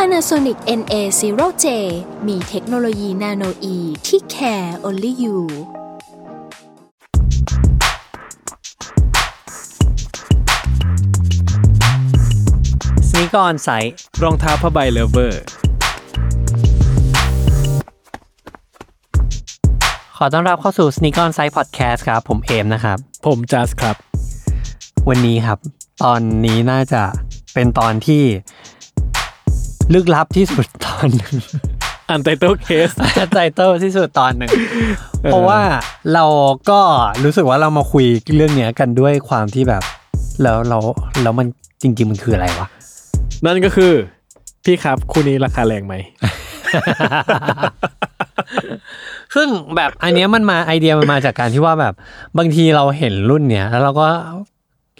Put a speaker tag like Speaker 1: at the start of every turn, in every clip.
Speaker 1: Panasonic NA0J มีเทคโนโลยีนาโนอีที่ care only you
Speaker 2: สนีกออนไซต์
Speaker 3: รองเท้าผ้าใบเลเวอร์
Speaker 2: ขอต้อนรับเข้าสู่สนีกออนไซต์พอดแคสต์ครับ ผมเอมนะครับ
Speaker 3: ผมจัสครับ
Speaker 2: วันนี้ครับ ตอนนี้น่าจะเป็นตอนที่ ลึกลับที่สุด ตอนหนึ่ง
Speaker 3: อันไตเติลเคส
Speaker 2: ไตเติลที่สุดตอนหนึ่ง เพราะว่าเราก็รู้สึกว่าเรามาคุยเรื่องเนี้ยกันด้วยความที่แบบ แล้วเราแล้วมันจริง ๆ มันคืออะไรวะ
Speaker 3: นั่นก็คือ พี่ครับคู่นี้ราคาแรงไหม
Speaker 2: ซึ่งแบบอันเนี้ยมันมาไอเดียมันมาจากการที่ว่าแบบบางทีเราเห็นรุ่นเนี้ยแล้วเราก็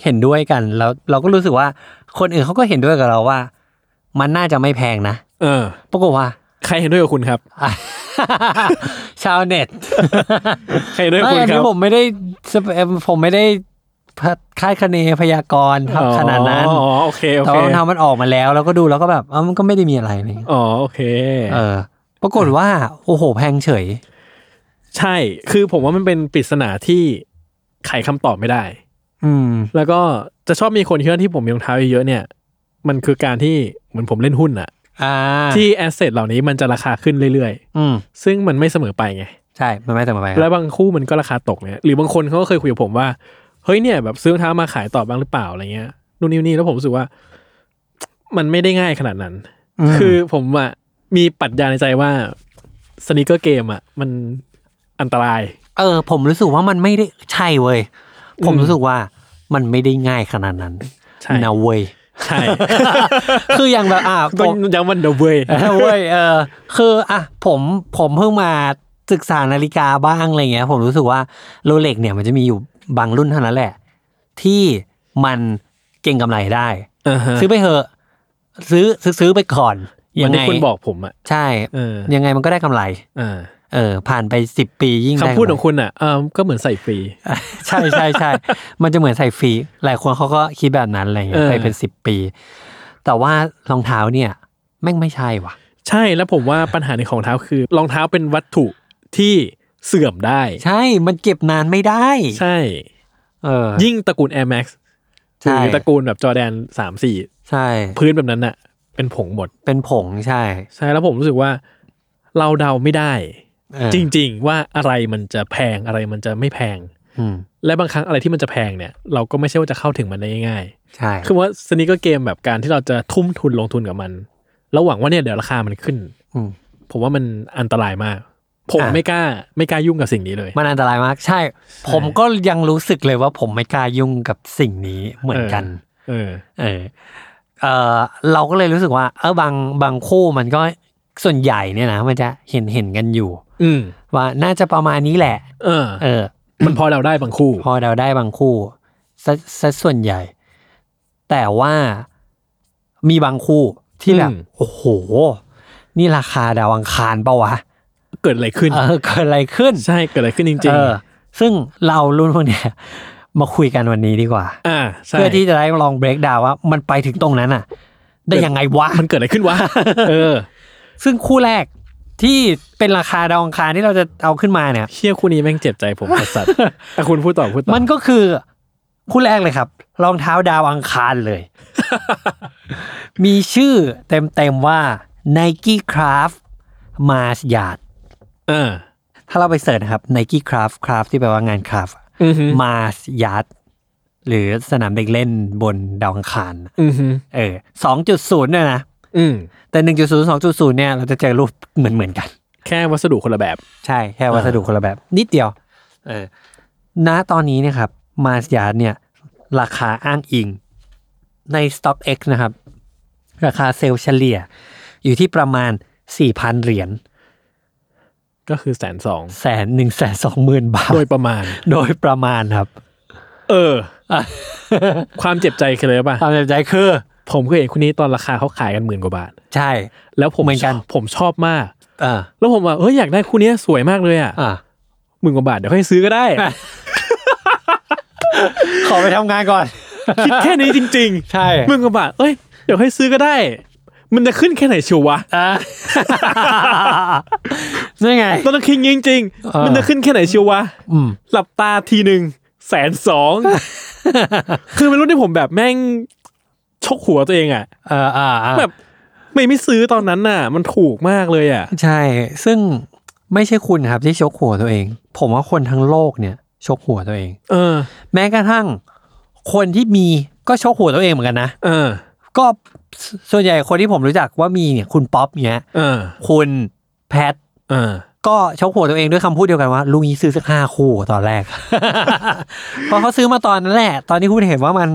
Speaker 2: เห็นด้วยกันแล้วเราก็รู้สึกว่าคนอื่นเขาก็เห็นด้วยกับเราว่า มันน่าจะไม่แพงนะ
Speaker 3: เออ
Speaker 2: ปรากฏว่า
Speaker 3: ใครเห็นด้วยกับคุณครับ
Speaker 2: ชาวเน็ต
Speaker 3: ใครเห็นด้วยกับ
Speaker 2: ไม่
Speaker 3: คุณ
Speaker 2: อัน
Speaker 3: ครั
Speaker 2: นี้
Speaker 3: บ
Speaker 2: ผมไม่ได้สเปผมไม่ได้คาดคะเนพยากรณ์
Speaker 3: อ๋อ
Speaker 2: ขนาดนั้น
Speaker 3: อ๋อโอเคโอเค
Speaker 2: แต่ว่ารองเท้ามันออกมาแล้ว แล้วก็ดูแล้วก็แบบเอ้ามันก็ไม่ได้มีอะไรเลย
Speaker 3: อ๋อโอเค
Speaker 2: เออ ปรากฏว่า โอ้โห แพงเฉย
Speaker 3: ใช่ คือผมว่ามันเป็นปริศนาที่ไขคำตอบไม่ได้
Speaker 2: อืม
Speaker 3: แล้วก็จะชอบมีคนคิดว่าที่ผมมีรองเท้าเยอะๆเนี่ย มันคือการที่เหมือนผมเล่นหุ้นอะ
Speaker 2: อ่า
Speaker 3: ที่แอสเซทเหล่านี้มันจะราคาขึ้นเรื่อย
Speaker 2: อืม
Speaker 3: ๆ ซึ่งมันไม่เสมอไปไง
Speaker 2: ใช่ มันไม่แต่มาไปค
Speaker 3: แล้
Speaker 2: รับ
Speaker 3: วบางคู่มันก็ราคาตกเนี่ยหรือบางคนเขาก็เคยคุยกับผมว่า เฮ้ยเนี่ยแบบซื้อรองเท้ามาขายต่อบ้างหรือเปล่าอะไรเงี้ยนู่นนี่นี่แล้วผมรู้สึกว่า มันไม่ได้ง่ายขนาดนั้น
Speaker 2: ม
Speaker 3: คือผมอะมีปรัชญาในใจว่าสนิเกอร์เกมอะมันอันตราย
Speaker 2: เออ ผมรู้สึกว่ามันไม่ได้ใช่เว้ย ผมรู้สึกว่ามันไม่ได้ง่ายขนาดนั้น
Speaker 3: ใช่
Speaker 2: นะเว้ย
Speaker 3: ใช่
Speaker 2: คืออย่างแบบอ่ะ
Speaker 3: ก็
Speaker 2: ผม
Speaker 3: ย้ำวันเดอะเวย
Speaker 2: เออเว้ยเออ คืออ่ะผมผมเพิ่งมาศึกษานาฬิกาบ้างอะไรเงี้ย ผมรู้สึกว่าโรเล็กเนี่ยมันจะมีอยู่บางรุ่นเท่านั้นแหละ ที่มันเก่งกำไรได้
Speaker 3: อ่าฮะ
Speaker 2: ซื้อไปเถอะ ซื้อซื้อซื้อไปก่อน
Speaker 3: เหมื
Speaker 2: ยั
Speaker 3: อน
Speaker 2: งไง
Speaker 3: ที่คุณบอกผมอะ
Speaker 2: ใช่
Speaker 3: เออ
Speaker 2: ยังไงมันก็ได้กำไร
Speaker 3: อ่า
Speaker 2: เออ ผ่านไปสิบปียิ่งได้
Speaker 3: คำพูด
Speaker 2: กำ
Speaker 3: ข
Speaker 2: ไร
Speaker 3: องคุณอะเออก็เหมือนใส่ฟรี
Speaker 2: ใช่ใช่ใช่ มันจะเหมือนใส่ฟรี หลายคนเขาก็คิดแบบนั้นอะไรเงี้ย
Speaker 3: เออ
Speaker 2: ไปเป็นสิบปี แต่ว่ารองเท้าเนี่ย แม่งไม่ใช่ว่ะ
Speaker 3: ใช่แล้วผมว่าปัญหาในของเท้าคือรองเท้าเป็นวัตถุที่เสื่อมได้
Speaker 2: ใช่ มันเก็บนานไม่ได้
Speaker 3: ใช่
Speaker 2: เออ
Speaker 3: ยิ่งตระกูล Air Max ห
Speaker 2: ใช่
Speaker 3: รือตระกูลแบบจอแดนสามสี่
Speaker 2: ใช่
Speaker 3: พื้นแบบนั้นน่ะ เป็นผงหมด
Speaker 2: เป็นผงใช่
Speaker 3: ใช่แล้วผมรู้สึกว่า เราเดาไม่ได้
Speaker 2: เออ
Speaker 3: จริง ๆ ว่าอะไรมันจะแพงอะไรมันจะไม่แพง
Speaker 2: อืม
Speaker 3: และบางครั้งอะไรที่มันจะแพงเนี่ย เราก็ไม่ใช่ว่าจะเข้าถึงมันได้ง่าย
Speaker 2: ใช่
Speaker 3: ๆคือว่าสนิเกอร์เกมแบบการที่เราจะทุ่มทุนลงทุนกับมันแล้วหวังว่าเนี่ยเดี๋ยวราคามันขึ้น
Speaker 2: ม
Speaker 3: ผมว่ามันอันตรายมาก ผม
Speaker 2: อ่ะ
Speaker 3: ไม่กล้าไม่กล้ายุ่งกับสิ่งนี้เลย
Speaker 2: มันอันตรายมาก ใช่ ผมก็ยังรู้สึกเลยว่าผมไม่กล้ายุ่งกับสิ่งนี้เหมือนกัน
Speaker 3: เออ
Speaker 2: เออเออเราก็เลยรู้สึกว่า เออบางบางคู่มันก็ส่วนใหญ่เนี่ยนะมันจะเห็นเห็นกันอยู่
Speaker 3: อืม
Speaker 2: ว่าน่าจะประมาณนี้แหละ
Speaker 3: เออ
Speaker 2: เออ
Speaker 3: มันพอเราได้บางคู่
Speaker 2: พอเราได้บางคู่ซะซะส่วนใหญ่ แต่ว่ามีบางคู่ที่แบบ
Speaker 3: อืม
Speaker 2: โอ้โห นี่ราคาดาวอังคารปะวะ
Speaker 3: เกิดอะไรขึ้น
Speaker 2: เออเกิดอะไรขึ้น
Speaker 3: ใช่เกิดอะไรขึ้นจริง
Speaker 2: เออซึ่งเราเอารุ่นพวกเนี้ย มาคุยกันวันนี้ดีกว่า
Speaker 3: ๆอ่าใช่
Speaker 2: เพื่อที่จะได้ลองเบรกดาวว่า มันไปถึงตรงนั้นอะได้ยังไงวะ
Speaker 3: มันเกิดอะไรขึ้นวะ เออ
Speaker 2: ซึ่งคู่แรกที่เป็นราคาดาวอังคารที่เราจะเอาขึ้นมาเนี่ย
Speaker 3: เชี่ยคู่นี้แม่งเจ็บใจผมสัสๆอ่ะคุณพูดต่อพูดต่อ
Speaker 2: มันก็คือคู่แรกเลยครับ รองเท้าดาวอังคาร เลย มีชื่อเต็มๆว่า Nike Craft มาสยาด
Speaker 3: เออ
Speaker 2: ถ้าเราไปเสิร์ชนะครับ Nike Craft Craft ที่แปลว่างานคราฟ
Speaker 3: อือฮึ
Speaker 2: มาสยาดหรือสนามเด็กเล่นบนดาวอังคาร
Speaker 3: อือฮึ
Speaker 2: เออสองจุดศูนย์เนี่ยนะ
Speaker 3: อืม
Speaker 2: แต่หนึ่งจุดศูนย์สองจุดศูนย์เนี่ยเราจะเจอรูปเหมือนเหมือนๆกัน
Speaker 3: แค่วัสดุคนละแบบ
Speaker 2: ใช่แค่วัสดุคนละแบบ นิดเดียว เออณตอนนี้เนะครับ มาสยาดเนี่ย ราคาอ้างอิง ใน StockX นะครับ ราคาเซลล์เฉลี่ย อยู่ที่ประมาณ สี่พันเหรียญ
Speaker 3: ก็คือแสนสอง
Speaker 2: แสนหนึ่งแสนสองหมื่นบาท
Speaker 3: โดยประมาณ
Speaker 2: โดยประมาณครับ
Speaker 3: เออ ความเจ็บใจคืออะไรป่ะ
Speaker 2: ตามใจคือ
Speaker 3: ผมเคยเห็นคนนี้ตอนราคาเขาขายกันหมื่นกว่าบาท
Speaker 2: ใช่
Speaker 3: แล้วผม
Speaker 2: เหมือนกัน
Speaker 3: ชบผมชอบมาก
Speaker 2: อ่า
Speaker 3: แล้วผมว่าเอ้ยอยากได้คู่เนี้ยสวยมากเลยอ่ะ
Speaker 2: อ่า
Speaker 3: หมื่นกว่าบาทเดี๋ยวค่อยซื้อ ก็ได้
Speaker 2: ขอไปทำงานก่อน
Speaker 3: คิดแค่นี้จริง
Speaker 2: ใช่
Speaker 3: ๆหมื่นกว่าบาทเอ้ยเดี๋ยวค่อยซื้อก็ได้ มันจะขึ้นแค่ไหนเชียววะ
Speaker 2: อ่านี่ไง
Speaker 3: ตอนนั้นคิดจริง
Speaker 2: เออ
Speaker 3: ๆมันจะขึ้นแค่ไหนเชียววะ
Speaker 2: อืม
Speaker 3: หลับตาทีหนึ่งแสนส องคือเป็นรุ่นที่ผมแบบแม่งชกหัวตัวเองอ่ะ
Speaker 2: เอออ่าอ่า
Speaker 3: แบบไม่ไม่ซื้อตอนนั้นน่ะ มันถูกมากเลยอ่ะ
Speaker 2: ใช่ ซึ่งไม่ใช่คุณครับที่ชกหัวตัวเอง ผมว่าคนทั้งโลกเนี่ย ชกหัวตัวเอง
Speaker 3: เออ
Speaker 2: แม้กระทั่ง คนที่มีก็ชกหัวตัวเองเหมือนกันนะ
Speaker 3: เออ
Speaker 2: ก็สส่วนใหญ่คนที่ผมรู้จักว่ามีเนี่ย คุณป๊อปเนี่ย
Speaker 3: เออ
Speaker 2: คุณแพท
Speaker 3: เออ
Speaker 2: ก็ชกหัวตัวเองด้วยคำพูดเดียวกันว่าลุงนี้ซื้อสักห้าคู่ตอนแรก เพราะเขาซื้อมาตอนนั้นแหละ ตอนที่คุณเห็นว่ามัน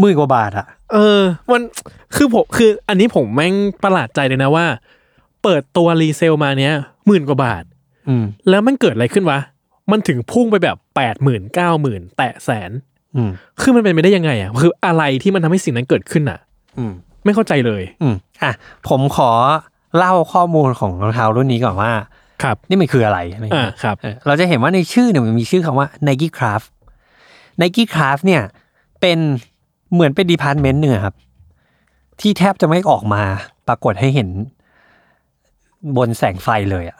Speaker 2: หมื่นกว่าบาทอะ
Speaker 3: เออ มันคือผมคือ อันนี้ผมแม่งประหลาดใจเลยนะว่า เปิดตัวรีเซลมาเนี้ยหมื่นกว่าบาท
Speaker 2: อืม
Speaker 3: แล้วมันเกิดอะไรขึ้นวะ มันถึงพุ่งไปแบบแปดหมื่นเก้าหมื่นแตะแสน
Speaker 2: อืม
Speaker 3: คือมันเป็นไปได้ยังไงอ่ะ คืออะไรที่มันทำให้สิ่งนั้นเกิดขึ้นอ่ะ
Speaker 2: อืม
Speaker 3: ไม่เข้าใจเลย
Speaker 2: อืมอ่ะผมขอเล่าข้อมูลของรองเท้ารุ่นนี้ก่อนว่า
Speaker 3: ครับ
Speaker 2: นี่มันคืออะไรอะไรอย่าง
Speaker 3: อ่า
Speaker 2: เงี้ย
Speaker 3: ครับ
Speaker 2: เออเราจะเห็นว่าในชื่อเนี่ยมันมีชื่อคำว่า Nike Craft Nike Craft เนี่ย เป็นเหมือนเป็นดีพาร์ตเมนต์หนึ่งอะครับ ที่แทบจะไม่ออกมาปรากฏให้เห็นบนแสงไฟเลยอะ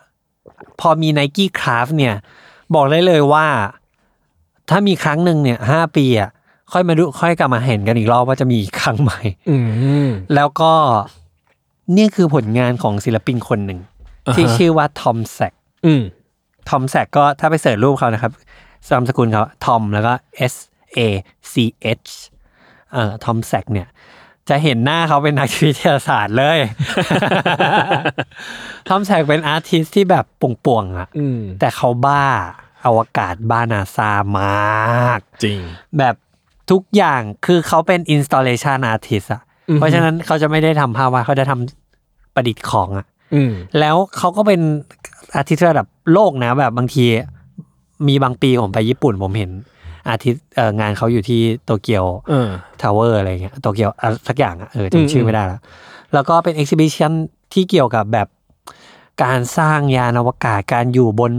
Speaker 2: พอมี Nike Craft เนี่ย บอกได้เลยว่า ถ้ามีครั้งหนึ่งเนี่ยห้าปีอะค่อยมาดูค่อยกลับมาเห็นกันอีกรอบว่าจะมีอีกครั้งไหม
Speaker 3: อืม
Speaker 2: แล้วก็นี่คือผลงานของศิลปินคนหนึ่ง
Speaker 3: อ่าฮะ
Speaker 2: ที่ชื่อว่าทอมแซก
Speaker 3: อืม
Speaker 2: ทอมแซกก็ถ้าไปเสิร์ชรูปเขานะครับนามสกุลเขาทอมแล้วก็ S A C H เอ่อทอมแซกเนี่ย จะเห็นหน้าเขาเป็นนักวิทยาศาสตร์เลย ทอมแซกเป็นอาร์ติสต์ที่แบบป่วงๆอะ
Speaker 3: อืม
Speaker 2: แต่เขาบ้าอวกาศบ้านาซามาก
Speaker 3: จริง
Speaker 2: แบบทุกอย่างคือเขาเป็น installation artist อะ
Speaker 3: อือฮึ
Speaker 2: เพราะฉะนั้นเขาจะไม่ได้ทำภาพวาดเขาจะทำประดิษฐ์ของอะ
Speaker 3: อืม
Speaker 2: แล้วเขาก็เป็น artist ระดับโลกนะ แบบบางที มีบางปีผมไปญี่ปุ่นผมเห็น artist เอ่องานเขาอยู่ที่โตเกียว
Speaker 3: เออ
Speaker 2: ทาวเวอร์อะไรเงี้ยโตเกียวอ่ะสักอย่างอะเออ
Speaker 3: อืม
Speaker 2: จำชื่อไม่ได้แล้ว แล้วก็เป็น Exhibition ที่เกี่ยวกับแบบการสร้างยานอวกาศการอยู่บน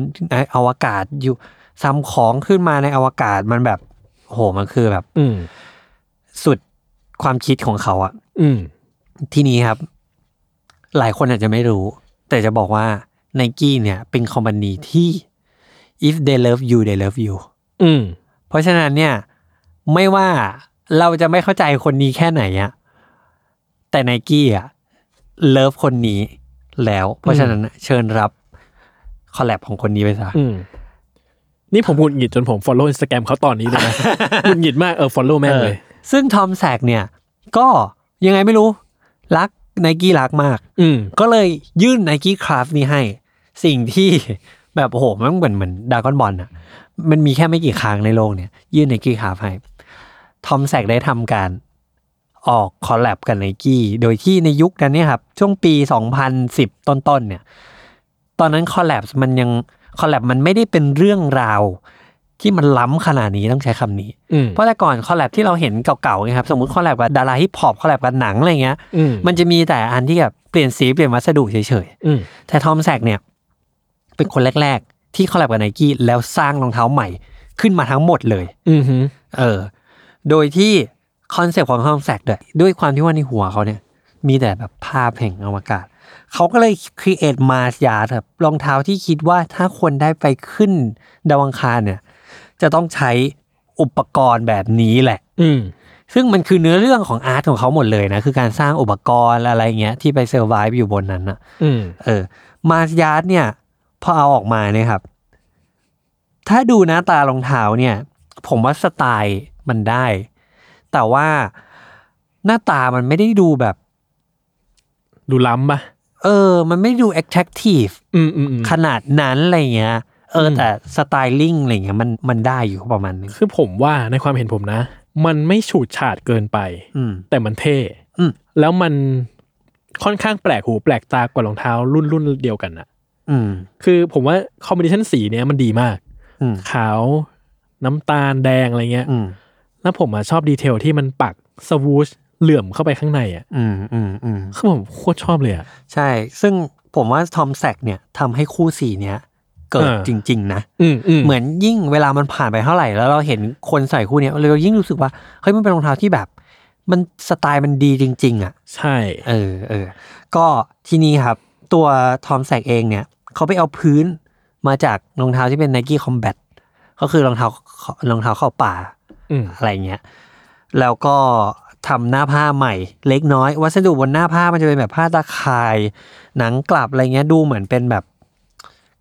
Speaker 2: อวกาศอยู่ทำของขึ้นมาในอวกาศมันแบบโหมันคือแบบ
Speaker 3: อืม
Speaker 2: สุดความคิดของเขาอะ
Speaker 3: อืม
Speaker 2: ทีนี้ครับ หลายคนอาจจะไม่รู้ แต่จะบอกว่า n i กี้เนี่ยเป็นคอมพานีที่ if they love you they love you
Speaker 3: อืม
Speaker 2: เพราะฉะนั้นเนี่ยไม่ว่าเราจะไม่เข้าใจคนนี้แค่ไหนอะแต่ไนกี้อะเลิฟคนนี้แล้ว เพราะฉะนั้นอะเชิญรับคอลแลบของคนนี้ไปซะ
Speaker 3: อืม นี่ผมหงุดหงิดจนผม follow Instagram เขาตอนนี้เลยนะ หงุดหงิดมากเออ follow แม่งเลย
Speaker 2: ออซึ่งทอมแซกเนี่ย ก็ยังไงไม่รู้ รักไนกี้รักมาก
Speaker 3: อืม
Speaker 2: ก็เลยยื่นไนกี้คราฟนี้ให้ สิ่งที่ แบบโอ้โหมันเหมือนเหมือนดากอนบอลอะมันมีแค่ไม่กี่ครั้งในโลกเนี่ย ยื่นไนกี้คราฟให้ทอมแซกได้ทำการออกคอลแลบกับไนกี้โดยที่ในยุคนั้นเนี่ยครับ ช่วงปี 2010 ต้นๆเนี่ย ตอนนั้นคอลแลบมันยังคอลแลบมันไม่ได้เป็นเรื่องราว ที่มันล้ำขนาดนี้ต้องใช้คำนี้
Speaker 3: อืม
Speaker 2: เพราะแต่ก่อนคอลแลบที่เราเห็นเก่าๆไงครับสมมติคอลแลบกับดาราฮิปฮอปคอลแลบกับหนังอะไรเงี้ย
Speaker 3: อืม
Speaker 2: มันจะมีแต่อันที่แบบเปลี่ยนสีเปลี่ยนวัสดุเฉย
Speaker 3: อืม
Speaker 2: ๆ แต่ทอมแซกเนี่ย เป็นคนแรก ๆ ที่คอลแลบกับไนกี้แล้วสร้างรองเท้าใหม่ขึ้นมาทั้งหมดเลย
Speaker 3: อืมฮึ
Speaker 2: เออ โดยที่คอนเซปต์ของทอมแซกด้วยด้วยความที่ว่าในหัวเขาเนี่ย มีแต่แบบภาพแห่งอวกาศ เขาก็เลยครีเอทมาสยาแบบรองเท้าที่คิดว่าถ้าคนได้ไปขึ้นดาวอังคารเนี่ย จะต้องใช้อุปกรณ์แบบนี้แหละ
Speaker 3: อืม
Speaker 2: ซึ่งมันคือเนื้อเรื่องของอาร์ตของเขาหมดเลยนะ คือการสร้างอุปกรณ์อะไรเงี้ยที่ไปเซอร์ไวฟ์อยู่บนนั้นนะ
Speaker 3: อืม
Speaker 2: เออ มาสยาร์ดเนี่ย พอเอาออกมาเนี่ยครับ ถ้าดูหน้าตารองเท้าเนี่ย ผมว่าสไตล์มันได้ แต่ว่าหน้าตามันไม่ได้ดูแบบ
Speaker 3: ดูล้ำปะ
Speaker 2: เออ มันไม่ดู attractive
Speaker 3: อืมอืมอืม
Speaker 2: ขนาดนั้นอะไรเงี้ย เออ แต่สไตลิ่งอะไรเงี้ยมันมันได้อยู่ประมาณนึง
Speaker 3: คือผมว่าในความเห็นผมนะ มันไม่ฉูดฉาดเกินไป
Speaker 2: อืม
Speaker 3: แต่มันเท่
Speaker 2: อืม
Speaker 3: แล้วมัน ค่อนข้างแปลกหูแปลกตากว่ารองเท้ารุ่นรุ่นเดียวกันอะ
Speaker 2: อืม
Speaker 3: คือผมว่าคอมบิเนชันสีเนี้ยมันดีมาก
Speaker 2: อืม
Speaker 3: ขาวน้ำตาลแดงอะไรเงี้ย
Speaker 2: อืม
Speaker 3: แล้วผมอะชอบดีเทลที่มันปักสวูชเหลื่อมเข้าไปข้างในอะ
Speaker 2: อืมอืมอืม
Speaker 3: คือผมโคตรชอบเลยอะ
Speaker 2: ใช่ ซึ่งผมว่าทอมแซกเนี่ยทำให้คู่สีเนี้ยเกิด
Speaker 3: เออ
Speaker 2: จริง ๆ นะ
Speaker 3: อืมอืม
Speaker 2: เหมือนยิ่งเวลามันผ่านไปเท่าไหร่ แล้วเราเห็นคนใส่คู่เนี้ยเรายิ่งรู้สึกว่าเฮ้ยมันเป็นรองเท้าที่แบบ มันสไตล์มันดีจริง ๆ อ่ะ
Speaker 3: ใช่
Speaker 2: เออเออ ก็ทีนี้ครับ ตัวทอมแซกเองเนี่ยเขาไปเอาพื้นมาจากรองเท้าที่เป็น Nike Combat ก็คือรองเท้ารองเท้าเข้าป่า
Speaker 3: อืม
Speaker 2: อะไรเงี้ย แล้วก็ทำหน้าผ้าใหม่ เล็กน้อย วัสดุบนหน้าผ้ามันจะเป็นแบบผ้าตาข่าย หนังกลับอะไรเงี้ย ดูเหมือนเป็นแบบ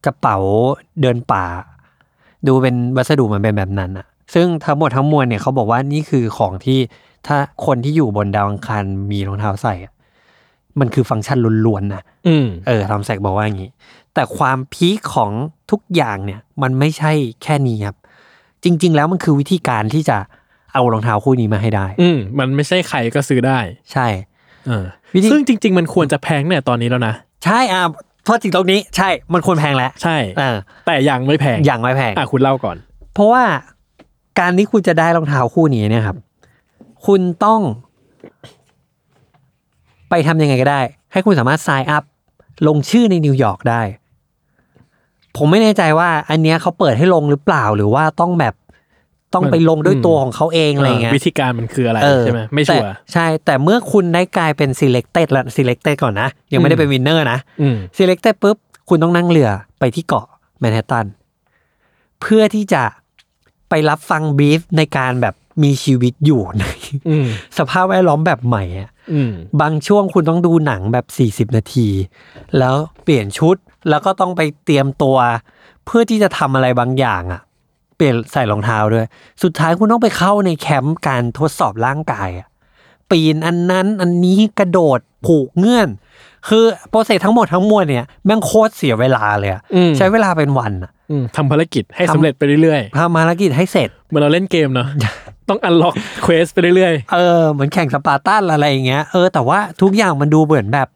Speaker 2: กระเป๋าเดินป่า ดูเป็นวัสดุมันเป็นแบบนั้นอะซึ่งทั้งหมดทั้งมวลเนี่ยเขาบอกว่านี่คือของที่ถ้าคนที่อยู่บนดาวอังคารมีรองเท้าใส่อะมันคือฟังก์ชันล้วนๆนะ
Speaker 3: อืม
Speaker 2: เออทอมแซกบอกว่าอย่างนี้ แต่ความพีคของทุกอย่างเนี่ย มันไม่ใช่แค่นี้ครับ จริง ๆ แล้วมันคือวิธีการที่จะเอารองเท้าคู่นี้มาให้ได้
Speaker 3: อืมมันไม่ใช่ใครก็ซื้อได้
Speaker 2: ใช่
Speaker 3: เออ
Speaker 2: วิธี
Speaker 3: ซึ่งจริง ๆ มันควรจะแพงเนี่ยตอนนี้แล้วนะ
Speaker 2: ใช่อ่ะพอถึงตรงนี้ใช่มันควรแพงแล้ว
Speaker 3: ใช่
Speaker 2: เออ
Speaker 3: แต่ยังไม่แพง
Speaker 2: อย่างไม่แพง
Speaker 3: อ่ะคุณเล่าก่อน
Speaker 2: เพราะว่าการที่คุณจะได้รองเท้าคู่นี้เนี่ยครับ คุณต้อง ไปทำยังไงก็ได้ ให้คุณสามารถ sign up ลงชื่อในนิวยอร์กได้ ผมไม่แน่ใจว่า อันเนี้ยเขาเปิดให้ลงหรือเปล่า หรือว่าต้องแบบต้องไปลงด้วย
Speaker 3: อืม
Speaker 2: ตัวของเขาเองอะไรเงี้ย
Speaker 3: วิธีการมันคืออะไร
Speaker 2: เออ
Speaker 3: ใช่ไหมไม่ชัวร์
Speaker 2: แต่ใช่ แต่เมื่อคุณได้กลายเป็น selected ละ selected ก่อนนะ ยังไม่ได้เป็น winner นะ
Speaker 3: อืม
Speaker 2: selected ปุ๊บ คุณต้องนั่งเรือไปที่เกาะแมนฮัตตัน เพื่อที่จะไปรับฟังบีฟในการแบบมีชีวิตอยู่ใน
Speaker 3: อืม
Speaker 2: สภาพแวดล้อมแบบใหม่อะ
Speaker 3: อืม
Speaker 2: บางช่วงคุณต้องดูหนังแบบ 40 นาที แล้วเปลี่ยนชุดแล้วก็ต้องไปเตรียมตัว เพื่อที่จะทำอะไรบางอย่างอะเปลี่ยนใส่รองเท้าด้วย สุดท้ายคุณต้องไปเข้าในแคมป์การทดสอบร่างกายอะปีนอันนั้นอันนี้กระโดดผูกเงื่อน คือโปรเซสทั้งหมดทั้งมวลเนี่ยแม่งโคตรเสียเวลาเลยอะ
Speaker 3: อืม
Speaker 2: ใช้เวลาเป็นวันอะ
Speaker 3: อืมทำภารกิจให้
Speaker 2: ทำ
Speaker 3: สำเร็จไปเรื่อย
Speaker 2: ทำภารกิจให้เสร็จ
Speaker 3: ๆเหมือนเราเล่นเกมเนาะต้องอันล็อกเควสไปเรื่อย
Speaker 2: เออเหมือนแข่งสปาร์ตันอะไรอย่างเงี้ยเออแต่ว่าทุกอย่างมันดูเหมือนแบบ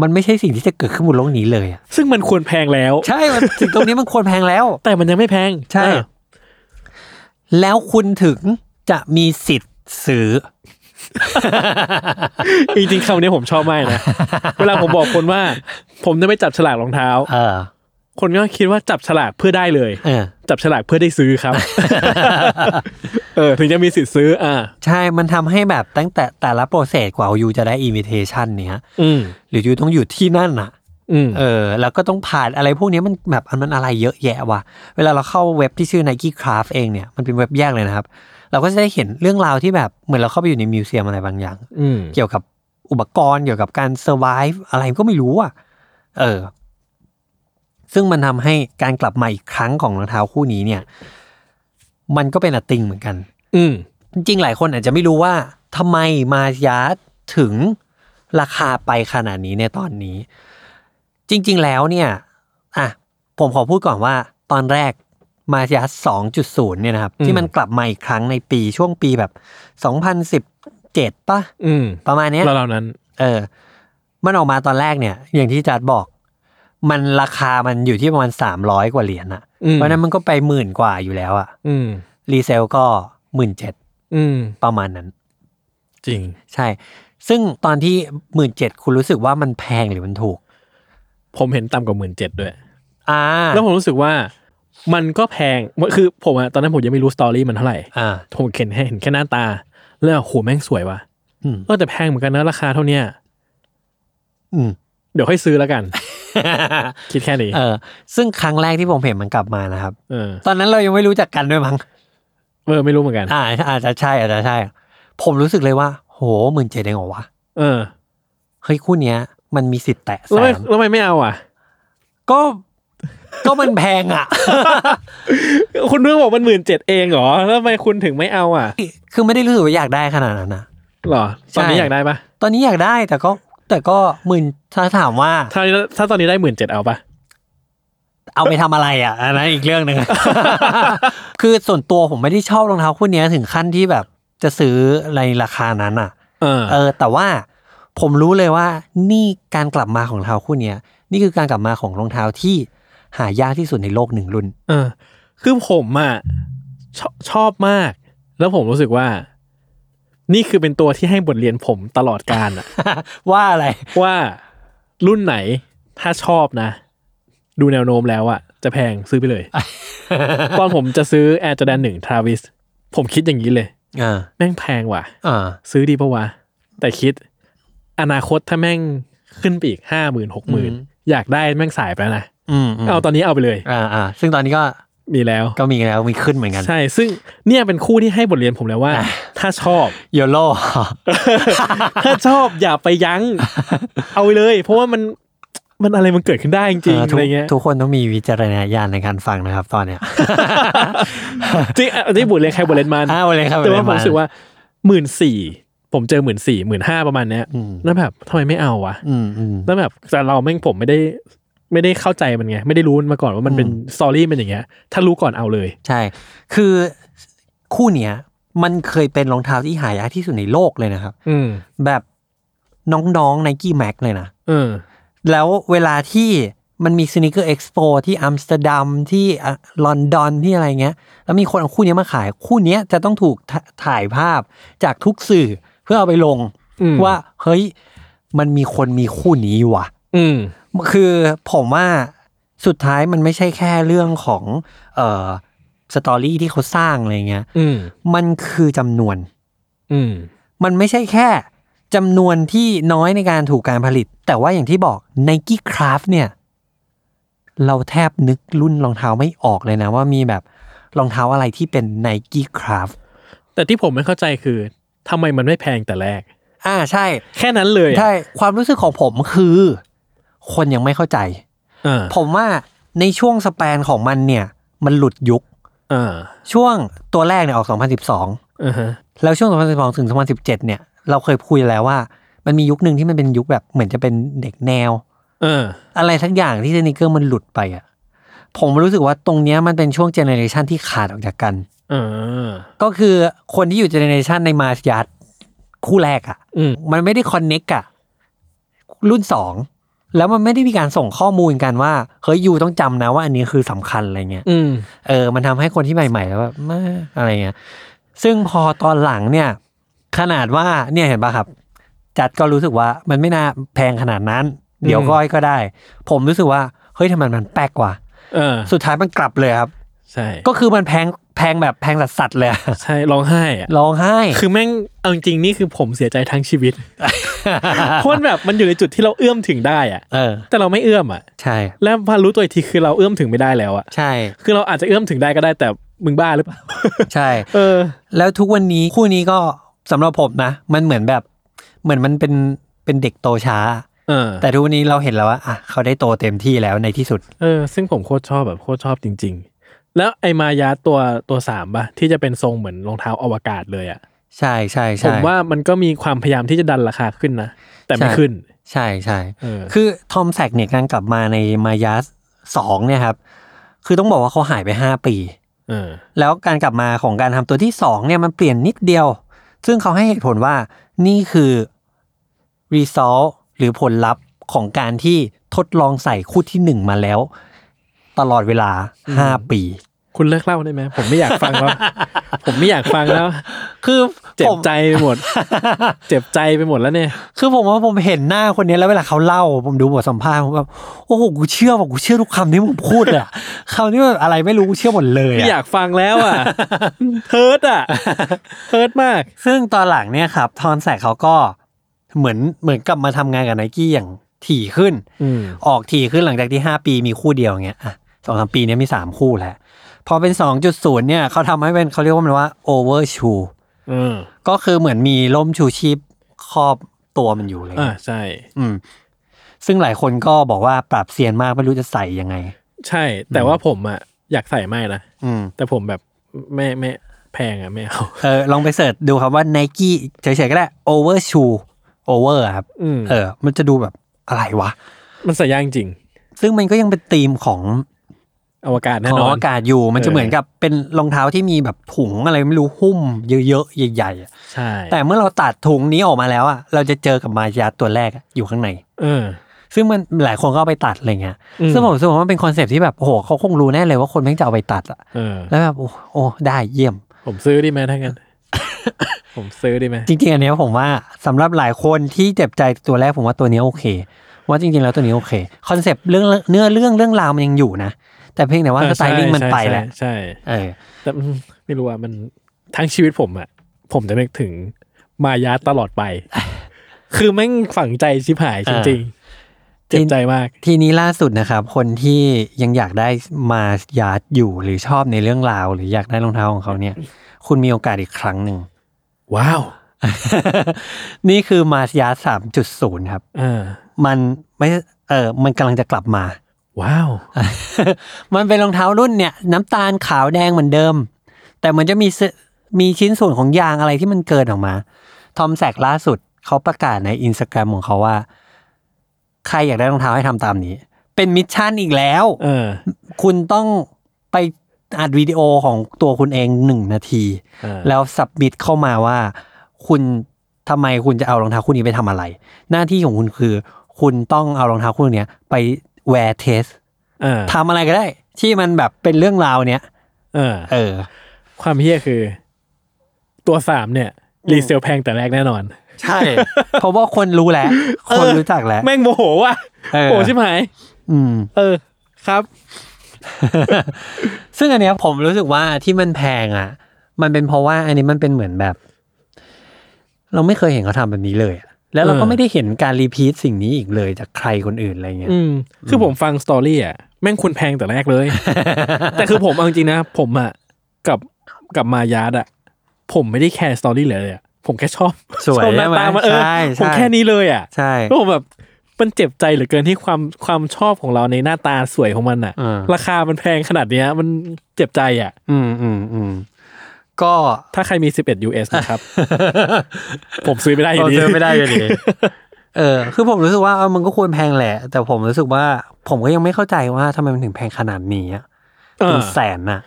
Speaker 2: มันไม่ใช่สิ่งที่จะเกิดขึ้นบนโลกนี้เลยอะ
Speaker 3: ๆ ซึ่งมันควรแพงแล้ว
Speaker 2: ใช่มันถึงตรงนี้มันควรแพงแล้ว
Speaker 3: แต่มันยังไม่แพง
Speaker 2: ใช่
Speaker 3: เออ
Speaker 2: แล้วคุณถึงจะมีสิทธิ์ซื้อ
Speaker 3: จริงๆคำนี้ผมชอบมากนะ เวลาผมบอกคนว่า ผมจะไม่จับฉลากรองเท้า
Speaker 2: เออ
Speaker 3: คนก็คิดว่าจับฉลากเพื่อได้เลย
Speaker 2: เออ
Speaker 3: จับฉลากเพื่อได้ซื้อครับ เออ ถึงจะมีสิทธิ์ซื้อ อ่า
Speaker 2: ใช่มันทำให้แบบตั้งแต่แต่ละโปรเซสกว่าอยู่จะได้อิมิเทชันเนี่ย
Speaker 3: อืม
Speaker 2: หรืออยู่ต้องอยู่ที่นั่นอะ
Speaker 3: อืม
Speaker 2: เออแล้วก็ต้องผ่านอะไรพวกนี้มันแบบอันมันอะไรเยอะแยะว่ะ เวลาเราเข้าเว็บที่ชื่อ Nike Craft เองเนี่ย มันเป็นเว็บแยกเลยนะครับ เราก็จะได้เห็นเรื่องราวที่แบบเหมือนเราเข้าไปอยู่ในมิวเซียมอะไรบางอย่าง
Speaker 3: อืม
Speaker 2: เกี่ยวกับอุปกรณ์เกี่ยวกับการ survive อะไรก็ไม่รู้อ่ะ เออ ซึ่งมันทำให้การกลับมาอีกครั้งของรองเท้าคู่นี้เนี่ย มันก็เป็นอติงเหมือนกัน
Speaker 3: อืม
Speaker 2: จริงๆ หลายคนอาจจะไม่รู้ว่าทำไมมายาถึงราคาไปขนาดนี้ในตอนนี้ จริง ๆ แล้วเนี่ย อ่ะ ผมขอพูดก่อนว่า ตอนแรกมายา2.0 เนี่ยนะครับ
Speaker 3: อืม
Speaker 2: ที่มันกลับมาอีกครั้งในปีช่วงปีแบบ 2017ปะ
Speaker 3: อืม
Speaker 2: ประมาณเนี้ย
Speaker 3: แล้วเหล่านั้น
Speaker 2: เออ มันออกมาตอนแรกเนี่ย อย่างที่จัดบอก มันราคามันอยู่ที่ประมาณ 300 กว่าเหรียญอะ
Speaker 3: อืม
Speaker 2: เพราะฉะนั้นมันก็ไปหมื่นกว่าอยู่แล้วอะ
Speaker 3: อืม
Speaker 2: รีเซลก็หมื่นเจ็ด
Speaker 3: อืม
Speaker 2: ประมาณนั้น
Speaker 3: จริง
Speaker 2: ใช่ ซึ่งตอนที่หมื่นเจ็ดคุณรู้สึกว่ามันแพงหรือมันถูก
Speaker 3: ผมเห็นต่ำกว่าหมื่นเจ็ดด้วย
Speaker 2: อ่า
Speaker 3: แล้วผมรู้สึกว่ามันก็แพง คือผมอะตอนนั้นผมยังไม่รู้สตอรี่มันเท่าไหร่
Speaker 2: อ่า
Speaker 3: ผมเห็นแค่เห็นแค่หน้าตา แล้วโหแม่งสวยว่ะ
Speaker 2: อืม
Speaker 3: เออแต่แพงเหมือนกันนะราคาเท่าเนี้ย
Speaker 2: อืม
Speaker 3: เดี๋ยวค่อยซื้อแล้วกัน คิดแค่นี้
Speaker 2: เออ ซึ่งครั้งแรกที่ผมเห็นมันกลับมานะครับ
Speaker 3: เออ
Speaker 2: ตอนนั้นเรายังไม่รู้จักกันด้วยมั้ง
Speaker 3: เออไม่รู้เหมือนกัน
Speaker 2: อ่า อาจจะใช่ อาจจะใช่ ผมรู้สึกเลยว่า โหหมื่นเจ็ดเองเหรอวะ
Speaker 3: เออ
Speaker 2: เฮ้ยคู่เนี้ย มันมีสิทธิ์แตะ
Speaker 3: แล้
Speaker 2: แส
Speaker 3: วไม่
Speaker 2: น
Speaker 3: แล้วทำไมไม่เอาอ่ะ
Speaker 2: ก็ ก็มันแพงอ่ะ
Speaker 3: คุณเรื่องบอกมันหมื่นเจ็ดเองเหรอแล้วทำไมคุณถึงไม่เอาอ่ะ
Speaker 2: คือไม่ได้รู้สึกว่าอยากได้ขนาดนั้นนะ
Speaker 3: หรอตอนนี้
Speaker 2: ใช่
Speaker 3: อยากได้ปะ
Speaker 2: ตอนนี้อยากได้แต่ก็ แต่ก็หมื่นถ้าถามว่า
Speaker 3: ถ้าถ้าตอนนี้ได้หมื่นเจ็ดเอาปะ
Speaker 2: เอาไปทำอะไรอ่ะอันนั้นอีกเรื่องหนึ่ง คือส่วนตัวผมไม่ได้ชอบรองเท้าคู่เนี้ยถึงขั้นที่แบบจะซื้อในราคานั้นอ่ะ
Speaker 3: เออ
Speaker 2: เออ แต่ว่า ผมรู้เลยว่านี่การกลับมาของรองเท้าคู่เนี้ยนี่คือการกลับมาของรองเท้าที่หายากที่สุดในโลกหนึ่งรุ่น
Speaker 3: เออคือผมอ่ะชอบชอบมาก แล้วผมรู้สึกว่า นี่คือเป็นตัวที่ให้บทเรียนผมตลอดการอ่ะ
Speaker 2: ว่าอะไร
Speaker 3: ว่ารุ่นไหนถ้าชอบนะ ดูแนวโน้มแล้วอะจะแพงซื้อไป เลย ตอนผมจะซื้อ Air Jordan 1 Travis ผมคิดอย่างนี้เลย
Speaker 2: อ่า
Speaker 3: แม่งแพงว่ะ
Speaker 2: อ่า
Speaker 3: ซื้อดีปะวะ แต่คิด อนาคตถ้าแม่งขึ้นไปอีกห้าหมื่นหกหมื่นอยากได้แม่งสายไปแล้วนะ
Speaker 2: อืม
Speaker 3: เอาตอนนี้เอาไปเลย
Speaker 2: อ่าอ่าซึ่งตอนนี้ก็
Speaker 3: มีแล้ว
Speaker 2: ก็มีแล้วมีขึ้นเหมือนกัน
Speaker 3: ใช่ ซึ่งเนี่ยเป็นคู่ที่ให้บทเรียนผมแล้วว่า ถ้าชอบ
Speaker 2: โยโล
Speaker 3: ถ้าชอบอย่าไปยั้ง เอาไปเลย เพราะว่ามันมันอะไรมันเกิดขึ้นได้จริงๆ
Speaker 2: ทุก
Speaker 3: อะไรเงี้ย
Speaker 2: ทุกคนต้องมีวิจารณญาณในการฟังนะครับ ตอนเนี้ย
Speaker 3: จริงอ่ะอันนี้บุญเลยใครบุญเลนมัน
Speaker 2: อ้าวเลยครับ
Speaker 3: แต่
Speaker 2: เล
Speaker 3: ว่า
Speaker 2: ย
Speaker 3: ผม
Speaker 2: มา
Speaker 3: รู้สึกว่าหมื่นสี่ผมเจอหมื่นสี่หมื่นห้าประมาณเนี้ย
Speaker 2: อืม
Speaker 3: แล้วแบบทำไมไม่เอาวะ
Speaker 2: อืมอืม
Speaker 3: แล้วแบบแต่เราแม่งผมไม่ได้ไม่ได้เข้าใจมันไง ไม่ได้รู้มันมาก่อนว่ามันเป็น
Speaker 2: อืม
Speaker 3: สตอรี่เป็นอย่างเงี้ย ถ้ารู้ก่อนเอาเลย
Speaker 2: ใช่ คือคู่เนี้ยมันเคยเป็นรองเท้าที่หายากที่สุดในโลกเลยนะครับ
Speaker 3: อืม
Speaker 2: แบบน้องๆไนกี้แม็กเลยนะ
Speaker 3: เออ
Speaker 2: แล้วเวลาที่มันมีสนิเกอร์เอ็กซ์โปที่อัมสเตอร์ดัมที่อ่ะลอนดอนที่อะไรเงี้ย แล้วมีคนเอาคู่เนี้ยมาขาย คู่เนี้ยจะต้องถูกถถ่ายภาพจากทุกสื่อเพื่อเอาไปลง
Speaker 3: อืม
Speaker 2: ว่าเฮ้ยมันมีคนมีคู่นี้ว่ะ
Speaker 3: อืม
Speaker 2: คือผมว่าสุดท้ายมันไม่ใช่แค่เรื่องของเอ่อสตอรี่ที่เขาสร้างอะไรเงี้ย
Speaker 3: อืม
Speaker 2: มันคือจำนวน
Speaker 3: อืม
Speaker 2: มันไม่ใช่แค่จำนวนที่น้อยในการถูกการผลิต แต่ว่าอย่างที่บอก Nike Craft เนี่ย เราแทบนึกรุ่นรองเท้าไม่ออกเลยนะ ว่ามีแบบรองเท้าอะไรที่เป็น Nike Craft
Speaker 3: แต่ที่ผมไม่เข้าใจคือทำไมมันไม่แพงแต่แรก
Speaker 2: อ่าใช่
Speaker 3: แค่นั้นเลยอะ
Speaker 2: ใช่ ความรู้สึกของผมคือ คนยังไม่เข้าใจ
Speaker 3: อ่า
Speaker 2: ผมว่าในช่วงสแปนของมันเนี่ย มันหลุดยุค
Speaker 3: อ่า
Speaker 2: ช่วงตัวแรกเนี่ยออก
Speaker 3: อ่าฮะ
Speaker 2: 2012 แล้วช่วง 2012 ถึง 2017 เนี่ย เราเคยพูดแล้วว่า มันมียุคหนึ่งที่มันเป็นยุคแบบเหมือนจะเป็นเด็กแนว
Speaker 3: เออ
Speaker 2: อะไรทั้งอย่างที่สนิเกอร์มันหลุดไปอ่ะ ผมรู้สึกว่าตรงเนี้ยมันเป็นช่วงเจเนอเรชันที่ขาดออกจากกัน
Speaker 3: อ่า
Speaker 2: ก็คือคนที่อยู่เจเนอเรชันในมาสยัดคู่แรกอ่ะ
Speaker 3: อืม
Speaker 2: มันไม่ได้คอนเน็กอะรุ่นสอง แล้วมันไม่ได้มีการส่งข้อมูลกันว่า เฮ้ยยูต้องจำนะว่าอันนี้คือสำคัญอะไรเงี้ย
Speaker 3: อืม
Speaker 2: เออ มันทำให้คนที่ใหม่ๆแล้วแบบมาอะไรเงี้ย ซึ่งพอตอนหลังเนี่ย ขนาดว่าเนี่ยเห็นปะครับ จัดก็รู้สึกว่ามันไม่น่าแพงขนาดนั้น เดี๋ยวก้อยก็ได้ ผมรู้สึกว่า เฮ้ยทำไมมันแปลกกว่า
Speaker 3: เออ
Speaker 2: สุดท้ายมันกลับเลยครับ
Speaker 3: ใช่
Speaker 2: ก็คือมันแพงแพงแบบแพงสัดๆเลยอะ
Speaker 3: ใช่ร้องไห้อะ
Speaker 2: ร้องไห้
Speaker 3: คือแม่งเอาจริงๆนี่คือผมเสียใจทั้งชีวิต เพราะมันแบบมันอยู่ในจุดที่เราเอื้อมถึงได้อะ
Speaker 2: เออ
Speaker 3: แต่เราไม่เอื้อมอะ
Speaker 2: ใช่
Speaker 3: แล้วพอรู้ตัวอีกทีคือเราเอื้อมถึงไม่ได้แล้วอะ
Speaker 2: ใช่
Speaker 3: คือเราอาจจะเอื้อมถึงได้ก็ได้แต่มึงบ้าหรือเปล่า
Speaker 2: ใช่
Speaker 3: เออ
Speaker 2: แล้วทุกวันนี้คู่นี้ก็สำหรับผมนะ มันเหมือนแบบ เหมือนมันเป็นเป็นเด็กโตช้า
Speaker 3: เออ
Speaker 2: แต่ทุกวันนี้เราเห็นแล้วว่าอ่ะเขาได้โตเต็มที่แล้วในที่สุด
Speaker 3: เออ ซึ่งผมโคตรชอบแบบโคตรชอบจริง ๆ แล้วไอมายาตัวตัวสามป่ะที่จะเป็นทรงเหมือนรองเท้าอวกาศเลยอะ
Speaker 2: ใช่ใช่
Speaker 3: ผ
Speaker 2: ใช่
Speaker 3: มว่ามันก็มีความพยายามที่จะดันราคาขึ้นนะแต่ไม่
Speaker 2: ใช่
Speaker 3: ขึ้น
Speaker 2: ใช่ใช่
Speaker 3: เออ
Speaker 2: คือทอมแซกเนี่ยการกลับมาในมายาสองเนี่ยครับ คือต้องบอกว่าเขาหายไป 5 ปี
Speaker 3: เออ
Speaker 2: แล้วการกลับมาของการทำตัวที่ 2 เนี่ยมันเปลี่ยนนิดเดียว ซึ่งเขาให้เหตุผลว่านี่คือ result หรือผลลัพธ์ของการที่ทดลองใส่คู่ที่ 1 มาแล้ว ตลอดเวลา 5 ปี
Speaker 3: คุณเลิกเล่าได้ไหมผมไม่อยากฟังแล้ว ผมไม่อยากฟังแล้ว
Speaker 2: คือ
Speaker 3: เจ็
Speaker 2: ผ
Speaker 3: บ
Speaker 2: ม
Speaker 3: ใจไปหมด เจ็บใจไปหมดแล้วเนี่ย
Speaker 2: คือผมว่าผมเห็นหน้าคนนี้แล้วเวลาเขาเล่า ผมดูบทสัมภาษณ์ผมแบบโอ้โหกูเชื่อว่ากูเชื่อทุกคำที่ผมพูดเลยอะ คำที่แบบอะไรไม่รู้กูเชื่อหมดเลย
Speaker 3: ไม่อ
Speaker 2: อะ
Speaker 3: ยากฟังแล้ว อ่ะ เฮิร์ตอ่ะ เฮิร์ตมาก
Speaker 2: ซึ่งตอนหลังเนี่ยครับ ทอนแสกเขาก็เหมือนเหมือนกลับมาทำงานกับไนกี้อย่างถี่ขึ้น
Speaker 3: อืม
Speaker 2: ออกถี่ขึ้นหลังจากที่ 5 ปีมีคู่เดียวอย่างเงี้ยสองสามปีเนี้มี 3 คู่แล้ว พอเป็น 2.0 เนี่ยเขาทำให้เป็นเขาเรียกว่ามันว่า over shoe
Speaker 3: เออ
Speaker 2: ก็คือเหมือนมีล่มชูชีพครอบตัวมันอยู่เลย
Speaker 3: อ่าใช่
Speaker 2: อืม ซึ่งหลายคนก็บอกว่าปรับเซียนมากไม่รู้จะใส่ยังไง
Speaker 3: ใช่ แต่ว่าผมอ่ะ อยากใส่ไม่นะ
Speaker 2: อืม
Speaker 3: แต่ผมแบบไม่ไม่แพงอ่ะ ไม่เอา
Speaker 2: เออลองไปเสิร์ชดูครับว่า n i กี้เฉยๆก็ได้ over shoe over อะครับ
Speaker 3: อืม
Speaker 2: เออ มันจะดูแบบอะไรวะ
Speaker 3: มันใส่ยากจริง
Speaker 2: ซึ่งมันก็ยังเป็นธีมของ
Speaker 3: อวกาศแน่
Speaker 2: ของ
Speaker 3: นอน
Speaker 2: อากาศอยู่มันจะ
Speaker 3: เออ
Speaker 2: เหมือนกับเป็นรองเท้าที่มีแบบถุงอะไรไม่รู้หุ้มเยอะๆใหญ่ๆอะ
Speaker 3: ใช่
Speaker 2: แต่เมื่อเราตัดถุงนี้ออกมาแล้วอ่ะเราจะเจอกับมายาตัวแรกอะอยู่ข้างใน
Speaker 3: เออ
Speaker 2: ซึ่งมันหลายคนก็เอาไปตัดอะไรเงี้ย
Speaker 3: อืม
Speaker 2: ซึ่งผมรู้สึกว่ามันเป็นคอนเซปต์ที่แบบโอ้โหเขาคงรู้แน่เลยว่าคนแม่งจะเอาไปตัดอะ
Speaker 3: เออ
Speaker 2: แล้วแบบโอ้โอ้ได้เยี่ยม
Speaker 3: ผมซื้อดีไหมถ้า งั้น ผมซื้อดีไหม
Speaker 2: จริงๆ อันเนี้ยผมว่าสำหรับหลายคนที่เจ็บใจตัวแรกผมว่าตัวเนี้ยโอเค ว่าจริงๆแล้วตัวนี้โอเคคอนเซปต์เรื่องเนื้อเรื่องเรื่องราวมันยังอยู่นะ แต่เพียงแต่ว่า
Speaker 3: เอ
Speaker 2: ส
Speaker 3: อ
Speaker 2: ไต
Speaker 3: ใช่
Speaker 2: ลิ่งมัน
Speaker 3: ใช่
Speaker 2: ไปแล้ว
Speaker 3: ใช่ใช่
Speaker 2: เออ
Speaker 3: แต่ อืมไม่รู้ว่ามันทั้งชีวิตผมอะผมจะนึกถึงมายาตลอดไป คือแม่งฝังใจชิบหายจริงๆ เจ็บใจมาก
Speaker 2: ทีนี้ล่าสุดนะครับ คนที่ยังอยากได้มายาร์ดอยู่หรือชอบในเรื่องราว หรืออยากได้รองเท้าของเขาเนี่ย คุณมีโอกาสอีกครั้งหนึ่ง
Speaker 3: ว้าว
Speaker 2: นี่คือมายาร์ดสามจุดศูนย์ครับ
Speaker 3: เออ
Speaker 2: มันไม่เออมันกำลังจะกลับมา
Speaker 3: ว้าว
Speaker 2: มันเป็นรองเท้ารุ่นเนี่ยน้ำตาลขาวแดงเหมือนเดิม แต่มันจะมีเสมีชิ้นส่วนของยางอะไรที่มันเกินออกมา ทอมแซกล่าสุดเขาประกาศในอินสตาแกรมของเขาว่า ใครอยากได้รองเท้าให้ทำตามนี้ เป็นมิชชั่นอีกแล้ว
Speaker 3: เออ
Speaker 2: คุณต้องไปอัดวิดีโอของตัวคุณเองหนึ่งนาที
Speaker 3: เออ
Speaker 2: แล้วสับมิดเข้ามาว่า คุณทำไมคุณจะเอารองเท้าคู่นี้ไปทำอะไร หน้าที่ของคุณคือ คุณต้องเอารองเท้าคู่เนี้ยไปแวร์เทส
Speaker 3: เออ
Speaker 2: ทำอะไรก็ได้ ที่มันแบบเป็นเรื่องราวเนี้ย
Speaker 3: เออ
Speaker 2: เออ
Speaker 3: ความเฮี้ยคือ ตัวสามเนี่ย รีเซลแพงแต่แรกแน่นอน
Speaker 2: ใช่ เพราะว่าคนรู้แล้ว คนรู้จักแล้ว
Speaker 3: แม่งโมโหว่ะ
Speaker 2: เออ
Speaker 3: โมโหชิบหาย
Speaker 2: อืม
Speaker 3: เออ ครับ
Speaker 2: ซึ่งอันเนี้ยผมรู้สึกว่าที่มันแพงอ่ะ มันเป็นเพราะว่าอันนี้มันเป็นเหมือนแบบ เราไม่เคยเห็นเขาทำแบบนี้เลยอะแล้วเราก็
Speaker 3: เออ
Speaker 2: ไม่ได้เห็นการรีพีทสิ่งนี้อีกเลยจากใครคนอื่นอะไรเงี้ย
Speaker 3: อืม คือผมฟังสตอรี่อ่ะ แม่งคุณแพงแต่แรกเลย แต่คือผมเอาจริงนะ ผมอ่ะ กับกับมายาร์ดอ่ะ ผมไม่ได้แคร์สตอรี่เลยเลยอ่ะ ผมแค่ชอบ
Speaker 2: สวย
Speaker 3: ชอบห
Speaker 2: ใช่
Speaker 3: น้า
Speaker 2: ไหม
Speaker 3: ตามันเออ
Speaker 2: ใช่
Speaker 3: ผม
Speaker 2: ใช่
Speaker 3: แค่นี้เลยอ่ะ
Speaker 2: ใช่
Speaker 3: แล้วผมแบบ มันเจ็บใจเหลือเกินที่ความความชอบของเราในหน้าตาสวยของมันอ่ะ
Speaker 2: เออ
Speaker 3: ราคามันแพงขนาดเนี้ย มันเจ็บใจอ่ะ
Speaker 2: อืมอืมอืมก็
Speaker 3: ถ้าใครมี 11 US นะครับ ผมซื้อไม่ได้อ
Speaker 2: เรา
Speaker 3: ยู่ดี
Speaker 2: เจอไม่ได้อยู่ดี เออ คือผมรู้สึกว่าเออมันก็ควรแพงแหละ แต่ผมรู้สึกว่า ผมก็ยังไม่เข้าใจว่าทำไมมันถึงแพงขนาดนี้อะ
Speaker 3: เอ
Speaker 2: เป็
Speaker 3: อ
Speaker 2: นแสนน่ะ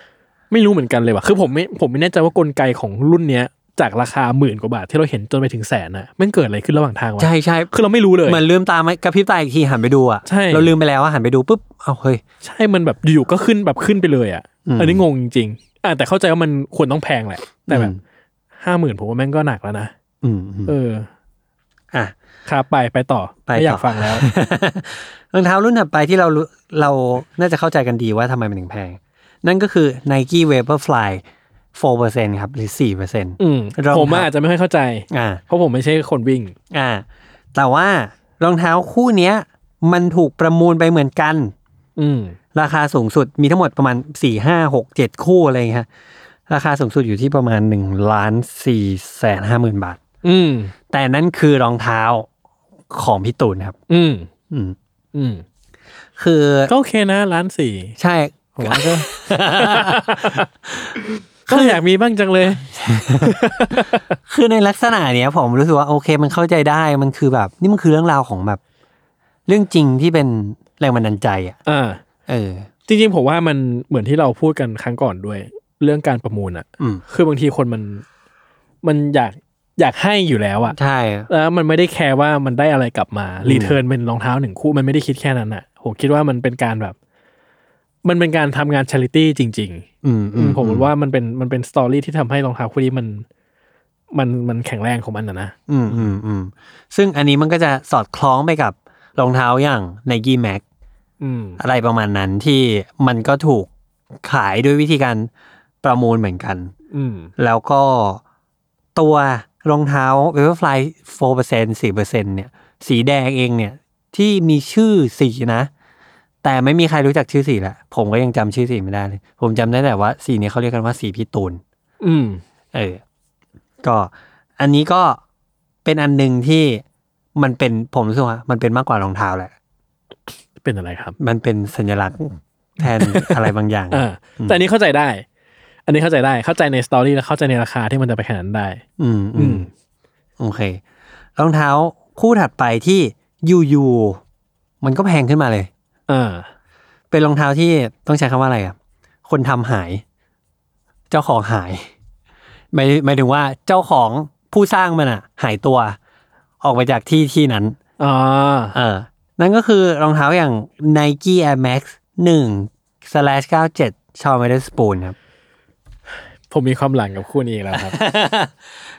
Speaker 3: ไม่รู้เหมือนกันเลยว่ะ คือผมไม่ ผมไม่แน่ใจว่ากลไกของรุ่นเนี้ย จากราคาหมื่นกว่าบาทที่เราเห็นจนไปถึงแสนน่ะมันเกิดอะไรขึ้นระหว่างทางวะ
Speaker 2: ใช่ใช่
Speaker 3: คือเราไม่รู้เลย
Speaker 2: เหมือนลืมตาไหมกระพริบตาอีกทีหันไปดูอ่ะ
Speaker 3: ใช่
Speaker 2: เราลืมไปแล้วว่าหันไปดูปุ๊บเอาเฮ้ย
Speaker 3: ใช่ มันแบบอยู่ๆก็ขึ้นแบบขึ้นไปเลยอ่ะ
Speaker 2: อืม
Speaker 3: อันนี้งงจริงๆอ่ะแต่เข้าใจว่ามันควรต้องแพงแหละ แต่แบบ
Speaker 2: อืม
Speaker 3: ห้าหมื่นผมว่าแม่งก็หนักแล้วนะ
Speaker 2: อืมอืม
Speaker 3: เออ
Speaker 2: อ่ะ
Speaker 3: ครับไปไปต่อ
Speaker 2: ไป
Speaker 3: ม่อยา
Speaker 2: ต่
Speaker 3: ก
Speaker 2: อ
Speaker 3: ฟังแล้ว
Speaker 2: รองเท้ารุ่นถัดไปที่เรารู้เราน่าจะเข้าใจกันดีว่าทำไมมันถึงแพง นั่นก็คือ Nike Vaporfly 4%ครับหรือ4%
Speaker 3: อืม
Speaker 2: รอง
Speaker 3: ผม
Speaker 2: เท้า
Speaker 3: อาจจะไม่ค่อยเข้าใจ
Speaker 2: อ่า
Speaker 3: เพราะผมไม่ใช่คนวิ่ง
Speaker 2: อ่าแต่ว่ารองเท้าคู่เนี้ย มันถูกประมูลไปเหมือนกัน
Speaker 3: อืม
Speaker 2: ราคาสูงสุดมีทั้งหมดประมาณสี่ห้าหกเจ็ดคู่อะไรอย่างเงี้ยฮะราคาสูงสุดอยู่ที่ประมาณหนึ่งล้านสี่แสนห้าหมื่นบาท
Speaker 3: อืม
Speaker 2: แต่นั่นคือรองเท้าของพี่ตูนครับ
Speaker 3: อืม
Speaker 2: อืม
Speaker 3: อืม
Speaker 2: คือ
Speaker 3: ก็โอเคนะร้านสี่
Speaker 2: ใช่
Speaker 3: ผมว่า ก็ ก็อยากมีบ้างจังเลย
Speaker 2: คือในลักษณะเนี้ยผมรู้สึกว่าโอเคมันเข้าใจได้มันคือแบบ นี่มันคือเรื่องราวของแบบ เรื่องจริงที่เป็นแรงบันดาลใจอ่ะ
Speaker 3: อ่า
Speaker 2: เออ
Speaker 3: จริงๆผมว่ามันเหมือนที่เราพูดกันครั้งก่อนด้วย เรื่องการประมูลอะ
Speaker 2: อืม
Speaker 3: คือบางทีคนมัน มันอยากอยากให้อยู่แล้วอะ
Speaker 2: ใช่
Speaker 3: แล้วมันไม่ได้แคร์ว่ามันได้อะไรกลับมา รีเทิร์นเป็นรองเท้าหนึ่งคู่ มันไม่ได้คิดแค่นั้นอะผมคิดว่ามันเป็นการแบบ มันเป็นการทำงานช h ริตี้จริง ๆ
Speaker 2: อืม
Speaker 3: อืมผมว่ามันเป็นมันเป็นสตอรี่ที่ทำให้รองเท้าคู่นี้มัน มันมันแข็งแรงของมันนะนะ
Speaker 2: อืมอืมอืมซึ่งอันนี้มันก็จะสอดคล้องไปกับรองเท้าอย่าง Nike Max
Speaker 3: อืม
Speaker 2: อะไรประมาณนั้นที่มันก็ถูกขายด้วยวิธีการประมูลเหมือนกัน
Speaker 3: อืม
Speaker 2: แล้วก็ตัวรองเท้า v a p o r f l y 4% 4%เนี่ย สีแดงเองเนี่ย ที่มีชื่อสีนะ แต่ไม่มีใครรู้จักชื่อสีละผมก็ยังจำชื่อสีไม่ได้เลย ผมจำได้แต่ว่าสีนี้เขาเรียกกันว่าสีพี่ตูน
Speaker 3: อืม
Speaker 2: เออ ก็อันนี้ก็เป็นอันหนึ่งที่มันเป็นผมรู้สึกว่ามันเป็นมากกว่ารองเท้าแหละ
Speaker 3: เป็นอะไรครับ
Speaker 2: มันเป็นสัญลักษณ์แทน อะไรบางอย่าง
Speaker 3: เออแต่อันนี้เข้าใจได้ อันนี้เข้าใจได้ เข้าใจในสตอรี่และเข้าใจในราคาที่มันจะไปแข่งนั้นได้
Speaker 2: อืม
Speaker 3: อื
Speaker 2: อื
Speaker 3: ม
Speaker 2: มโอเค รองเท้าคู่ถัดไปที่ยูยูมันก็แพงขึ้นมาเลย
Speaker 3: เออ
Speaker 2: เป็นรองเท้าที่ต้องใช้คำว่าอะไรอ่ะ คนทำหาย เจ้าของหายหมายหมายถึงว่าเจ้าของผู้สร้างมันอ่ะ หายตัว ออกไปจากที่ที่นั้น
Speaker 3: อ่า
Speaker 2: เออ นั่นก็คือรองเท้าอย่าง Nike Air Max 1 slash 97 ชอว์เมดสปูนครับ
Speaker 3: ผมมีความหลังกับคู่นี้อีกแล้วครับ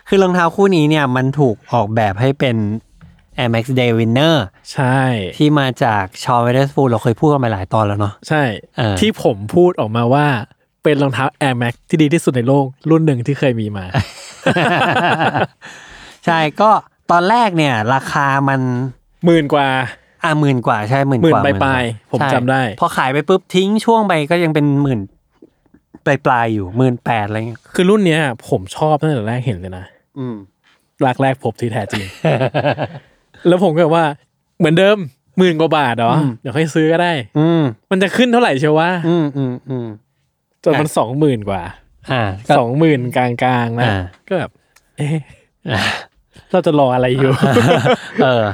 Speaker 2: คือรองเท้าคู่นี้เนี่ยมันถูกออกแบบให้เป็น Air Max Day Winner
Speaker 3: ใช่
Speaker 2: ที่มาจากชอว์เมดสปูนเราเคยพูดกันไปหลายตอนแล้วเนาะ
Speaker 3: ใช่
Speaker 2: เออ
Speaker 3: ที่ผมพูดออกมาว่าเป็นรองเท้า Air Max ที่ดีที่สุดในโลก รุ่นหนึ่งที่เคยมีมา
Speaker 2: ใช่ก็ตอนแรกเนี่ย ราคามัน
Speaker 3: หมื่นกว่า
Speaker 2: อ่ะหมื่นกว่าใช่หมื่น
Speaker 3: หมื่
Speaker 2: ก
Speaker 3: น
Speaker 2: ว่า
Speaker 3: ปลาย
Speaker 2: กว่
Speaker 3: ปลายผม
Speaker 2: ใช่
Speaker 3: จำได้
Speaker 2: พอขายไปปุ๊บทิ้งช่วงไปก็ยังเป็นหมื่นปลายปลายๆอยู่หมื่นแปดอะไรเงี้ย
Speaker 3: คือรุ่นเนี้ย ผมชอบตั้งแต่แรกเห็นเลยนะ
Speaker 2: อืม
Speaker 3: รักแรกพบที่แท้จริง แล้วผมก็แบบว่าเหมือนเดิมหมื่นกว่าบาทเหรออ
Speaker 2: ม
Speaker 3: เดี๋ยวค่อยซื้อก็ได้
Speaker 2: อืม
Speaker 3: มันจะขึ้นเท่าไหร่เชียวว่า
Speaker 2: อืมอืมอืม
Speaker 3: จนมันสองหมื่นกว่า
Speaker 2: อ่าก็
Speaker 3: สองหมื่นกลางๆนะ
Speaker 2: อ่า
Speaker 3: ก็แบบเอ๊ะเราจะรออะไรอยู่
Speaker 2: เออ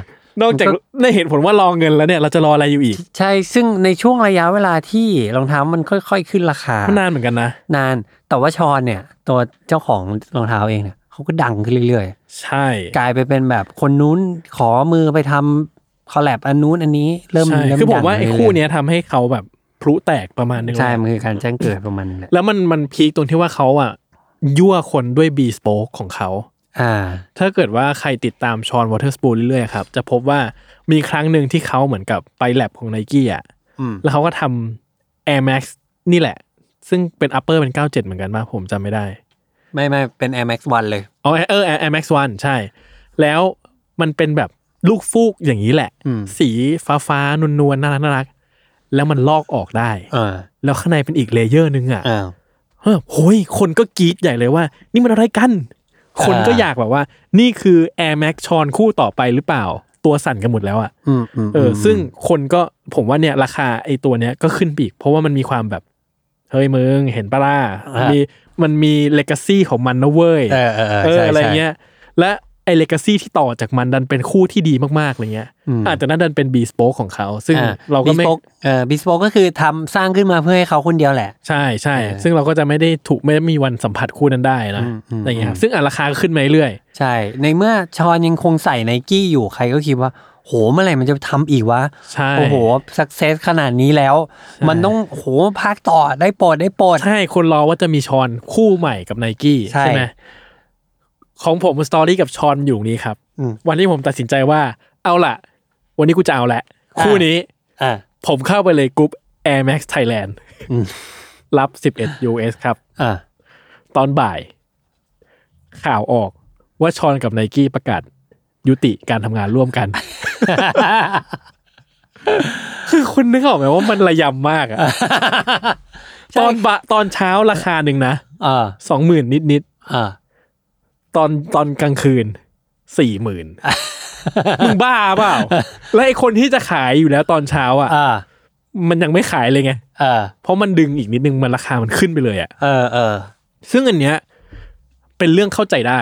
Speaker 3: นอกจาก
Speaker 2: มันก็
Speaker 3: ได้เห็นผลว่ารอเงินแล้วเนี่ย เราจะรออะไรอยู่อีก
Speaker 2: ใช่ซึ่งในช่วงระยะเวลาที่รองเท้ามันค่อยๆขึ้นราคา
Speaker 3: มันนานเหมือนกันนะ
Speaker 2: นานแต่ว่าชอนเนี่ย ตัวเจ้าของรองเท้าเองเนี่ยเขาก็ดังขึ้นเรื่อย
Speaker 3: ใช่
Speaker 2: ๆ กลายไปเป็นแบบคนนู้นขอมือไปทำคอลแลบอันนู้นอันนี้เริ่ม
Speaker 3: ใช่
Speaker 2: เริ่ม
Speaker 3: คือผมว่า
Speaker 2: ดัง
Speaker 3: ไอ้
Speaker 2: เรื่ยๆ
Speaker 3: คู่เนี้ยทำให้เขาแบบพลุแตกประมาณนึง
Speaker 2: ใช่
Speaker 3: แล้ว
Speaker 2: มันคือการแจ้งเกิดประมาณนึงแหละ
Speaker 3: แล้วมันมันพีคตรงที่ว่าเขาอ่ะยั่วคนด้วยบีสโปกของเขา
Speaker 2: อ่า
Speaker 3: ถ้าเกิดว่าใครติดตามชอนวอเตอร์สปูลเรื่อยๆครับ จะพบว่ามีครั้งหนึ่งที่เขาเหมือนกับไปแลบของไนกี้อ่ะ
Speaker 2: อืม
Speaker 3: แล้วเขาก็ทำ Air Max นี่แหละ ซึ่งเป็น upper เป็น 97 เหมือนกันป่ะผมจำไม่ได้
Speaker 2: ไม่ไม่เป็น Air Max 1 เลย
Speaker 3: อ๋อเออ Air Max 1 ใช่ แล้วมันเป็นแบบลูกฟูกอย่างนี้แหละ
Speaker 2: อืม
Speaker 3: สีฟ้าฟ้าๆนวลนวลๆน่ารักน่ารักแล้วมันลอกออกได้
Speaker 2: อ่า
Speaker 3: แล้วข้างในเป็นอีกเลเยอร์หนึงอ่ะ
Speaker 2: อ้าว
Speaker 3: เฮ้ยโหยคนก็กรี๊ดใหญ่เลยว่า นี่มันอะไรกัน คนก็อยากแบบว่า นี่คือ Air Max ชอนคู่ต่อไปหรือเปล่า ตัวสั่นกันหมดแล้วอ่ะ
Speaker 2: อืมอืม
Speaker 3: เออซึ่งคนก็ผมว่าเนี่ยราคาไอ้ตัวเนี้ยก็ขึ้นไปอีกเพราะว่ามันมีความแบบ เฮ้ยมึงเห็นปะล่ะมันมีมันมีเลก a ซีของมันนะเว้ย
Speaker 2: เออเออเออ
Speaker 3: เออ
Speaker 2: ใช่
Speaker 3: อะไร
Speaker 2: ใช่
Speaker 3: เงี้ย และไอ้เลก a ซีที่ต่อจากมันดันเป็นคู่ที่ดีมากๆอะไรเงี้ย
Speaker 2: อืม
Speaker 3: อาจจะนั่นดันเป็นบีสโปกของเขา ซึ่งเราก็ไม่
Speaker 2: Bespoke เออบิสโปก็คือทำสร้างขึ้นมาเพื่อให้เขาคนเดียวแหละ
Speaker 3: ใช่ใช่
Speaker 2: เออ
Speaker 3: ซึ่งเราก็จะไม่ได้ถูกไม่มีวันสัมผัสคู่นั้นได้นะ
Speaker 2: อืมอืม
Speaker 3: อะไรเงี้ยครับซึ่งอ่ะราคาก็ขึ้นมาเรื่อย
Speaker 2: ใช่ ในเมื่อชอนยังคงใส่ไนกี้อยู่ใครก็คิดว่า โหเมื่อไหร่มันจะทำอีกวะ
Speaker 3: ใช่
Speaker 2: โอ้โห สักเซสขนาดนี้แล้ว มันต้องโหภาคต่อได้โปรดได้โปรด
Speaker 3: ใช่คนรอว่าจะมีชอนคู่ใหม่กับไนกี้
Speaker 2: ใช่
Speaker 3: ใช่ไหมของผมสตอรี่กับชอนอยู่ตรงนี้ครับ
Speaker 2: อืม
Speaker 3: วันที่ผมตัดสินใจว่าเอาล่ะ วันนี้กูจะเอาแหละ
Speaker 2: อ่า
Speaker 3: คู่นี้
Speaker 2: อ่ะ
Speaker 3: ผมเข้าไปเลยกรุ๊ป Air Max Thailand
Speaker 2: อืม
Speaker 3: รับ 11 US ครับ
Speaker 2: อ่ะ
Speaker 3: ตอนบ่าย ข่าวออกว่าชอนกับไนกี้ประกาศ ยุติการทำงานร่วมกัน คือคุณนึกออกไหมว่ามันระยำมากอะตอนบะตอนเช้าราคาหนึ่งนะ
Speaker 2: อ่ะ
Speaker 3: สองหมื่นนิดนิด
Speaker 2: อ่ะ
Speaker 3: ๆตอนตอนกลางคืนสี่หมื่นมึงบ้าเปล่า และไอคนที่จะขายอยู่แล้วตอนเช้าอ่ะ
Speaker 2: อ่ะ
Speaker 3: มันยังไม่ขายเลยไง
Speaker 2: อ่ะ
Speaker 3: เพราะมันดึงอีกนิดนึงมันราคามันขึ้นไปเลยอะ
Speaker 2: เออเออ
Speaker 3: ซึ่งอันเนี้ยเป็นเรื่องเข้าใจได้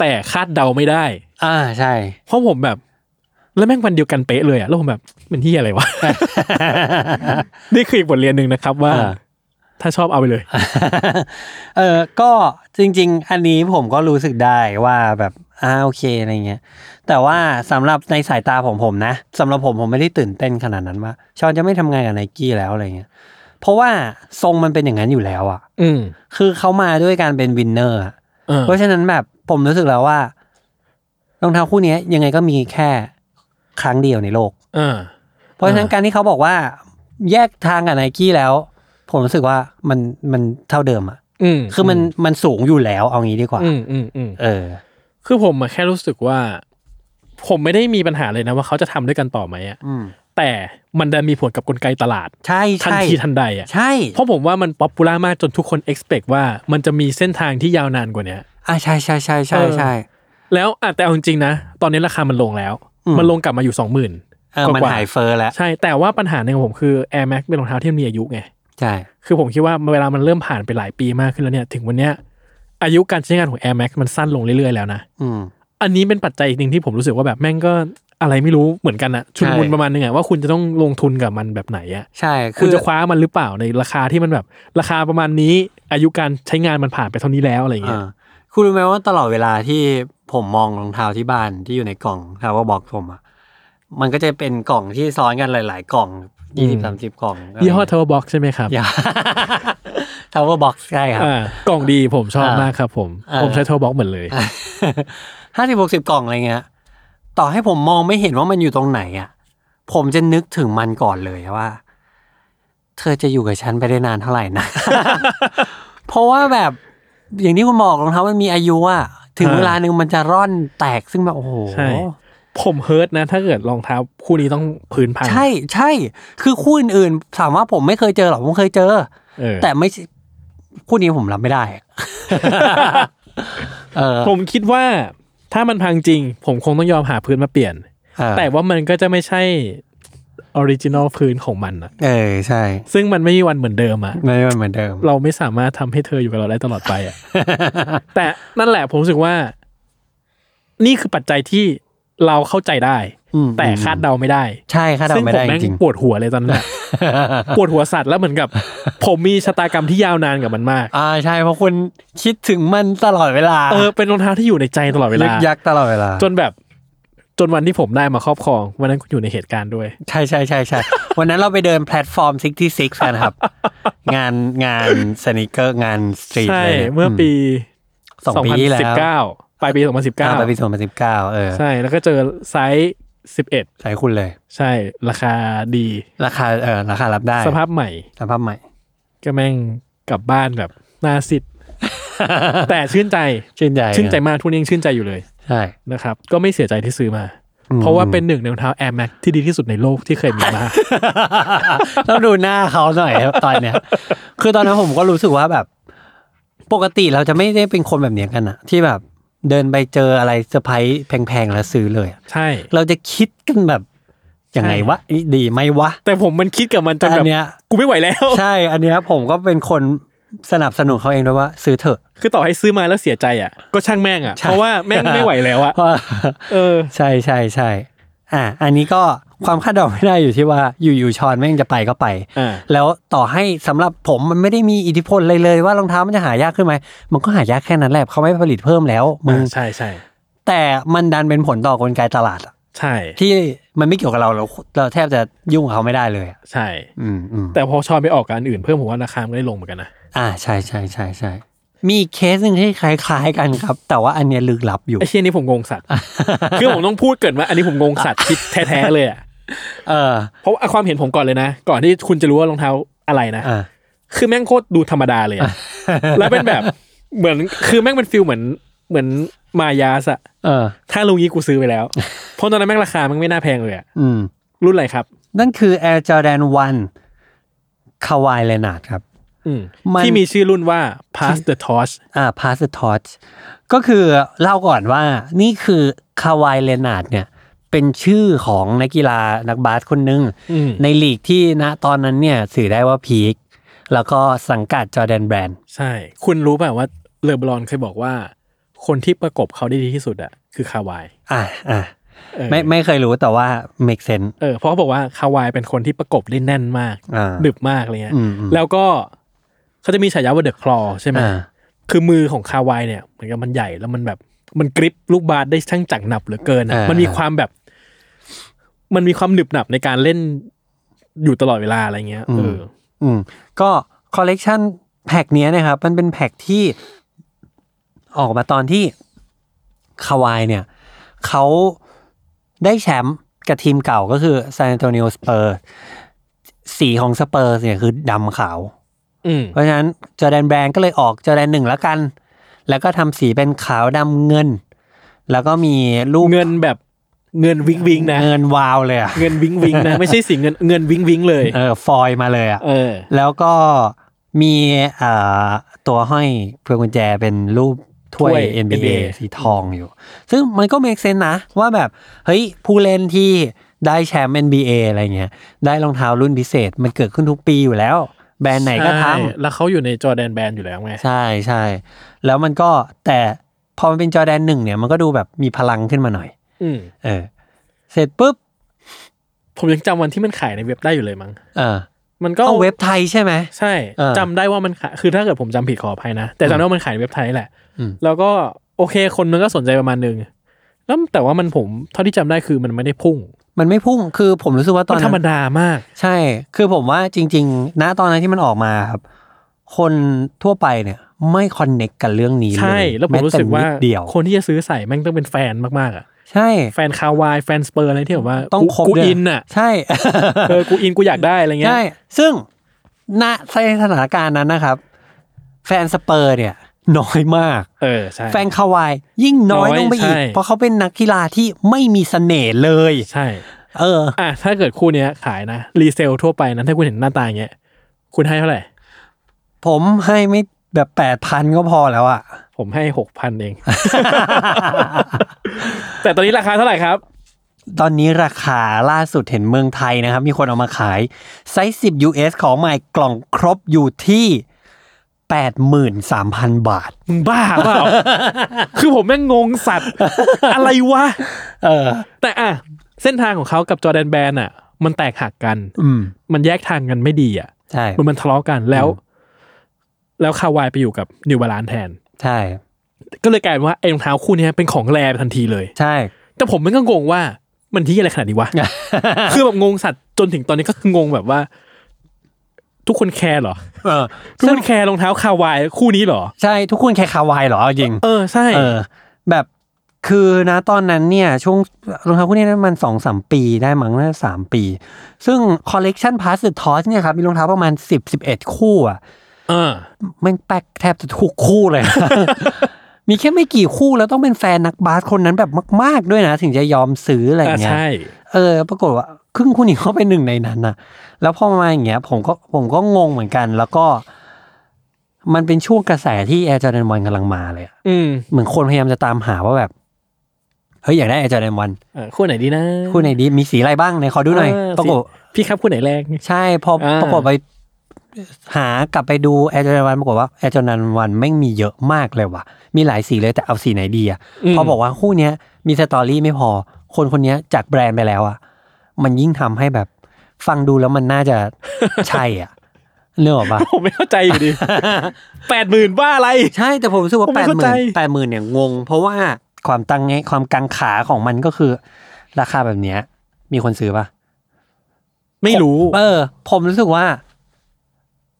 Speaker 3: แต่คาดเดาไม่ได้
Speaker 2: อ่ะใช่
Speaker 3: เพราะผมแบบ แล้วแม่งวันเดียวกันเป๊ะเลยอะแล้วผมแบบมันที่อะไรวะ นี่คืออีกบทเรียนหนึ่งนะครับว่า
Speaker 2: อ่า
Speaker 3: ถ้าชอบเอาไปเลย
Speaker 2: เออก็จริง ๆ อันนี้ผมก็รู้สึกได้ว่าแบบอ่าโอเคอะไรเงี้ย แต่ว่าสำหรับในสายตาของผมนะสำหรับผมผมไม่ได้ตื่นเต้นขนาดนั้นว่าชอนจะไม่ทำงานกับไนกี้แล้วอะไรเงี้ย เพราะว่าทรงมันเป็นอย่างนั้นอยู่แล้วอ่ะ
Speaker 3: อืม
Speaker 2: คือเขามาด้วยการเป็นวินเนอร์อะ
Speaker 3: เออ
Speaker 2: เพราะฉะนั้นแบบผมรู้สึกแล้วว่ารองเท้าคู่เนี้ยยังไงก็มีแค่ครั้งเดียวในโลก
Speaker 3: เออ
Speaker 2: เพราะฉะนั้น
Speaker 3: อ่า
Speaker 2: การที่เขาบอกว่า แยกทางกับไนกี้แล้ว ผมรู้สึกว่ามันมันเท่าเดิมอะ
Speaker 3: อืม
Speaker 2: คือมันมันสูงอยู่แล้วเอางี้ดีกว่า
Speaker 3: อืมอืมอืม
Speaker 2: เออ
Speaker 3: คือผมอะแค่รู้สึกว่า ผมไม่ได้มีปัญหาเลยนะว่าเขาจะทำด้วยกันต่อไหมอะ
Speaker 2: อืม
Speaker 3: แต่มันดันมีผลกับกลไกตลาด
Speaker 2: ใช่
Speaker 3: ทัน
Speaker 2: ใช่
Speaker 3: ทีทันใดอะ
Speaker 2: ใช่
Speaker 3: เพราะผมว่ามันป๊อปปูล่ามากจนทุกคน expect ว่ามันจะมีเส้นทางที่ยาวนานกว่าเนี้ย
Speaker 2: อ่ะใช่ใช่ใช่ใช่
Speaker 3: เออ
Speaker 2: ใช่
Speaker 3: แล้วอ่ะแต่เอาจริงๆนะ ตอนนี้ราคามันลงแล้ว
Speaker 2: อืม
Speaker 3: มันลงกลับมาอยู่สองหมื่น
Speaker 2: เออมัน
Speaker 3: กว่า
Speaker 2: หายเฟอร์แล้ว
Speaker 3: ใช่แต่ว่าปัญหาหนึ่งของผมคือ Air Max เป็นรองเท้าที่มีอายุไง
Speaker 2: ใช่
Speaker 3: คือผมคิดว่าเวลามันเริ่มผ่านไปหลายปีมากขึ้นแล้วเนี่ย ถึงวันเนี้ยอายุการใช้งานของ Air Max มันสั้นลงเรื่อยๆแล้วนะ
Speaker 2: อืม
Speaker 3: อันนี้เป็นปัจจัยอีกหนึ่งที่ผมรู้สึกว่าแบบแม่งก็ อะไรไม่รู้เหมือนกันอะชุนมุน
Speaker 2: ใช่
Speaker 3: ประมาณนึงอะว่าคุณจะต้องลงทุนกับมันแบบไหนอะ
Speaker 2: ใช่คื
Speaker 3: คุณ
Speaker 2: อ
Speaker 3: จะคว้ามันหรือเปล่าในราคาที่มันแบบราคาประมาณนี้ อายุการใช้งานมันผ่านไปเท่านี้แล้วอะไรอย่างเงี้ย
Speaker 2: อ่าคุณรู้ไหมว่าตลอดเวลาที่ผมมองรองเท้าที่บ้านที่อยู่ในกล่องทาวเวอร์บ็อกผมอะมันก็จะเป็นกล่องที่ซ้อนกันหลาย ๆ กล่องยี่สิบสามสิบกล่อง
Speaker 3: ยี่ห้อเทอร์บ็อกใช่ไหมครับ
Speaker 2: ทาวเวอร์บ็อกใช่ครับ
Speaker 3: อ่ากล่องดีผมชอบ
Speaker 2: อ่าม
Speaker 3: มากครับผม
Speaker 2: อ่า
Speaker 3: ผมใช้เทอร์บ็อกเหมือนเลย
Speaker 2: ห้าสิบหกสิบกล่องอะไรเงี้ย ต่อให้ผมมองไม่เห็นว่ามันอยู่ตรงไหนอะผมจะนึกถึงมันก่อนเลยว่า เธอจะอยู่กับฉันไปได้นานเท่าไหร่นะ เพราะว่าแบบอย่างที่คุณบอกรองเท้ามันมีอายุอะถึง
Speaker 3: อ่า
Speaker 2: เวลาหนึ่งมันจะร่อนแตกซึ่งแบบโอ้โห
Speaker 3: ใช่ ผมเฮิร์ตนะ ถ้าเกิดรองเท้าคู่นี้ต้องพื้นพัง
Speaker 2: ใช่ใช่ คือคู่อื่นๆถามว่าผมไม่เคยเจอหรอกผมเคยเจอ
Speaker 3: เออ
Speaker 2: แต่ไม่ใช่คู่นี้ผมรับไม่ได้อะ เออ
Speaker 3: ผมคิดว่าถ้ามันพังจริง ผมคงต้องยอมหาพื้นมาเปลี่ยน
Speaker 2: เออ
Speaker 3: แต่ว่ามันก็จะไม่ใช่ออริจินอลพื้นของมันอะ
Speaker 2: เออใช่
Speaker 3: ซึ่งมันไม่มีวันเหมือนเดิมอะ
Speaker 2: ไม่เหมือนเดิม
Speaker 3: เราไม่สามารถทำให้เธออยู่กับเราได้ตลอดไป อะ แต่นั่นแหละผมรู้สึกว่า นี่คือปัจจัยที่เราเข้าใจได้
Speaker 2: อืม
Speaker 3: แต่คาดเดาไม่ได้
Speaker 2: ใช่คาดเดา
Speaker 3: ซึ่ง
Speaker 2: ไม่
Speaker 3: ผม
Speaker 2: ได้จ
Speaker 3: แม่ง
Speaker 2: ริง
Speaker 3: ปวดหัวเลยตอนนั้น อะปวดหัวสัตว์แล้วเหมือนกับ ผมมีชะตากรรมที่ยาวนานกับมันมาก
Speaker 2: ๆอ่าใช่เพราะคุณคิดถึงมันตลอดเวลา
Speaker 3: เออเป็นรองเท้าที่อยู่ในใจตลอดเว
Speaker 2: ลึ
Speaker 3: ลาก
Speaker 2: ยักษ์ตลอดเวลา
Speaker 3: จนแบบจนวันที่ผมได้มาครอบครอง วันนั้นคุณอยู่ในเหตุการณ์ด้วย
Speaker 2: ใช่ใช่ใช่ใช่ วันนั้นเราไปเดินแพลตฟอร์ม 66กัน ครับ งานงานสนิเกอร์งานสตรีท
Speaker 3: ใช่
Speaker 2: เลย
Speaker 3: เมื่อปี
Speaker 2: สองปีที่แล้ว
Speaker 3: 2019ปลายปี
Speaker 2: อ่าไปปี
Speaker 3: 2019
Speaker 2: สองพันสิบเก้าเออ
Speaker 3: ใช่แล้วก็เจอไซส์11
Speaker 2: ใช่คุณเลย
Speaker 3: ใช่ราคาดี
Speaker 2: ราคาเออราคารับได้
Speaker 3: สภาพใหม่
Speaker 2: สภาพใหม่
Speaker 3: ก็แม่งกลับบ้านแบบหน้า สิทธิ์ แต่ชื่นใจ
Speaker 2: ชื่นใจ
Speaker 3: ชื่นใจมากทุกนยังชื่นใจอยู่เลย
Speaker 2: ใช่
Speaker 3: นะครับ ก็ไม่เสียใจที่ซื้อมา
Speaker 2: อืม
Speaker 3: เพราะว่าเป็นหนึ่งในรองเท้า Air Max ที่ดีที่สุดในโลกที่เคยมีมา
Speaker 2: ต้องดูหน้าเขาหน่อยครับตอนเนี้ย คือตอนนั้นผมก็รู้สึกว่าแบบ ปกติเราจะไม่ได้เป็นคนแบบเนี้ยกันอะที่แบบเดินไปเจออะไรเซอร์ไพรส์แพงๆแล้วซื้อเลยอะ
Speaker 3: ใช่
Speaker 2: เราจะคิดกันแบบยังไงวะนี่ดีไหมวะ
Speaker 3: แต่ผมมันคิดกับมันจ
Speaker 2: แต่
Speaker 3: น
Speaker 2: อั
Speaker 3: แบ
Speaker 2: น
Speaker 3: บ
Speaker 2: เนี้ย
Speaker 3: กูไม่ไหวแล้ว
Speaker 2: ใช่ อันเนี้ยผมก็เป็นคนสนับสนุนเขาเองด้วยว่า ซื้อเถอะ
Speaker 3: คือต่อให้ซื้อมาแล้วเสียใจอ่ะ ก็ช่างแม่งอ่ะ
Speaker 2: ใช่
Speaker 3: เพราะว่าแม่งไม่ไหวแล้วอ่ะ
Speaker 2: เพราะ
Speaker 3: เออ
Speaker 2: ใช่ใช่ใช่อ่ะอันนี้ก็ความคาดเดาไม่ได้อยู่ที่ว่าอยู่ๆชอนแม่งจะไปก็ไป
Speaker 3: อ่า
Speaker 2: แล้วต่อให้สำหรับผมมันไม่ได้มีอิทธิพลเลยเลยว่ารองเท้ามันจะหายากขึ้นไหมมันก็หายากแค่นั้นแหละเขาไม่ผลิตเพิ่มแล้วมึง
Speaker 3: ใช่ใช่
Speaker 2: แต่มันดันเป็นผลต่อกลไกตลาดอะ
Speaker 3: ใช่
Speaker 2: ที่มันไม่เกี่ยวกับเราเราเราแทบจะยุ่งกับเขาไม่ได้เลยอะ
Speaker 3: ใช่
Speaker 2: อืมอืม
Speaker 3: แต่พอชอนไปออกกับอันอื่นเพิ่มผมว่าราคามันได้ลงเหมือนกันนะ
Speaker 2: อ่าใช่ใช่ใช่ใช่มีอีกเคสหนึ่งที่คล้ายๆกันครับ แต่ว่าอันเนี้ยลึกลับอยู่
Speaker 3: ไอ้เชี่ยนี้ผมงงสัต ว์ คือผมต้องพูดเกิดมาอันนี้ผมงงสัตว์ที่แท้ๆเลยอ่ะ
Speaker 2: เออ
Speaker 3: เพราะว่าความเห็นผมก่อนเลยนะ ก่อนที่คุณจะรู้ว่ารองเท้าอะไรนะ
Speaker 2: อ่า
Speaker 3: คือแม่งโคตรดูธรรมดาเลยอะ แล้วเป็นแบบเหมือนคือแม่งเป็นฟิลเหมือนเหมือนมายาสอะ
Speaker 2: เออ
Speaker 3: ถ้ารู้งี้กูซื้อไปแล้ว เพราะตอนนั้นแม่งราคาแม่งไม่น่าแพงเลยอะ
Speaker 2: อืม
Speaker 3: รุ่นอะไรครับ
Speaker 2: นั่นคือ Air Jordan 1 k a w i l e n a r d ครับ
Speaker 3: อืม
Speaker 2: มัน
Speaker 3: ที่มีชื่อรุ่นว่า pass the torch
Speaker 2: อ่า Pass the Torch ก็คือเล่าก่อนว่านี่คือ k a w i l e n a r d เนี่ย เป็นชื่อของนักกีฬานักบาสคนหนึ่ง
Speaker 3: อืม
Speaker 2: ในลีกที่ณตอนนั้นเนี่ยสื่อได้ว่าพีคแล้วก็สังกัดจอแดนแบรนด์
Speaker 3: ใช่ คุณรู้ป่าว่าเลอบรอนเคยบอกว่า คนที่ประกบเขาได้ดีที่สุดอะคือคาวาย
Speaker 2: อ่าอ่า
Speaker 3: เออ
Speaker 2: ไม่ไม่เคยรู้แต่ว่า make sense
Speaker 3: เออเพราะเขาบอกว่าคาวายเป็นคนที่ประกบได้แน่นมาก
Speaker 2: อ่า
Speaker 3: ดึบมากอะไรเงี้ย
Speaker 2: อืมอืม
Speaker 3: แล้วก็เขาจะมีฉายาว่าเดอะคลอใช่ไหม
Speaker 2: อ่า
Speaker 3: คือมือของคาวายเนี่ยเหมือนกับมันใหญ่แล้วมันแบบ มันกริปลูกบาสได้ช่างจังหนับเหลือเกินอะมันมีความแบบ มันมีความหนึบหนับในการเล่นอยู่ตลอดเวลาอะไรเงี้ยเออ
Speaker 2: อืมก็คอลเลกชันแพ็กเนี้ยนะครับ มันเป็นแพ็กที่ออกมาตอนที่คาวายเนี่ย เขาได้แชมป์กับทีมเก่าก็คือซานโตนิโอสเปอร์สีของสเปอร์เนี่ยคือดำขาว
Speaker 3: อืม
Speaker 2: เพราะฉะนั้นจอแดนแบรนด์ก็เลยออกจอแดนหนึ่งแล้วกัน แล้วก็ทำสีเป็นขาวดำเงิน แล้วก็มีรูป
Speaker 3: เงินแบบเงินวิงวิงนะ
Speaker 2: เงินวาวเลยอะ
Speaker 3: เงินวิงวิง นะไม่ใช่สีเงินเงินวิงวิงเลย
Speaker 2: เออฟอยล์มาเลยอะ
Speaker 3: เออ
Speaker 2: แล้วก็มีเอ่อตัวห้อยพวงกุญแจเป็นรูปถ้วย
Speaker 3: ถ้วย
Speaker 2: NBA
Speaker 3: NBA
Speaker 2: สีทองอยู่ ซึ่งมันก็ make sense นะ ว่าแบบ เฮ้ย ผู้เล่นที่ได้แชมป์ NBA อะไรเงี้ย ได้รองเท้ารุ่นพิเศษ มันเกิดขึ้นทุกปีอยู่แล้ว แบรนด์ไหนก็ท
Speaker 3: ใช่แล้วเขาอยู่ในจอแดนแบนอยู่แล้วไง
Speaker 2: ำใช่ใช่ แล้วมันก็แต่พอมันเป็นจอแดนหนึ่งเนี่ย มันก็ดูแบบมีพลังขึ้นมาหน่อย
Speaker 3: อืม
Speaker 2: เออ เสร็จปุ๊บ
Speaker 3: ผมยังจำวันที่มันขายในเว็บได้อยู่เลยมั้ง
Speaker 2: เออ
Speaker 3: มันก็
Speaker 2: เอาเว็บไทยใช่ไหม
Speaker 3: ใช่
Speaker 2: เออ
Speaker 3: จำได้ว่ามันขายคือถ้าเกิดผมจำผิดขออภัยนะ แต่จำได้ว่ามันขายในเว็บไทยแหละ
Speaker 2: อืม
Speaker 3: แล้วก็โอเคคนมันก็สนใจประมาณนึงแล้วแต่ว่ามันผมเท่าที่จำได้คือมันไม่ได้พุ่ง
Speaker 2: มันไม่พุ่งคือผมรู้สึกว่าตอ
Speaker 3: มัน นธรรม
Speaker 2: นั้น
Speaker 3: ดามาก
Speaker 2: ใช่ คือผมว่าจริง ๆ ณตอนนั้นที่มันออกมาครับ คนทั่วไปเนี่ย ไม่คอนเน็กกันเรื่องนี้เลย
Speaker 3: ใช่แล้วผมรู้สึกว่า
Speaker 2: แนิดเดียว
Speaker 3: คนที่จะซื้อใส่แม่งต้องเป็นแฟนมากๆอ่ะ
Speaker 2: ใช่
Speaker 3: แฟนคาวายแฟนสเปอร์อะไรที่แบบว่า
Speaker 2: ต้องครบ
Speaker 3: กู
Speaker 2: ด้วย
Speaker 3: อินอ่ะ
Speaker 2: ใช่
Speaker 3: เออกูอินกูอยากได้อะไรเงี้ย
Speaker 2: ใช่ ซึ่งณในสถานการณ์นั้นนะครับ แฟนสเปอร์เนี่ย น้อยมาก
Speaker 3: เออใช่
Speaker 2: แฟนคาวาย ยิ่งน้อย
Speaker 3: น้อย
Speaker 2: ลงไปอีก
Speaker 3: ใช่
Speaker 2: เพราะเขาเป็นนักกีฬาที่ไม่มีเสน่ห์เลย
Speaker 3: ใช่
Speaker 2: เออ
Speaker 3: อ่ะถ้าเกิดคู่เนี้ยขายนะรีเซลทั่วไปนะถ้าคุณเห็นหน้าตาอย่างเงี้ยคุณให้เท่าไหร่
Speaker 2: ผมให้ไม่แบบแปดพันก็พอแล้วอะ
Speaker 3: ผมให้หกพันเอง แต่ตอนนี้ราคาเท่าไหร่ครับ
Speaker 2: ตอนนี้ราคาล่าสุดเห็นเมืองไทยนะครับ มีคนเอามาขาย ไซส์ 10 US ของใหม่กล่องครบอยู่ที่ 83,000 บาท
Speaker 3: มึงบ้าเป ล่า คือผมแม่งงงสัต ว์ อะไรวะ
Speaker 2: เออ
Speaker 3: แต่อ่ะ เส้นทางของเขากับจอร์แดนแบนอ่ะ มันแตกหักกัน
Speaker 2: อืม
Speaker 3: มันแยกทางกันไม่ดีอ่ะ
Speaker 2: ใช่
Speaker 3: มันมันทะเลาะกันแล้ว แล้วคาวายไปอยู่กับนิวบาลานแทน
Speaker 2: ใช่
Speaker 3: ก็เลยกลายเป็นว่าไอ้รองเท้าคู่เนี้ยเป็นของแรไปทันทีเลย
Speaker 2: ใช่
Speaker 3: แต่ผมมันก็งงว่ามันที่อะไรขนาด นี้วะ คือแบบงงสัตว์จนถึงตอนนี้ก็คืองงแบบว่า ทุกคนแคร์เหรอ
Speaker 2: เออ
Speaker 3: ทุกคนแคร์รองเท้าคาวายคู่นี้เหรอ
Speaker 2: ใช่ ทุกคนแค่คาวายเหรอเอาจริง
Speaker 3: เออใช่
Speaker 2: เออ แบบคือนะตอนนั้นเนี่ย ช่วงรองเท้าคู่นี้นะมันสองสามปีได้มั้งน่าสามปี ซึ่งคอลเลกชันพาสสุดทอสเนี่ยครับ มีรองเท้าประมาณสิบสิบเอ็ดคู่อะ
Speaker 3: เออ
Speaker 2: แม่งแป๊กแทบจะทุกคู่เลยนะ มีแค่ไม่กี่คู่แล้วต้องเป็นแฟนนักบาสคนนั้นแบบมาก ๆ ด้วยนะ ถึงจะยอมซื้ออะไรอย่างเงี้ย
Speaker 3: ใช่
Speaker 2: เออ ปรากฏว่า ครึ่งคู่นี้เขาเป็นหนึ่งในนั้นนะแล้วพอมาอย่างเงี้ย ผมก็ผมก็งงเหมือนกัน แล้วก็ มันเป็นช่วงกระแสที่แอร์จอร์แดนวันกำลังมาเลยอะ
Speaker 3: อืม
Speaker 2: เหมือนคนพยายามจะตามหาว่าแบบ เฮ้ยอยากได้แอร์จอร์แดนวัน
Speaker 3: เออคู่ไหนดีนะ
Speaker 2: คู่ไหนดีมีสีอะไรบ้างไหนขอดูหน่อย
Speaker 3: เออ
Speaker 2: ปรากฏ
Speaker 3: สี พี่ครับคู่ไหนแรง
Speaker 2: ใช่พอ
Speaker 3: อ่า
Speaker 2: ปรากฏไปหากลับไปดูแอร์จอร์แดนวันปรากฏว่าแอร์จอร์แดนวันไม่งมีเยอะมากเลยว่ะ มีหลายสีเลยแต่เอาสีไหนดีอ่ะพอบอกว่าคู่เนี้ยมีสตอรี่ไม่พอ คนคนเนี้ยจากแบรนด์ไปแล้วอ่ะ มันยิ่งทำให้แบบ ฟังดูแล้วมันน่า จะ ใช่อ่ะเนกออกปะ
Speaker 3: ผมไม่เข้าใจ อยู่ดี แปดหมื่นว่าอะไร
Speaker 2: ใช่แต่ผมรู้สึกว่า
Speaker 3: ผม
Speaker 2: แป
Speaker 3: ไม่
Speaker 2: ดห
Speaker 3: เข้า
Speaker 2: มื่
Speaker 3: ใจ
Speaker 2: นแปดหมื่นเนี่ยงง เพราะว่าความตั้งไงความกังขาของมันก็คือ ราคาแบบเนี้ย มีคนซื้อปะ
Speaker 3: ไม่รู้
Speaker 2: เออ ผมรู้สึกว่า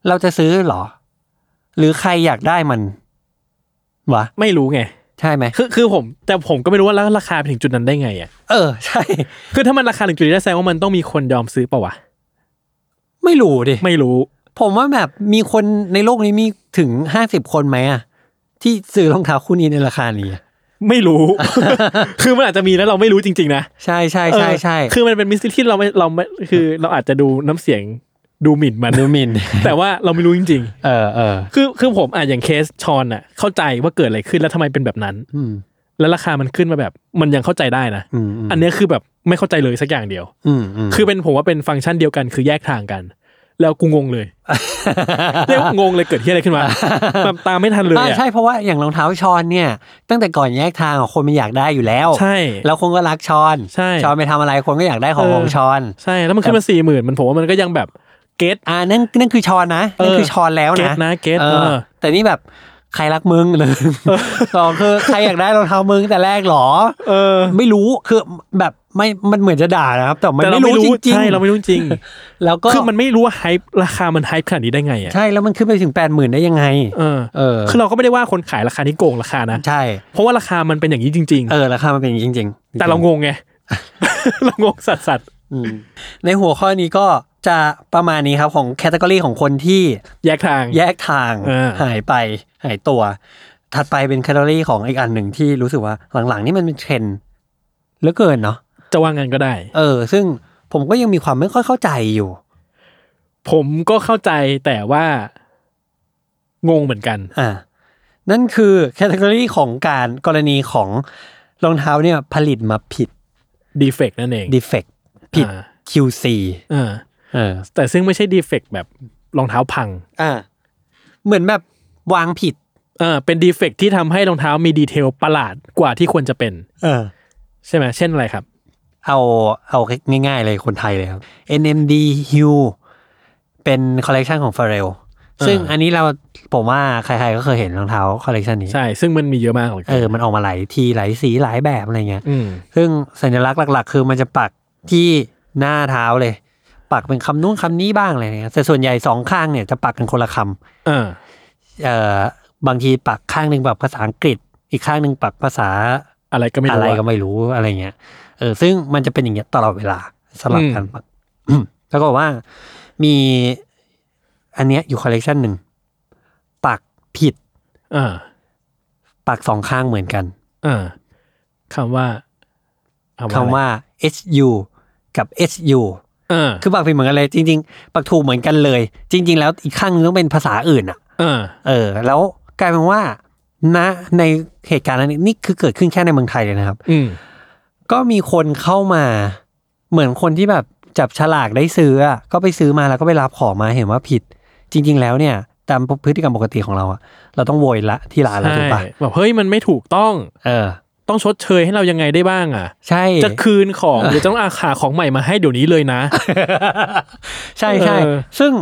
Speaker 2: เราจะซื้อเหรอ หรือใครอยากได้มันวะ
Speaker 3: ไม่รู้ไง
Speaker 2: ใช่ไหม
Speaker 3: คือคือผม แต่ผมก็ไม่รู้ว่าแล้วราคาไปถึงจุดนั้นได้ไงอ่ะ
Speaker 2: เออ ใช่
Speaker 3: คือถ้ามันราคาถึงจุดนี้ได้แสดงว่ามันต้องมีคนยอมซื้อเปล่าวะ
Speaker 2: ไม่รู้ดิ
Speaker 3: ไม่รู้
Speaker 2: ผมว่าแบบมีคนในโลกนี้มีถึงห้าสิบคนไหมอะที่ซื้อรองเท้าคู่นี้ในราคานี้อะ
Speaker 3: ไม่รู้ คือมันอาจจะมีแล้วเราไม่รู้จริง ๆ นะ
Speaker 2: ใช่ใช่ใช่ใช่
Speaker 3: เออคือมันเป็นมิสซิที่เราไม่เราไม่คือ เราอาจจะดูน้ำเสียงดูหมิ่นมัน
Speaker 2: ดูหมิน
Speaker 3: แต่ว่าเราไม่รู้จริง
Speaker 2: เออเออ
Speaker 3: ๆ คือคือผมอ่ะอย่างเคสชอนอ่ะ เข้าใจว่าเกิดอะไรขึ้นแล้วทำไมเป็นแบบนั้น
Speaker 2: อืม
Speaker 3: แล้วราคามันขึ้นมาแบบมันยังเข้าใจได้นะ
Speaker 2: อืม
Speaker 3: อันเนี้ยคือแบบไม่เข้าใจเลยสักอย่างเดียว
Speaker 2: อืมอืม
Speaker 3: คือเป็นผมว่าเป็นฟังก์ชันเดียวกันคือแยกทางกัน แล้วกูงงเลย เรียกว่างงเลยเกิดที่อะไรขึ้นมาแบบตามไม่ทันเลย
Speaker 2: อ่า
Speaker 3: อะ
Speaker 2: ใช่เพราะว่าอย่างรองเท้าชอนเนี่ย ตั้งแต่ก่อนแยกทางอะคนมันอยากได้อยู่แล้ว
Speaker 3: ใช่
Speaker 2: แล้วคนก็รักชอน
Speaker 3: ใช่
Speaker 2: ชอนไปทำอะไรคนก็อยากได้ของ
Speaker 3: เออ
Speaker 2: ของชอน
Speaker 3: ใช่แล้วมันขึ้นมาสี่หมื่นมันผมว่ามันก็ยังแบบเกต
Speaker 2: อ่านั่นนั่นคือชอนนะ
Speaker 3: เออ
Speaker 2: นั่นคือชอนแล้ว
Speaker 3: เก็
Speaker 2: นะ
Speaker 3: ตนะเก็ต
Speaker 2: ออ
Speaker 3: เออ
Speaker 2: แต่นี่แบบใครรักมึงห นึ่งสองคือใครอยากได้รองเท้ามึงแต่แรกหรอ
Speaker 3: เออ
Speaker 2: ไม่รู้คือแบบไม่มันเหมือนจะด่านะครับ แต่มัน
Speaker 3: แต่เรา
Speaker 2: ไม่
Speaker 3: ไม่
Speaker 2: รู้
Speaker 3: รู้
Speaker 2: จริง
Speaker 3: ใช่เราไม่รู้จริง
Speaker 2: ๆแล้วก็
Speaker 3: คือมันไม่รู้ว่าไฮราคามันไฮขนาดนี้ได้ไงอ่ะ
Speaker 2: ใช่แล้วมันขึ้นไปถึงแปดหมื่นได้ยังไง
Speaker 3: เออ
Speaker 2: เออ
Speaker 3: คือเราก็ไม่ได้ว่าคนขายราคานี้โกงราคานะ
Speaker 2: ใช่
Speaker 3: เพราะว่าราคามันเป็นอย่างนี้จริง
Speaker 2: เออราคามันเป็นอย่างนี้จริง
Speaker 3: ๆ แต่เรางง ไง เรางงสัสๆ
Speaker 2: อืมในหัวข้อนี้ก็จะประมาณนี้ครับของแคตตากรีของคนที่
Speaker 3: แยกทาง
Speaker 2: แยกทาง
Speaker 3: เออ
Speaker 2: หายไปหายตัว ถัดไปเป็นแคตตาล็อของอีกอันหนึ่งที่รู้สึกว่าหลังๆ นี่มันเป็นเทรนด์เหลือเกินเนาะ
Speaker 3: จะว่างงานก็ได้
Speaker 2: เออ ซึ่งผมก็ยังมีความไม่ค่อยเข้าใจอยู่
Speaker 3: ผมก็เข้าใจแต่ว่างงเหมือนกัน
Speaker 2: อ่า นั่นคือแคตตาล็อของการกรณีของรองเท้าเนี่ยผลิตมาผิด
Speaker 3: ดีเฟกนั่นเอง
Speaker 2: defect ผิด
Speaker 3: อ่า
Speaker 2: QC
Speaker 3: เออ
Speaker 2: เออ
Speaker 3: แต่ซึ่งไม่ใช่ดีเฟกแบบรองเท้าพัง
Speaker 2: อ่า เหมือนแบบวางผิด
Speaker 3: เออเป็นดีเฟกที่ทำให้รองเท้ามีดีเทลประหลาดกว่าที่ควรจะเป็น
Speaker 2: เออ
Speaker 3: ใช่ไหมเช่นอะไรครับ
Speaker 2: เอาเอาง่ายๆเลยคนไทยเลยครับ NMD Hue เป็นคอลเลกชันของ Pharrell ซึ่งอันนี้เราผมว่าใครๆก็เคยเห็นรองเท้าคอลเลกชันนี้
Speaker 3: ใช่ ซึ่งมันมีเยอะมากเลย
Speaker 2: เออ มันออกมาหลายทีหลายสีหลายแบบอะไรเงี้ย
Speaker 3: อืม
Speaker 2: ซึ่งสัญลักษณ์หลัก ๆ คือมันจะปักที่หน้าเท้าเลย ปักเป็นคำนู้นคำนี้บ้างอะไรเงี้ยแต่ส่วนใหญ่สองข้างเนี่ยจะปักกันคนละค
Speaker 3: เออ
Speaker 2: ำเอ่อบางทีปักข้างหนึ่งปักภาษาอังกฤษ อีกข้างหนึ่งปักภาษา
Speaker 3: อะไรก็ไม่
Speaker 2: อะ
Speaker 3: รู้
Speaker 2: ไรก็
Speaker 3: อะ
Speaker 2: ไม่รู้อะไรเงี้ยเออซึ่งมันจะเป็นอย่างเงี้ยตลอดเวลาสลับกัน
Speaker 3: อืม
Speaker 2: ปัก แล้วก็บอกว่ามีอันเนี้ยอยู่คอลเลกชันหนึ่งปักผิด
Speaker 3: เออ
Speaker 2: ปักสองข้างเหมือนกัน
Speaker 3: เออคำว่า
Speaker 2: คำว่า HU กับ HU
Speaker 3: เออ
Speaker 2: คือปักผิดเหมือนกันเลย จริง ๆ ปักถูกเหมือนกันเลย จริง ๆ แล้วอีกข้างนึงต้องเป็นภาษาอื่นอ่ะ
Speaker 3: เออ
Speaker 2: เออ แล้วกลายเป็นว่าณในเหตุการณ์นั้นนี่คือเกิดขึ้นแค่ในเมืองไทยเลยนะครับ
Speaker 3: อืม
Speaker 2: ก็มีคนเข้ามาเหมือนคนที่แบบจับฉลากได้ซื้ออะก็ไปซื้อมาแล้วก็ไปรับของมาเห็นว่าผิด จริง ๆ แล้วเนี่ย ตามพฤติกรรมปกติของเราอะเราต้องโวยละที่ร้านแล้ว
Speaker 3: ใช่
Speaker 2: ถูกปะ
Speaker 3: แบบเฮ้ยมันไม่ถูกต้อง
Speaker 2: เออ
Speaker 3: ต้องชดเชยให้เรายังไงได้บ้างอ่ะ
Speaker 2: ใช่
Speaker 3: จะคืนของหรือจะต้องอาขาของใหม่มาให้เดี๋ยวนี้เลยนะ
Speaker 2: ใช่ใช่
Speaker 3: เออ
Speaker 2: ซึ่ง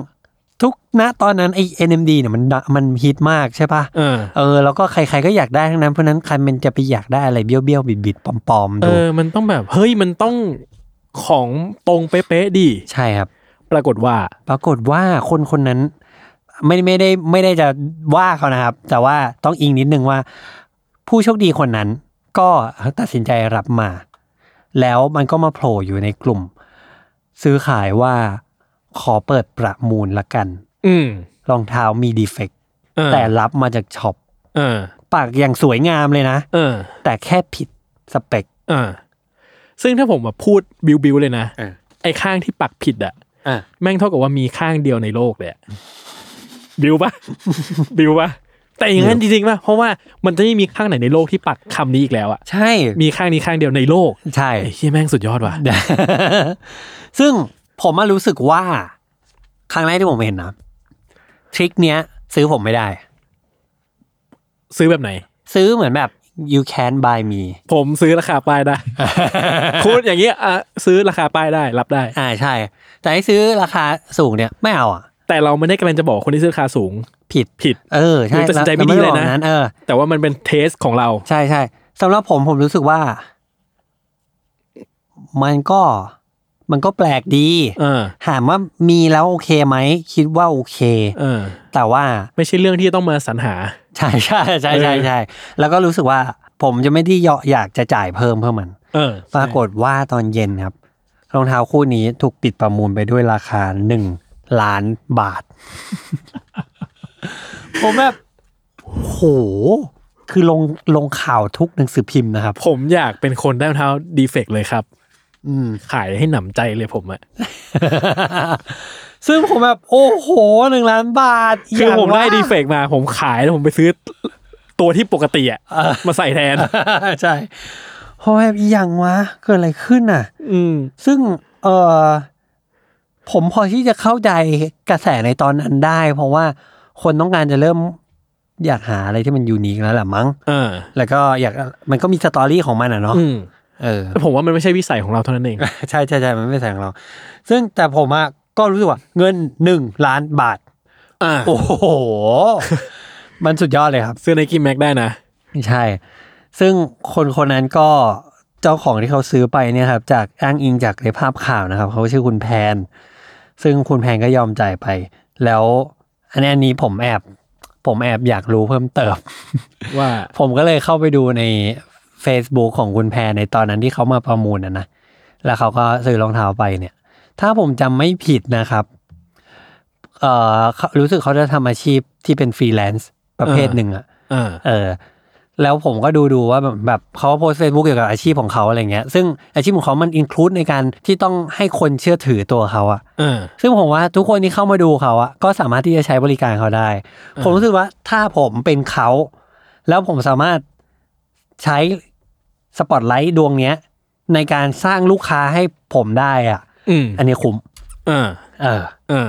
Speaker 2: ทุกณตอนนั้นไอ้ NMD เนี่ยมันดะมันฮิตมากใช่ปะ
Speaker 3: เออ
Speaker 2: เออแล้วก็ใครๆก็อยากได้ทั้งนั้นเพราะฉะนั้นใครมันจะไปอยากได้อะไรเบี้ยวเบี้ยวบิดบิดๆปลอมๆ
Speaker 3: เอ
Speaker 2: ดู
Speaker 3: อ มันต้องแบบเฮ้ยมันต้องของตรงเป๊ะๆดิ
Speaker 2: ใช่ครับ
Speaker 3: ปรากฏว่า
Speaker 2: ปรากฏว่าคนคนนั้น ไม่ไม่ได้ไม่ได้จะว่าเขานะครับ แต่ว่าต้องอิงนิดนึงว่า ผู้โชคดีคนนั้น ก็ตัดสินใจรับมา แล้วมันก็มาโผล่อยู่ในกลุ่ม ซื้อขายว่าขอเปิดประมูลละกัน
Speaker 3: อืม
Speaker 2: รองเท้ามีดีเฟก
Speaker 3: เออ
Speaker 2: แต่รับมาจากช็อป
Speaker 3: เออ
Speaker 2: ปากอย่างสวยงามเลยนะ
Speaker 3: เออ
Speaker 2: แต่แค่ผิดสเปค
Speaker 3: เออ ซึ่งถ้าผมมาพูดบิวบิวๆเลยนะ
Speaker 2: เออ
Speaker 3: ไอ้ข้างที่ปักผิดอ่ะ
Speaker 2: อ่ะ
Speaker 3: แม่งเท่ากับว่ามีข้างเดียวในโลกเลยอะ บิวปะ บิวปะแต่อย่างนั้นจริงๆปะเพราะว่ามันจะไม่มีข้างไหนในโลกที่ปักคำนี้อีกแล้วอะ
Speaker 2: ใช่
Speaker 3: มีข้างนี้ข้างเดียวในโลก
Speaker 2: ใช่
Speaker 3: ไอ้ เหียแม่งสุดยอดว่ะ
Speaker 2: ซึ่งผมมารู้สึกว่า ครั้งแรกที่ผมเห็นนะทริคเนี้ย ซื้อผมไม่ได้
Speaker 3: ซื้อแบบไหน
Speaker 2: ซื้อเหมือนแบบ you can buy me
Speaker 3: ผมซื้อราคาป้าย ได้ คุณอย่างเงี้ยอ่ะซื้อราคาป้ายได้รับได้
Speaker 2: อ่าใช่ แต่ให้ซื้อราคาสูงเนี่ยไม่เอาอ่ะ
Speaker 3: แต่เราไม่ได้กำลังจะบอกว่าคนที่ซื้อราคาสูง
Speaker 2: ผิด
Speaker 3: ผิด
Speaker 2: เออ ใช่
Speaker 3: หรือตัดสินใจไม่ดีเลยนะ
Speaker 2: ราราบอกเออ
Speaker 3: แต่ว่ามันเป็นเทสของเรา
Speaker 2: ใช่ใช่สำหรับผมผมรู้สึกว่า มันก็มันก็แปลกดี
Speaker 3: เออ
Speaker 2: ถามว่ามีแล้วโอเคไหม คิดว่าโอเค
Speaker 3: เออ
Speaker 2: แต่ว่า
Speaker 3: ไม่ใช่เรื่องที่ต้องมาสรรหา
Speaker 2: ใช่ ใช่ใช่ใช่ใช่แล้วก็รู้สึกว่าผมจะไม่ที่เยาะอยากจะจ่ายเพิ่มเพื่อมัน
Speaker 3: เออ
Speaker 2: ปรากฏว่าตอนเย็นครับ รองเท้าคู่นี้ถูกปิดประมูลไปด้วยราคาหนึ่งล้านบาท ผมแบบโห คือลงลงข่าวทุกหนังสือพิมพ์นะครับ
Speaker 3: ผมอยากเป็นคนได้รองเท้าดีเฟกเลยครับ
Speaker 2: อืม
Speaker 3: ขายให้หนำใจเลยผมอะ
Speaker 2: ซึ่งผมแบบ โอ้โหหนึ่งล้านบาท
Speaker 3: คื
Speaker 2: ย่า
Speaker 3: อง ผมได้
Speaker 2: ว่า
Speaker 3: ดีเฟกมาผมขายแล้วผมไปซื้อตัวที่ปกติอะมาใส่แทน
Speaker 2: ใช่เพราะแบบอีหยังวะเกิดอะไรขึ้นอ่ะ
Speaker 3: อืม
Speaker 2: ซึ่งเออผมพอที่จะเข้าใจกระแสในตอนนั้นได้ เพราะว่าคนต้องการจะเริ่มอยากหาอะไรที่มันยูนิคแล้วแหละมั้ง
Speaker 3: เออ
Speaker 2: แล้วก็อยากมันก็มีสตอรี่ของมันอ่ะเนาะ
Speaker 3: อืม
Speaker 2: เออ
Speaker 3: แต่ผมว่ามันไม่ใช่วิสัยของเราเท่านั้นเอง
Speaker 2: ใช่ใช่ใช่มันไม่ใช่ของเรา ซึ่งแต่ผมอะก็รู้สึกว่า เงินหนึ่งล้านบาท
Speaker 3: อ่า
Speaker 2: โอ้โห มันสุดยอดเลยครับ
Speaker 3: ซื้อในกิมแม็กได้นะ
Speaker 2: ใช่ ซึ่งคนคนนั้นก็เจ้าของที่เขาซื้อไปเนี่ยครับ จากอ้างอิงจากในภาพข่าวนะครับ เขาชื่อคุณแพน ซึ่งคุณแพนก็ยอมจ่ายไป แล้วอันนี้อันนี้ผมแอบ ผมแอบอยากรู้เพิ่มเติม
Speaker 3: ว่า
Speaker 2: ผมก็เลยเข้าไปดูใน Facebook ของคุณแพนในตอนนั้นที่เขามาประมูลนะนะ แล้วเขาก็ซื้อรองเท้าไปเนี่ย ถ้าผมจำไม่ผิดนะครับ เอ่อเขารู้สึกเขาจะทำอาชีพที่เป็นฟรีแลนซ์ประเภทหนึ่งอะ
Speaker 3: เออ
Speaker 2: เออแล้วผมก็ดูดูว่าแบบแบบเขาโพสเฟซบุ๊กเกี่ยวกับอาชีพของเขาอะไรเงี้ย ซึ่งอาชีพของเขามันอินคลูดในการที่ต้องให้คนเชื่อถือตัวเขาอะ
Speaker 3: เออ
Speaker 2: ซึ่งผมว่าทุกคนที่เข้ามาดูเขาอะก็สามารถที่จะใช้บริการเขาได้ ผมรู้สึกว่าถ้าผมเป็นเขา แล้วผมสามารถใช้สปอตไลท์ดวงเนี้ย ในการสร้างลูกค้าให้ผมได้อะ
Speaker 3: อืม
Speaker 2: อันนี้คุ้ม
Speaker 3: เออ
Speaker 2: เออ
Speaker 3: เออ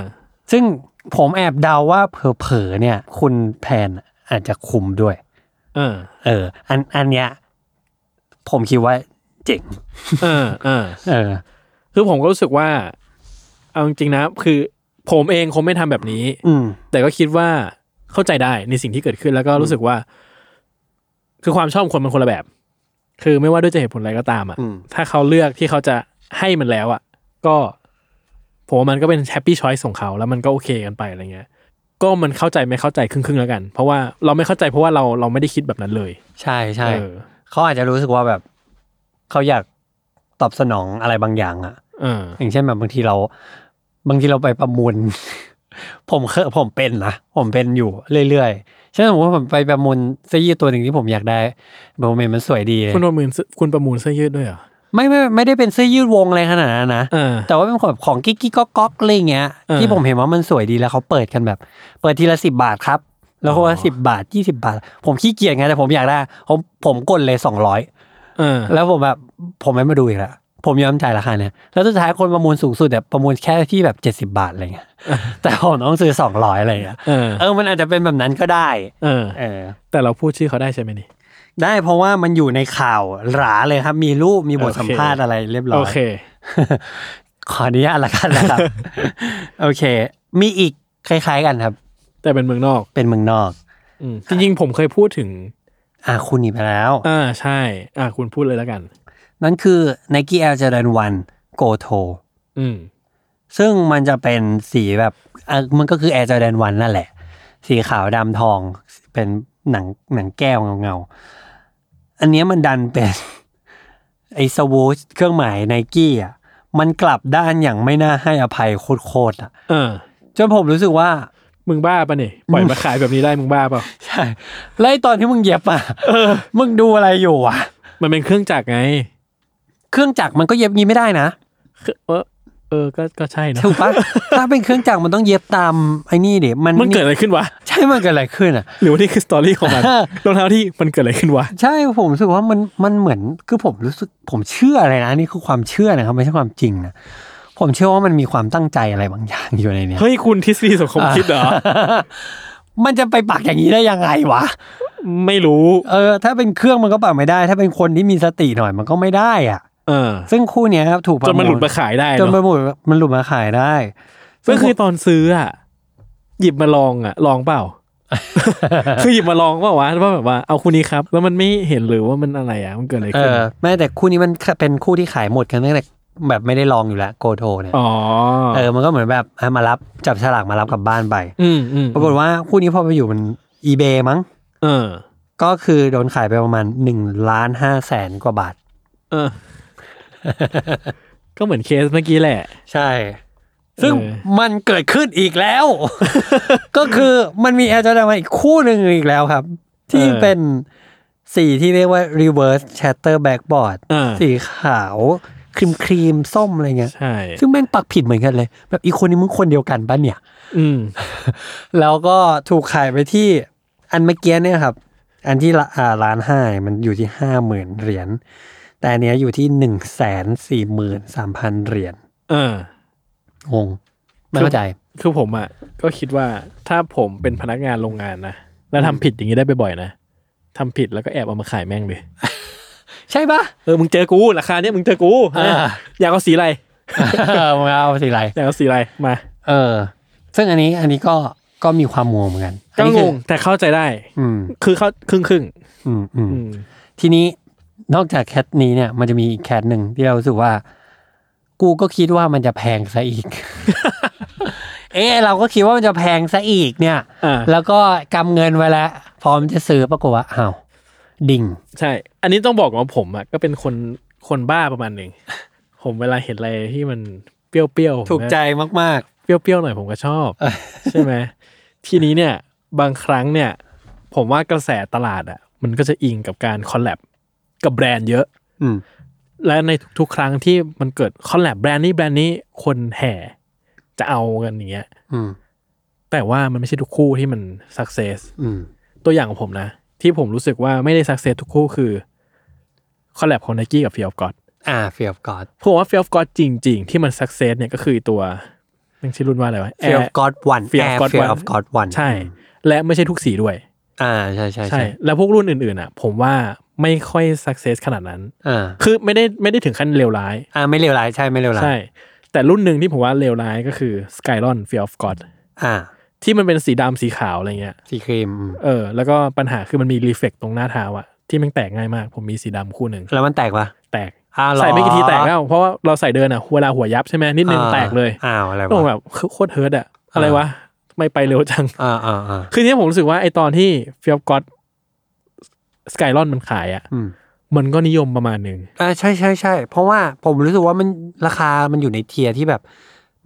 Speaker 2: ซึ่งผมแอบเดาว่าเผลอๆเนี่ย คุณแพนอาจจะคุมด้วย
Speaker 3: เออ
Speaker 2: เออ อันอันเนี้ยผมคิดว่า เจ๋ง
Speaker 3: เออเออ
Speaker 2: เออ
Speaker 3: คือผมก็รู้สึกว่า เอาจริงๆนะ คือผมเองคงไม่ทำแบบนี้
Speaker 2: อืม
Speaker 3: แต่ก็คิดว่าเข้าใจได้ในสิ่งที่เกิดขึ้นแล้วก็รู้สึกว่า คือความชอบของคนมันคนละแบบ คือไม่ว่าด้วยจะเหตุผลอะไรก็ตามอ่ะ
Speaker 2: อืม
Speaker 3: ถ้าเขาเลือกที่เขาจะให้มันแล้วอ่ะ ก็ผมว่ามันก็เป็นแฮปปี้ช้อยส์ของเขา แล้วมันก็โอเคกันไปอะไรเงี้ย ก็มันเข้าใจไม่เข้าใจครึ่งๆแล้วกัน เพราะว่าเราไม่เข้าใจเพราะว่าเราเราไม่ได้คิดแบบนั้นเลย
Speaker 2: ใช่ใช่
Speaker 3: เออ
Speaker 2: เขาอาจจะรู้สึกว่าแบบเขาอยากตอบสนองอะไรบางอย่างอะ
Speaker 3: เออ
Speaker 2: อย่างเช่นแบบบางทีเรา บางทีเราไปประมูล ผมเคยผมเป็นนะผมเป็นอยู่เรื่อยๆเช่นสมมติว่าผมไปประมูลเสื้อยืดตัวหนึ่งที่ผมอยากได้ผมเห็นมันสวยดีเลย
Speaker 3: คุณประมูลเสื้อคุณประมูลเสื้อยืดด้วยเหรอ
Speaker 2: ไม่ไม่ไม่ได้เป็นเสื้อยืดวงอะไรขนาดนั้นนะ
Speaker 3: เออ
Speaker 2: แต่ว่าเป็นของของกิ๊กกิ๊กก๊อกก๊อกอะไรอย่างเงี้ย
Speaker 3: เออ
Speaker 2: ที่ผมเห็นว่ามันสวยดีแล้วเขาเปิดกันแบบ เปิดทีละสิบบาทครับ แล้วเขาว่าสิบบาทยี่สิบาท ผมขี้เกียจไงแต่ผมอยากได้ผมผมกดเลยสองร้อย
Speaker 3: เออ
Speaker 2: แล้วผมแบบผมไม่มาดูอีกแล้วผมยอมจ่ายราคาเนี่ยแล้วสุดท้ายคนประมูลสูงสุดแบบประมูลแค่ที่แบบเจ็ดสิบาทอะไร เงี้ยแต่ผมต้องซื้อสองร้อยอะไรเงี้ย
Speaker 3: เออ
Speaker 2: เออมันอาจจะเป็นแบบนั้นก็ได้
Speaker 3: เออ
Speaker 2: เออ
Speaker 3: แต่เราพูดชื่อเขาได้ใช่ไหมนี่
Speaker 2: ได้เพราะว่ามันอยู่ในข่าวหราเลยครับ มีรูปมีบท
Speaker 3: โอเค
Speaker 2: สัมภาษณ์อะไรเรียบร้
Speaker 3: โอ
Speaker 2: อย
Speaker 3: เค
Speaker 2: ขออนุญาตละกัน นะครับ โอเค มีอีกคล้าย ๆกันครับ
Speaker 3: แต่เป็นเมืองนอก
Speaker 2: เป็นเมืองนอก
Speaker 3: อืมจริงๆผมเคยพูดถึง
Speaker 2: อ่ะคุณหนีไปแล้ว
Speaker 3: อ่าใช่ อ่าคุณพูดเลยแล้วกัน
Speaker 2: นั่นคือ Nike Air Jordan 1 Go To
Speaker 3: อืม
Speaker 2: ซึ่งมันจะเป็นสีแบบอ่ะมันก็คือ Air Jordan 1 นั่นแหละ สีขาวดำทองเป็นหนังหนังแก้วเงาเงาๆอันเนี้ยมันดันเป็น ไอ้สวูชเครื่องหมายไนกี้อ่ะมันกลับด้านอย่างไม่น่าให้อภัยโคตรๆอ่ะ
Speaker 3: เออ
Speaker 2: จนผมรู้สึกว่า
Speaker 3: มึงบ้าปะเนี่ยปล่อยมาขายแบบนี้ได้มึงบ้าเปล่า
Speaker 2: ใช่ไล่ตอนที่มึงเย็บอ่ะมึงดูอะไรอยู่อ่ะ
Speaker 3: มันเป็นเครื่องจักรไง
Speaker 2: เครื่องจักรมันก็เย็บงี้ไม่ได้นะ
Speaker 3: คือเออเออ ก็ก็ใช่เนอะ
Speaker 2: ถูกปะถ้าเป็นเครื่องจักรมันต้องเย็บตามไอ้นี่เดี๋ยมัน
Speaker 3: มันเกิดอะไรขึ้นวะ
Speaker 2: ใช่มันเกิดอะไรขึ้นอ่ะ
Speaker 3: หรือว่านี่คือสตอรี่ของ มัน รองเท้าที่มันเกิดอะไรขึ้นวะ
Speaker 2: ใช่ผมรู้สึกว่ามันมันเหมือนคือผมรู้สึกผมเชื่ออะไรนะนี่คือความเชื่อนะครับไม่ใช่ความจริงนะผมเชื่อว่ามันมีความตั้งใจอะไรบางอย่างอยู่ในเนี้ย
Speaker 3: เฮ้ยคุณทฤษฎีสมคบคิดเหรอ
Speaker 2: มันจะไปปักอย่างนี้ได้ยังไงวะ
Speaker 3: ไม่รู้
Speaker 2: เออถ้าเป็นเครื่องมันก็ปักไม่ได้ ถ้าเป็นคนที่มีสติหน่อยมันก็ไม่ได้อ่ะ
Speaker 3: เออ
Speaker 2: ซึ่งคู่เนี้ยครับถูกประ
Speaker 3: จนมันหลุดมาขายได้
Speaker 2: จนมัน
Speaker 3: เนาะ
Speaker 2: หลุดมันหลุดมาขายได้
Speaker 3: ก็คือตอนซื้ออ่ะ หยิบมาลองอ่ะ ลองเปล่า คือหยิบมาลองเปล่าวะว่าแบบว่าเอาคู่นี้ครับ แล้วมันไม่เห็นหรือว่ามันอะไรอ่ะ มันเกิดอะไร
Speaker 2: เอ
Speaker 3: ขึ้น
Speaker 2: อแม้แต่คู่นี้มันเป็นคู่ที่ขายหมดกันตั้งแต่แบบไม่ได้ลองอยู่แล้วโกโทเนี่ย
Speaker 3: อ๋อ
Speaker 2: เออมันก็เหมือนแบบอ่ะมารับจับฉลากมารับกลับบ้านไป
Speaker 3: อืมอืม
Speaker 2: ปรากฏว่าคู่นี้พอไปอยู่มันอีเบมั้ง
Speaker 3: เออ
Speaker 2: ก็คือโดนขายไปประมาณหนึ่งล้านห้าแสนกว่าบาท
Speaker 3: เอ อ ก็เหมือนเคสเมื่อกี้แหละ
Speaker 2: ใช่ ซึ่ง
Speaker 3: เออ
Speaker 2: มันเกิดขึ้นอีกแล้ว ก็คือมันมีแอร์จอแดนมาอีกคู่หนึ่งอีกแล้วครับ ที่เป็นสีที่เรียกว่า reverse shatter backboard
Speaker 3: เออ
Speaker 2: สีขาว ครีมครีมๆส้มอะไรเงี้ย
Speaker 3: ใช่
Speaker 2: ซึ่งแม่งปักผิดเหมือนกันเลย แบบอีกคนนี้มึงคนเดียวกันปะเนี่ย
Speaker 3: อืม
Speaker 2: แล้วก็ถูกขายไปที่อันเมื่อกี้เนี่ยครับ อันที่ละอ่าล้านห้าเนี่ยมันอยู่ที่ห้าหมื่นเหรียญแต่อันเนี้ยอยู่ที่หนึ่งแสนสี่หมื่นสามพันเหรียญ
Speaker 3: เออ
Speaker 2: งงไม่เข้าใจ
Speaker 3: คือผมอ่ะ ก็คิดว่าถ้าผมเป็นพนักงานโรงงานนะ แล้วทำผิดอย่างนี้ได้บ่อยๆนะทำผิดแล้วก็แอบเอามาขายแม่งเลย
Speaker 2: ใช่ปะ
Speaker 3: เออ มึงเจอกู ราคาเนี้ยมึงเจอกู
Speaker 2: อ่า
Speaker 3: อยากเอาสีอะไร
Speaker 2: เออมึงเอาสิไร
Speaker 3: อยากเอาสีอะไร มา
Speaker 2: เออ ซึ่งอันนี้อันนี้ก็ก็มีความงงเหมือนกัน
Speaker 3: ก็
Speaker 2: อันนี้
Speaker 3: ง
Speaker 2: คื
Speaker 3: ง แต่เข้าใจได้
Speaker 2: อืม
Speaker 3: คือเขาครึ่งครึ่ง
Speaker 2: อืมอืม
Speaker 3: ๆอืม
Speaker 2: ทีนี้นอกจากแคทนี้เนี่ย มันจะมีอีกแคทหนึ่งที่เรารู้สึกว่า กูก็คิดว่ามันจะแพงซะ อีก เอะเราก็คิดว่ามันจะแพงซะอีกเนี่ย
Speaker 3: อ่า
Speaker 2: แล้วก็กำเงินไว้แล้ว พร้อมจะซื้อปรากฏว่าอ้าวดิ่ง
Speaker 3: ใช่ อันนี้ต้องบอกก่อนว่าผมอ่ะก็เป็นคนคนบ้าประมาณหนึ่ง ผมเวลาเห็นอะไรที่มันเปรี้ยวๆผม
Speaker 2: ถูกใจมาก
Speaker 3: เปรี้ยวๆหน่อยผมก็ชอบ ใช่ไหม ทีนี้เนี่ยบางครั้งเนี่ย ผมว่ากระแสตลาดอ่ะมันก็จะอิงกับการคอลแลบกับแบรนด์เยอะ
Speaker 2: ๆ อืม
Speaker 3: และในทุกๆครั้งที่มันเกิดคอลแลบแบรนด์นี้แบรนด์นี้คนแห่จะเอากันอย่างเงี้ย
Speaker 2: อืม
Speaker 3: แต่ว่ามันไม่ใช่ทุกคู่ที่มันสักเซส
Speaker 2: อืม
Speaker 3: ตัวอย่างของผมนะ ที่ผมรู้สึกว่าไม่ได้สักเซสทุกคู่คือคอลแลบของไนกี้กับเฟียร์กอ
Speaker 2: อ่าเฟียบกอด
Speaker 3: ผมว่าเฟียลฟกอดจริง ๆ ที่มันสักเซสเนี่ยก็คือตัวนังชื่อรุ่นว่าอะไรวะ
Speaker 2: เฟียบ
Speaker 3: Air
Speaker 2: กอดวัน
Speaker 3: Fear of God
Speaker 2: เฟีย
Speaker 3: One
Speaker 2: บกอดวัน
Speaker 3: ใช่ และไม่ใช่ทุกสีด้วย
Speaker 2: อ่าใช่ใช่
Speaker 3: ใช่ แล้วพวกรุ่นอื่นๆอ่ะ ผมว่า ไม่ค่อยสักเซสขนาดนั้น
Speaker 2: อ่า
Speaker 3: คือไม่ได้ไม่ได้ถึงขั้นเลวร้าย
Speaker 2: อ่าไม่เลวร้ายใช่ไม่เลวร้าย
Speaker 3: ใช่ แต่รุ่นหนึ่งที่ผมว่าเลวร้ายก็คือ Skylon Fear of God
Speaker 2: อ่า
Speaker 3: ที่มันเป็นสีดำสีขาวอะไรเงี้ย
Speaker 2: สีครีมอืม
Speaker 3: เออ แล้วก็ปัญหาคือมันมีรีเฟกตรงหน้าเท้าอะที่มันแตกง่ายมาก ผมมีสีดำคู่หนึ่ง
Speaker 2: แล้วมันแตกปะ
Speaker 3: แตก
Speaker 2: อ้าวเหรอ
Speaker 3: ใส่ไม่กี่ทีแตกแล้ว เพราะว่าเราใส่เดินอะเวลาหัวยับใช่ไหมนิดนึง
Speaker 2: อ่า
Speaker 3: แตกเลย
Speaker 2: อ้าวอะไร
Speaker 3: ต้
Speaker 2: วะ
Speaker 3: แบบโคตรเฮิร์ตอะอะไรวะทำไม่ไปเร็วจัง
Speaker 2: อ่าอ่าอ่า
Speaker 3: คือเนี่ยผมรู้สึกว่าไอตอนที่เฟียบก็อตสกายลอนมันขายอะ
Speaker 2: อืม
Speaker 3: มันก็นิยมประมาณหนึ่ง
Speaker 2: อ่าใช่ใช่ใช่เพราะว่าผมรู้สึกว่ามันราคามันอยู่ในเทียร์ที่แบบ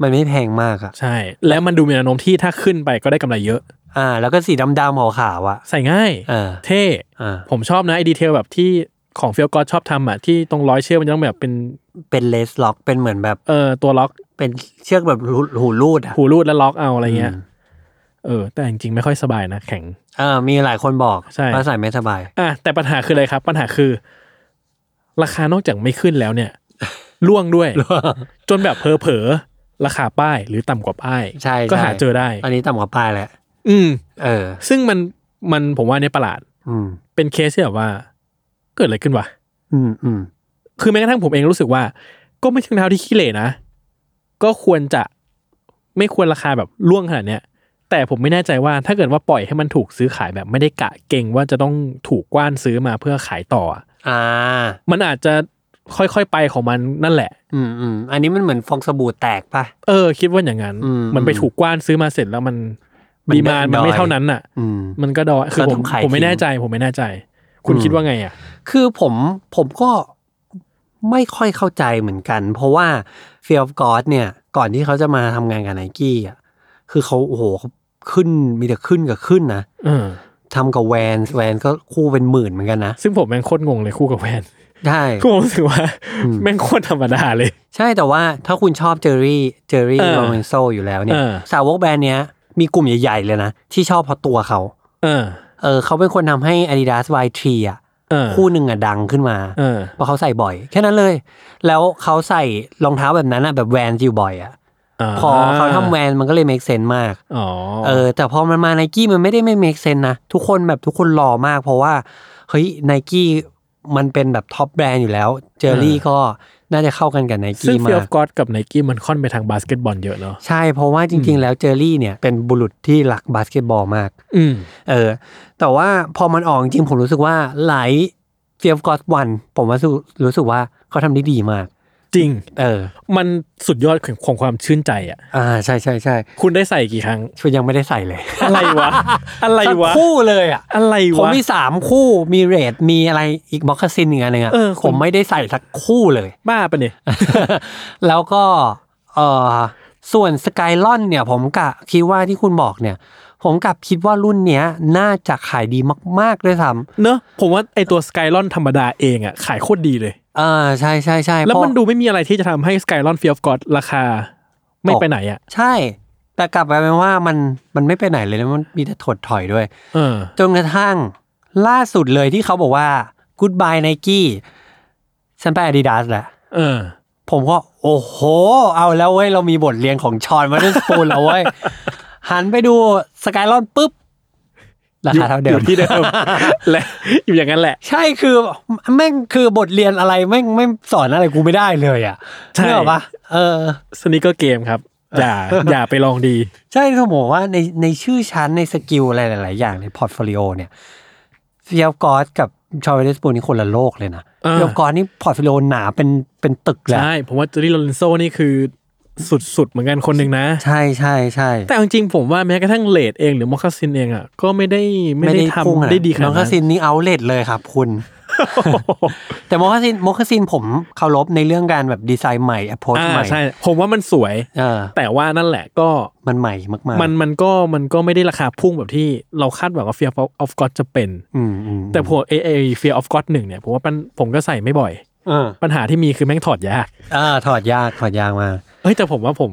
Speaker 2: มันไม่แพงมากอ่ะ
Speaker 3: ใช่ แล้วมันดูมีแนวโน้มที่ถ้าขึ้นไปก็ได้กำไรเยอะ
Speaker 2: อ่า แล้วก็สีดำๆขาวๆอ่ะ
Speaker 3: ใส่ง่าย
Speaker 2: อ่า
Speaker 3: เท่
Speaker 2: อ่า
Speaker 3: ผมชอบนะไอดีเทลแบบที่ของเฟียบก็อตชอบทำอะที่ตรงร้อยเชือกมันจะต้องแบบเป็น
Speaker 2: เป็นเลสล็อกเป็นเหมือนแบบ
Speaker 3: เออตัวล็อก
Speaker 2: เป็นเชือกแบบหูหูรูดอ่ะ
Speaker 3: หูรูดแล้วล็อกเอาอะไรเงี้ย
Speaker 2: ม
Speaker 3: เออแต่จริงๆไม่ค่อยสบายนะแข็ง
Speaker 2: เออมีหลายคนบอก
Speaker 3: ใช่
Speaker 2: ว่าใส่ไม่สบาย
Speaker 3: อ่ะแต่ปัญหาคืออะไรครับ ปัญหาคือ ราคานอกจากไม่ขึ้นแล้ว เนี่ย ล่วงด้วย จนแบบเผลอๆราคาป้ายหรือต่ำกว่าป้าย
Speaker 2: ใช่
Speaker 3: ก็
Speaker 2: ใช่
Speaker 3: หาเจอได้
Speaker 2: อันนี้ต่ำกว่าป้ายแหละ
Speaker 3: อืม
Speaker 2: เออ
Speaker 3: ซึ่งมันมันผมว่าเนี่ยประหลาด
Speaker 2: อืม
Speaker 3: เป็นเคสที่แบบว่า เกิดอะไรขึ้นวะ
Speaker 2: อืมอืม
Speaker 3: คือแม้กระทั่งผมเองรู้สึกว่า ก็ไม่ใช่รองเท้าที่ขี้เหร่นะ ก็ควรจะไม่ควรราคาแบบล่วงขนาดเนี้ยแต่ผมไม่แน่ใจว่าถ้าเกิดว่าปล่อยให้มันถูกซื้อขายแบบไม่ได้กะเก่งว่าจะต้องถูกกว้านซื้อมาเพื่อขายต่ออะ
Speaker 2: อ่า
Speaker 3: มันอาจจะค่อยๆไปของมันนั่นแหละ
Speaker 2: อืมอืมอันนี้มันเหมือนฟองสบู่แตกป่ะ
Speaker 3: เออ คิดว่าอย่างนั้น
Speaker 2: อืม
Speaker 3: มันไปถูกกว้านซื้อมาเสร็จแล้วมัน
Speaker 2: มัน
Speaker 3: ดีมานด์มันไม่
Speaker 2: ดอย
Speaker 3: เท่านั้นน่ะ
Speaker 2: อืม
Speaker 3: มันก็ดอยคือ
Speaker 2: ก็
Speaker 3: ผ
Speaker 2: ต้
Speaker 3: ม
Speaker 2: องขาย
Speaker 3: ผมไม่
Speaker 2: ทิ้ง
Speaker 3: แน่ใจ ผมไม่แน่ใจ คุณคิดว่าไงอ่ะ
Speaker 2: คือผมผมก็ไม่ค่อยเข้าใจเหมือนกัน เพราะว่า f e a r of God เนี่ย ก่อนที่เขาจะมาทำงานกับไนกี้อ่ะคือเขาโอ้โหเขาขึ้นมีแต่ขึ้นกับขึ้นนะ
Speaker 3: เออ
Speaker 2: ทำกับแวนแวนก็คู่เป็นหมื่นเหมือนกันนะ
Speaker 3: ซึ่งผมแม่งโคตรงงเลยคู่กับแวน
Speaker 2: ใช่
Speaker 3: คือผมรู้สึกว่า แม่งโคตรธรรมดาเลย
Speaker 2: ใช่แต่ว่าถ้าคุณชอบเจอรี่เจอรี่
Speaker 3: เออ
Speaker 2: โรเนโซอยู่แล้วเนี่ย
Speaker 3: เออ
Speaker 2: สาวกแบรนด์เนี้ยมีกลุ่มใหญ่ๆเลยนะ ที่ชอบเพราะตัวเขา
Speaker 3: เออ
Speaker 2: เออเขาเป็นคนทำให้ Adidas Y3 อ่ะ
Speaker 3: เออ
Speaker 2: คู่หนึ่งอ่ะดังขึ้นมา
Speaker 3: เออ
Speaker 2: เพราะเขาใส่บ่อย แค่นั้นเลย แล้วเขาใส่รองเท้าแบบนั้นอะแบบแวนอยู่บ่อยอะพอเขาทำแวนมันก็เลย make sense มาก
Speaker 3: อ๋อ
Speaker 2: เออแต่พอมันมาไนกี้มันไม่ได้ไม่ make sense นะ ทุกคนแบบทุกคนรอมาก เพราะว่าเฮ้ยไนกี้มันเป็นแบบท็อปแบรนด์อยู่แล้ว เจอรี่ก็น่าจะเข้ากันกับไน
Speaker 3: ซึ่ง
Speaker 2: กี้
Speaker 3: เฟีย
Speaker 2: มา
Speaker 3: ร์
Speaker 2: ก
Speaker 3: กอดกับไนกี้มันค่อนไปทางบาสเกตบอลเยอะเนาะ
Speaker 2: ใช่เพราะว่าจริง ๆ แล้วเจอรี่เนี่ยเป็นบุรุษที่รักบาสเกตบอลมาก
Speaker 3: อืม
Speaker 2: เออ แต่ว่าพอมันออกจริงๆผมรู้สึกว่าหลายเฟียร์กอสวันผมว่ารู้สึกว่าเขาทำได้ดีมาก
Speaker 3: จริง
Speaker 2: เออ
Speaker 3: มันสุดยอดของความชื่นใจอ่ะ
Speaker 2: อ่าใช่ใช่ใช่
Speaker 3: คุณได้ใส่กี่ครั้ง
Speaker 2: ชุดยังไม่ได้ใส่เลย
Speaker 3: อะไรวะ อะไร
Speaker 2: สัก
Speaker 3: วะ
Speaker 2: คู่เลยอ่ะ
Speaker 3: อะไร
Speaker 2: ผม
Speaker 3: วะ
Speaker 2: มีสามคู่มีเรดมีอะไรอีกบ็อกซินอีกอันหนึ่งอ่ะ
Speaker 3: เออคุ
Speaker 2: ผ
Speaker 3: ณ
Speaker 2: มไม่ได้ใส่สักคู่เลย
Speaker 3: บ้าปะเนี่ย
Speaker 2: แล้วก็เออส่วนสกายลอนเนี่ย ผมกะคิดว่าที่คุณบอกเนี่ย ผมกลับคิดว่ารุ่นเนี้ย น่าจะขายดีมากๆด้วยซ้
Speaker 3: เนอะผมว่าไอตัวสกายลอนธรรมดาเองอะขายโคตรดีเลย
Speaker 2: ำเออใช่ใช่ใช่
Speaker 3: แล้ว
Speaker 2: เพราะ
Speaker 3: มันดูไม่มีอะไรที่จะทำให้สกายลอนเฟียฟกอดราคา ไม่
Speaker 2: ตก
Speaker 3: ไปไหนอะ
Speaker 2: ใช่ แต่กลับไปเป็นว่ามันมันไม่ไปไหนเลยนะมันมีแต่ถดถอยด้วย
Speaker 3: เออ
Speaker 2: จนกระทั่งล่าสุดเลยที่เขาบอกว่า goodbye Nike ฉันไป Adidas แหละ
Speaker 3: เออ
Speaker 2: ผมก็ โอ้โห เอาแล้วเว้ย เรามีบทเรียนของชอนมาด้วยสปูลแล้วเว้ย หันไปดูสกายลอนปุ๊บ ราคาเท่าเดิม
Speaker 3: อยู่ที่เดิม และอยู่อย่างนั้นแหละ
Speaker 2: ใช่คือแม่งคือบทเรียนอะไรแม่งไม่สอนอะไรกูไม่ได้เลยอ่ะ
Speaker 3: ใช่
Speaker 2: ใช่ปะเออ
Speaker 3: สนิกเกอร์เกมครับ อย่า อย่าไปลองดี
Speaker 2: ใช่คือผมว่าในในชื่อชั้นในสกิลอะไรหลาย ๆ อย่างในพอร์ตโฟลิโอเนี่ยเฟียลกอสกับชอร์เวลสปูนี่คนละโลกเลยนะ
Speaker 3: อ่า
Speaker 2: เฟียลกอสนี่พอร์ตโฟลิโอหนาเป็นเป็นตึกแล้ว
Speaker 3: ใช่ ผมว่าเจอรี่โรเลนโซนี่คือสุดๆ เหมือนกันคนหนึ่งนะ
Speaker 2: ใช่ใช่ใช่
Speaker 3: แต่เอาจริงๆผมว่าแม้กระทั่งเลดเองหรือมอคคัสซินเองอะก็ไม่ได้ไม่ได้
Speaker 2: พุ่งอะ
Speaker 3: ทำ
Speaker 2: ร
Speaker 3: ได้ดีขนาด
Speaker 2: มอคคา
Speaker 3: นั้น
Speaker 2: ซินนี่เอาเลดเลยครับคุณ แต่มอคคาซินมอคคาซินผมเคารพในเรื่องการแบบดีไซน์ใหม่ approach
Speaker 3: อ่า
Speaker 2: ใหม่
Speaker 3: ใช่ ผมว่ามันสวย
Speaker 2: เออ
Speaker 3: แต่ว่านั่นแหละก็
Speaker 2: มันใหม่มากๆ
Speaker 3: มันมันก็มันก็ไม่ได้ราคาพุ่งแบบที่เราคาดหวังว่าเฟียร์ออฟก็จะเป็น
Speaker 2: อืมอืม
Speaker 3: แต่ผมเอเอเฟียร์ออฟก็หนึ่งเนี่ยผมว่ามันผมก็ใส่ไม่บ่อย
Speaker 2: เออ
Speaker 3: ปัญหาที่มีคือแม่งถอดยาก
Speaker 2: เออถอดยากถอดยากมาก
Speaker 3: เฮ้ยแต่ผมว่าผม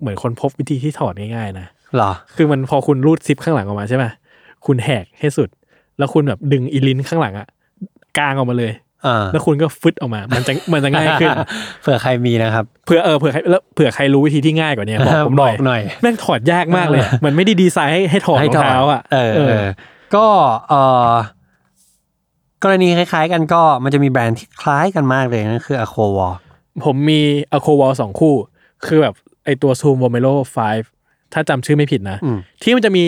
Speaker 3: เหมือนคนพบวิธีที่ถอดง่ายๆนะ
Speaker 2: เหรอ
Speaker 3: คือมันพอคุณรูดซิปข้างหลังออกมาใช่ไหมคุณแหกให้สุด แล้วคุณแบบดึงอีลินข้างหลังอะกลางออกมาเลย
Speaker 2: เออ
Speaker 3: แล้วคุณก็ฟึดออกมา มันจะมันจะง่าย ขึ้น
Speaker 2: เผื่อใครมีนะครับ
Speaker 3: เผื่อเออเผื่อใครแล้วเผื่อใครรู้วิธีที่ง่ายกว่าเนี้ยบอกผมหน่อย
Speaker 2: บอกหน่อย
Speaker 3: แม่งถอดยากมากเลยอะเหมือนไม่ได้ดีไซน์ให้ให้ถอดรองเท้าอะ
Speaker 2: เออเออ ก็เออ กรณีคล้ายๆกันก็มันจะมีแบรนด์ที่คล้ายกันมากเลยนั่นคืออโควอ
Speaker 3: ผมมีอะโควอลสองคู่ คือแบบไอตัวซูมโวเมโล5ถ้าจำชื่อไม่ผิดนะ
Speaker 2: อืม
Speaker 3: ที่มันจะมี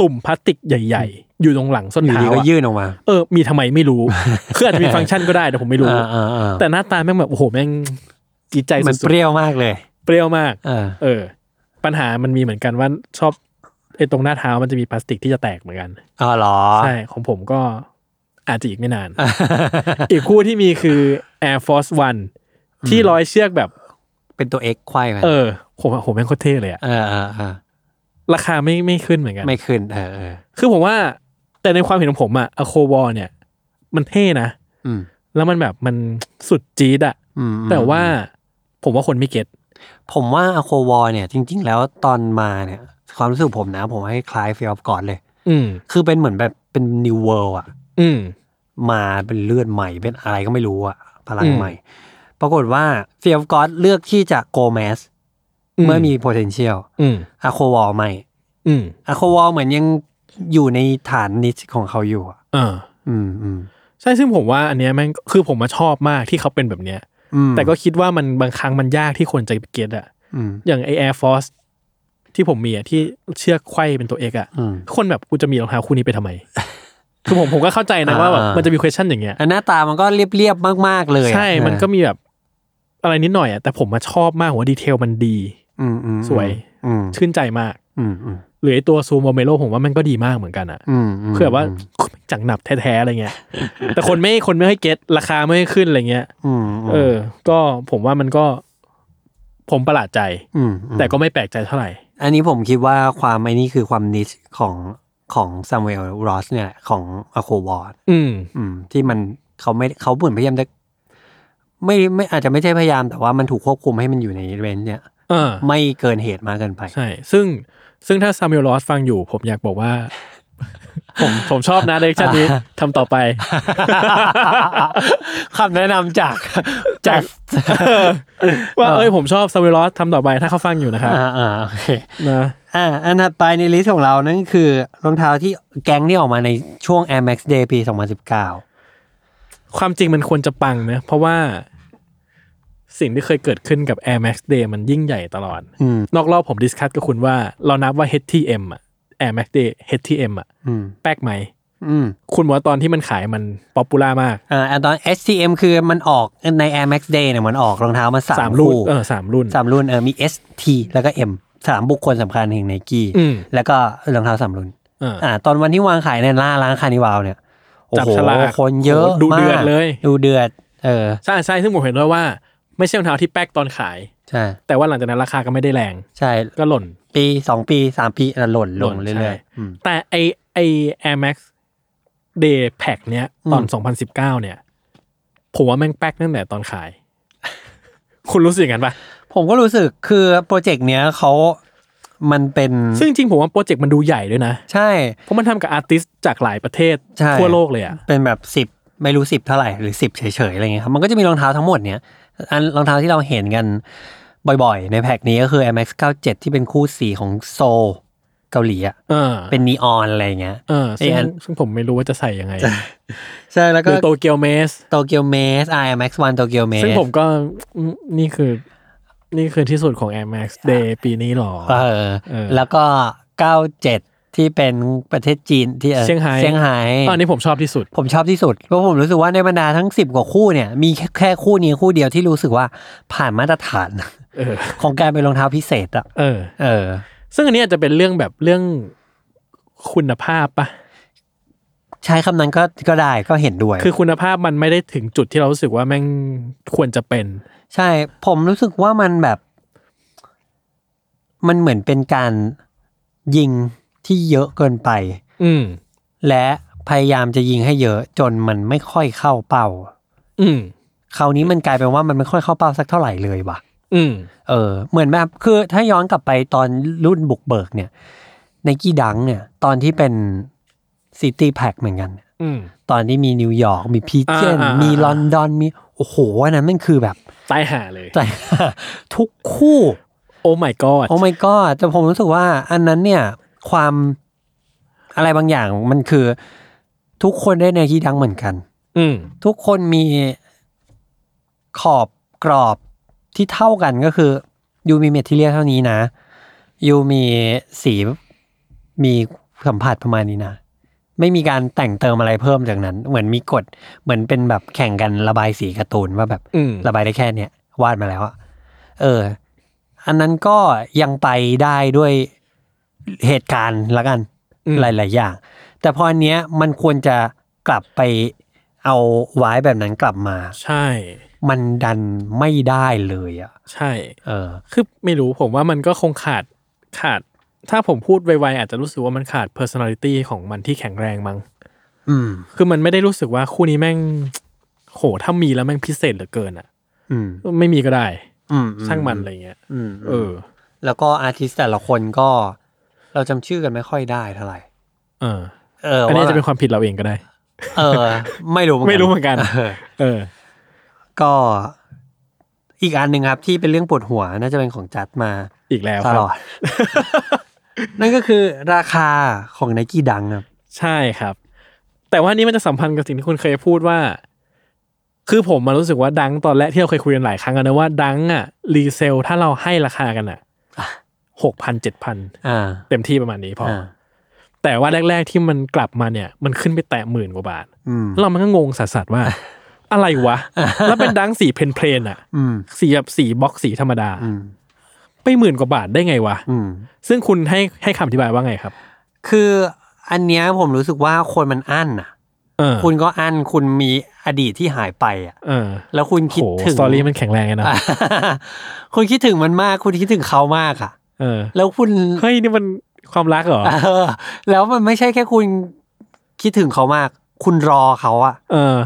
Speaker 3: ตุ่มพลาสติกใหญ่ ๆ อยู่ตรงหลังส้น
Speaker 2: อยู่
Speaker 3: เท้า
Speaker 2: ดีก็
Speaker 3: อะ
Speaker 2: ยื่นออกมา
Speaker 3: เออ มีทำไมไม่ รู้ คืออาจจะมีฟังก์ชันก็ได้แต่ผมไม่รู้
Speaker 2: อ่าๆๆ
Speaker 3: แต่หน้าตาแม่งแบบ โอ้โห แม่งจิตใจ
Speaker 2: มัน
Speaker 3: สุด
Speaker 2: เปรี้ยวมากเลย
Speaker 3: ๆเปรี้ยวมาก
Speaker 2: เออ
Speaker 3: เออ ปัญหามันมีเหมือนกันว่าชอบไอตรงหน้าเท้ามันจะมีพลาสติกที่จะแตกเหมือนกัน
Speaker 2: อ๋อเหรอ
Speaker 3: ใช่ ของผมก็อาจจะอีกไม่นาน อีกคู่ที่มีคือ Air Force One ที่ร้อยเชือกแบบ
Speaker 2: เป็นตัว X ควายมัน
Speaker 3: เออผมผมแม่งโคตรเท่เลยอะ
Speaker 2: เออเออเออ
Speaker 3: ราคาไม่ไม่ขึ้นเหมือนกัน
Speaker 2: ไม่ขึ้นเออเออ
Speaker 3: คือผมว่า แต่ในความเห็นของผมอะอโควอเนี่ย มันเท่นะ
Speaker 2: อืม
Speaker 3: แล้วมันแบบมันสุดจี๊ดอะ
Speaker 2: อืม
Speaker 3: แต่ว่าผมว่าคนไม่เก็ต
Speaker 2: ผมว่าอโควอเนี่ย จริง ๆ แล้วตอนมาเนี่ย ความรู้สึกผมนะ ผมให้คล้ายเฟียออฟก่อนเลย
Speaker 3: อืม
Speaker 2: คือเป็นเหมือนแบบเป็นนิวเวิลด์อะ
Speaker 3: อืม
Speaker 2: มาเป็นเลือดใหม่เป็นอะไรก็ไม่รู้อะพลั
Speaker 3: อื
Speaker 2: ง
Speaker 3: ม
Speaker 2: ใหม่ ปรากฏว่าเฟียออฟกอเลือกที่จะโกแมสเมื่อมี potential
Speaker 3: อืม
Speaker 2: อโควอไม่
Speaker 3: อืม
Speaker 2: อโควอเหมือนยังอยู่ในฐานนิชของเขาอยู่อะ
Speaker 3: เอ่า
Speaker 2: อืมอืม
Speaker 3: ใช่ซึ่งผมว่าอันเนี้ยแม่งคือผมมาชอบมากที่เขาเป็นแบบเนี้ย
Speaker 2: อืม
Speaker 3: แต่ก็คิดว่ามันบางครั้งมันยากที่คนจะเก็ตอะ
Speaker 2: อืม
Speaker 3: อย่างไอแอร์ฟอร์สที่ผมมีอะที่เชือกไขว้เป็นตัวเอกอะ
Speaker 2: อืม
Speaker 3: คนแบบกูจะมีรองเท้าคู่นี้ ไปทำไม คือผมผมก็เข้าใจนะว่าแบบ
Speaker 2: อ่ามั
Speaker 3: มันจะมี question อย่างเงี้ย
Speaker 2: แล้วหน้าตามันก็เรียบๆมากๆเลยอะ
Speaker 3: ใช่ มันก็มีแบบอะไรนิดหน่อยอะแต่ผมมาชอบมากว่าดีเทลมันดี
Speaker 2: อืมอืม
Speaker 3: สวย
Speaker 2: อืม
Speaker 3: ชื่นใจมาก
Speaker 2: อืมอืม
Speaker 3: หรือไอตัวซูมโมเมโลผมว่ามันก็ดีมากเหมือนกันอะ
Speaker 2: อืมม
Speaker 3: คือแบบว่าจังหนับแท้ๆอะไรเงี้ย แต่คนไม่คนไม่ให้เก็ตราคาไม่ให้ขึ้นอะไรเงี้ย
Speaker 2: อืมม
Speaker 3: เออ ก็ผมว่ามันก็ ผมประหลาดใจ
Speaker 2: มอืม
Speaker 3: แต่ก็ไม่แปลกใจเท่าไหร่
Speaker 2: อันนี้ผมคิดว่าความไอ้นี่คือความนิชของของซ a ม u อ l รอสเนี่ยแหละของอโควอร์ด
Speaker 3: อืม
Speaker 2: อืม ที่มันเขาไม่เขาเหมือนพยายามจะไม่ไม่อาจจะไม่ใช่พยายาม แต่ว่ามันถูกควบคุมให้มันอยู่ในเรนจ์เนี่ย
Speaker 3: เออ
Speaker 2: ไม่เกินเหตุมากเกินไป
Speaker 3: ใช่ ซึ่งซึ่งถ้าซามิลลอสฟังอยู่ ผมอยากบอกว่า ผมผมชอบนะเด็กชาตินี้ทำต่อไป
Speaker 2: คำแนะนำจากจาก
Speaker 3: ว่าเอ้ยผมชอบซามิลลอสทำต่อไปถ้าเขาฟังอยู่นะครับ
Speaker 2: อ่าอ่าโอเค
Speaker 3: นะ
Speaker 2: อ่าอันถัดไปในลิสต์ของเรานั่นคือรองเท้าที่แก๊งที่ออกมาในช่วง Air Max Day ปี 2019
Speaker 3: ความจริงมันควรจะปังนะเพราะว่าสิ่งที่เคยเกิดขึ้นกับ Air Max Day มันยิ่งใหญ่ตลอด
Speaker 2: อืม
Speaker 3: นอกรอบผมดิสคัสกับคุณว่า เรานับว่า HTM อะ Air Max Day HTM อะ
Speaker 2: อืม
Speaker 3: แป๊กไหม
Speaker 2: อืม
Speaker 3: คุณบอกว่าตอนที่มันขายมันป๊อปปูล่ามาก
Speaker 2: อ่าอันตอน STM คือมันออกใน Air Max Day เนี่ยมันออกรองเท้ามาสา
Speaker 3: สาม มรุ่น
Speaker 2: คู่
Speaker 3: เออสามรุ่น
Speaker 2: สามรุ่นเออมี ST แล้วก็ M สามบุคคลสำคัญแห่งไนกี้
Speaker 3: อืม
Speaker 2: แล้วก็รองเท้าสามรุ่น
Speaker 3: เออ
Speaker 2: อ่า ตอนวันที่วางขายในร้านร้านคานิวาวเนี่ยโอ้
Speaker 3: จับ
Speaker 2: โห
Speaker 3: ฉลาก
Speaker 2: คนเยอะ
Speaker 3: โอ้โหดูเดือด
Speaker 2: มาก
Speaker 3: เลย
Speaker 2: ดูเดือด เออ
Speaker 3: ใช่ใช่ซึ่งผมเห็นด้วยว่า ไม่ใช่รองเท้าที่แป๊กตอนขาย
Speaker 2: ใช่
Speaker 3: แต่ว่าหลังจากนั้นราคาก็ไม่ได้แรง
Speaker 2: ใช่
Speaker 3: ก็หล่น
Speaker 2: ปีสองปีสามปีอ่ะหล่นลง
Speaker 3: หล่น
Speaker 2: เรื่อย
Speaker 3: ใช่
Speaker 2: ๆอืม
Speaker 3: แต่ไอไอ Air Max Day Pack เนี้ยตอน
Speaker 2: อืม
Speaker 3: 2019 เนี่ย ผมว่าแม่งแป๊กตั้งแต่ตอนขาย คุณรู้สึกอย่างนั้นปะ
Speaker 2: ผมก็รู้สึกคือโปรเจกต์เนี้ยเขามันเป็น
Speaker 3: ซึ่งจริงผมว่าโปรเจกต์มันดูใหญ่ด้วยนะ
Speaker 2: ใช่
Speaker 3: เพราะมันทำกับอาร์ติสต์จากหลายประเทศ
Speaker 2: ใช่
Speaker 3: ทั่วโลกเลยอะ
Speaker 2: เป็นแบบสิบไม่รู้สิบเท่าไหร่หรือสิบเฉยๆอะไรเงี้ยครับมันก็จะมีรองเท้าทั้งหมดเนี้ยอันรองเท้าที่เราเห็นกันบ่อยๆ ในแพ็คนี้ก็คือ MX 97 ที่เป็นคู่สีของโซลเกาหลีอะ
Speaker 3: เออ
Speaker 2: เป็นนีออนอะไรเงี้ย
Speaker 3: เออซึ่ง
Speaker 2: ไอ้อัน
Speaker 3: ซึ่งผมไม่รู้ว่าจะใส่ยังไง
Speaker 2: ใช่แล้ว
Speaker 3: ห
Speaker 2: ก็
Speaker 3: รือโตเกียวเมส
Speaker 2: โตเกียวเมส IMX 1โตเกียวเมส
Speaker 3: ซึ่งผมก็อืมนี่คือ นี่คือที่สุดของ Air Max Day ปีนี้หรอ
Speaker 2: เออ
Speaker 3: เออ
Speaker 2: แล้วก็ 97 ที่เป็นประเทศจีนที่อ่อ
Speaker 3: เซี่ยงไฮ้
Speaker 2: เซี่ยงไฮ้
Speaker 3: อันนี้ผมชอบที่สุด
Speaker 2: ผมชอบที่สุดเพราะผมรู้สึกว่าในบรรดาทั้ง 10 กว่าคู่เนี่ย มีแค่แค่คู่นี้คู่เดียวที่รู้สึกว่าผ่านมาตรฐาน
Speaker 3: เออ
Speaker 2: ของการเป็นรองเท้าพิเศษอะ
Speaker 3: เออ
Speaker 2: เออ
Speaker 3: ซึ่งอันนี้อาจจะเป็นเรื่องแบบเรื่องคุณภาพปะ
Speaker 2: ใช้คำนั้นก็ก็ได้ก็เห็นด้วย
Speaker 3: คือคุณภาพมันไม่ได้ถึงจุดที่เรารู้สึกว่าแม่งควรจะเป็น
Speaker 2: ใช่ผมรู้สึกว่ามันแบบ มันเหมือนเป็นการยิงที่เยอะเกินไป
Speaker 3: อืม
Speaker 2: และพยายามจะยิงให้เยอะจนมันไม่ค่อยเข้าเป้า
Speaker 3: อืม
Speaker 2: คราวนี้มันกลายเป็นว่ามันไม่ค่อยเข้าเป้าสักเท่าไหร่เลยว่ะ
Speaker 3: อืม
Speaker 2: เออเหมือนแบบคือถ้าย้อนกลับไปตอนรุ่นบุกเบิกเนี่ยในกี้ดังเนี่ย ตอนที่เป็นซิตี้แพ็เหมือนกัน
Speaker 3: อืม
Speaker 2: ตอนที่มีนิวยอร์กมีพีเจน
Speaker 3: อ่าอ่าอ่ามี
Speaker 2: มีลอนดอนมี โอ้โหอันนั้นมันคือแบบ
Speaker 3: ตายห่าเลย
Speaker 2: แต่ ทุกคู่
Speaker 3: โอ้ my god
Speaker 2: โอ้ my god แต่ผมรู้สึกว่าอันนั้นเนี่ย ความอะไรบางอย่างมันคือ ทุกคนได้แนวคิดดังเหมือนกัน
Speaker 3: อืม
Speaker 2: ทุกคนมีขอบกรอบที่เท่ากันก็คือยูมีเมทเทียเท่านี้นะยูมีสีมีสัมผัสประมาณนี้นะ ไม่มีการแต่งเติมอะไรเพิ่มจากนั้น เหมือนมีกฎเหมือนเป็นแบบแข่งกันระบายสีการ์ตูนว่าแบบ
Speaker 3: อืม
Speaker 2: ระบายได้แค่เนี้ยวาดมาแล้วอะเออ อันนั้นก็ยังไปได้ด้วยเหตุการณ์ละกัน
Speaker 3: อืม
Speaker 2: หลาย ๆ อย่าง แต่พออันเนี้ยมันควรจะกลับไปเอาไว้แบบนั้นกลับมา
Speaker 3: ใช่
Speaker 2: มันดันไม่ได้เลยอะ
Speaker 3: ใช่
Speaker 2: เออ
Speaker 3: คือไม่รู้ผมว่ามันก็คงขาดขาด ถ้าผมพูดไวๆอาจจะรู้สึกว่ามันขาด personality ของมันที่แข็งแรงมั้ง
Speaker 2: อืม
Speaker 3: คือมันไม่ได้รู้สึกว่าคู่นี้แม่ง โหถ้ามีแล้วแม่งพิเศษเหลือเกินอ่ะ
Speaker 2: อืม
Speaker 3: ไม่มีก็ได้
Speaker 2: อืม
Speaker 3: ช่างมันอะไรเงี้ย
Speaker 2: อืม
Speaker 3: เออ
Speaker 2: แล้วก็อาร์ติสต์แต่ละคนก็ เราจำชื่อกันไม่ค่อยได้เท่าไหร่
Speaker 3: เออ
Speaker 2: เออ
Speaker 3: อันนี้อาจจะเป็น
Speaker 2: ว่า
Speaker 3: ความผิดเราเองก็ได้
Speaker 2: เออ ไม่รู้
Speaker 3: ไม่รู้เหมือนกัน
Speaker 2: เออ
Speaker 3: เออ
Speaker 2: ก็อีกอันหนึ่งครับ ที่เป็นเรื่องปวดหัวน่าจะเป็นของจัดมา
Speaker 3: อีกแล้ว
Speaker 2: ต
Speaker 3: ครั
Speaker 2: ล
Speaker 3: บ
Speaker 2: อด นั่นก็คือราคาของไนกี้ดังครับ
Speaker 3: ใช่ครับ แต่ว่านี่มันจะสัมพันธ์กับสิ่งที่คุณเคยพูดว่า คือผมมารู้สึกว่าดังตอนแรกที่เราเคยคุยกันหลายครั้งแล้วนะว่าดังอ่ะรีเซลถ้าเราให้ราคากันอ่ะหกพันเจ็ดพัน
Speaker 2: อ่า
Speaker 3: เต็มที่ประมาณนี้พออ
Speaker 2: อ่า
Speaker 3: แต่ว่าแรก ๆ ที่มันกลับมาเนี่ย มันขึ้นไปแตะหมื่นกว่าบาท
Speaker 2: อืม
Speaker 3: แล้วเรามันก็งงสัสๆ ว่า อะไรวะ แล้วเป็นดังสีเพนเพลนๆอะ
Speaker 2: อืม
Speaker 3: สีแบบสีบล็อกสีธรรมดา
Speaker 2: อืม
Speaker 3: ไปหมื่นกว่าบาทได้ไงวะ
Speaker 2: อืม
Speaker 3: ซึ่งคุณให้ให้คำอธิบายว่าไงครับ
Speaker 2: คืออันเนี้ยผมรู้สึกว่าคนมันอั้นอ่ะ
Speaker 3: เออ
Speaker 2: คุณก็อั้นคุณมีอดีตที่หายไปอ่ะ
Speaker 3: เออ
Speaker 2: แล้วคุณคิ
Speaker 3: โห
Speaker 2: ดถึง
Speaker 3: สตอรี่มันแข็งแรงไงนะ
Speaker 2: อ่ะ คุณคิดถึงมันมาก คุณคิดถึงเขามากอ่ะ
Speaker 3: เออ
Speaker 2: แล้วคุณ
Speaker 3: เฮ้ยนี่มันความรักเหรอ
Speaker 2: เออ แล้วมันไม่ใช่แค่คุณคิดถึงเขามาก คุณรอเขาอ่ะ
Speaker 3: เออ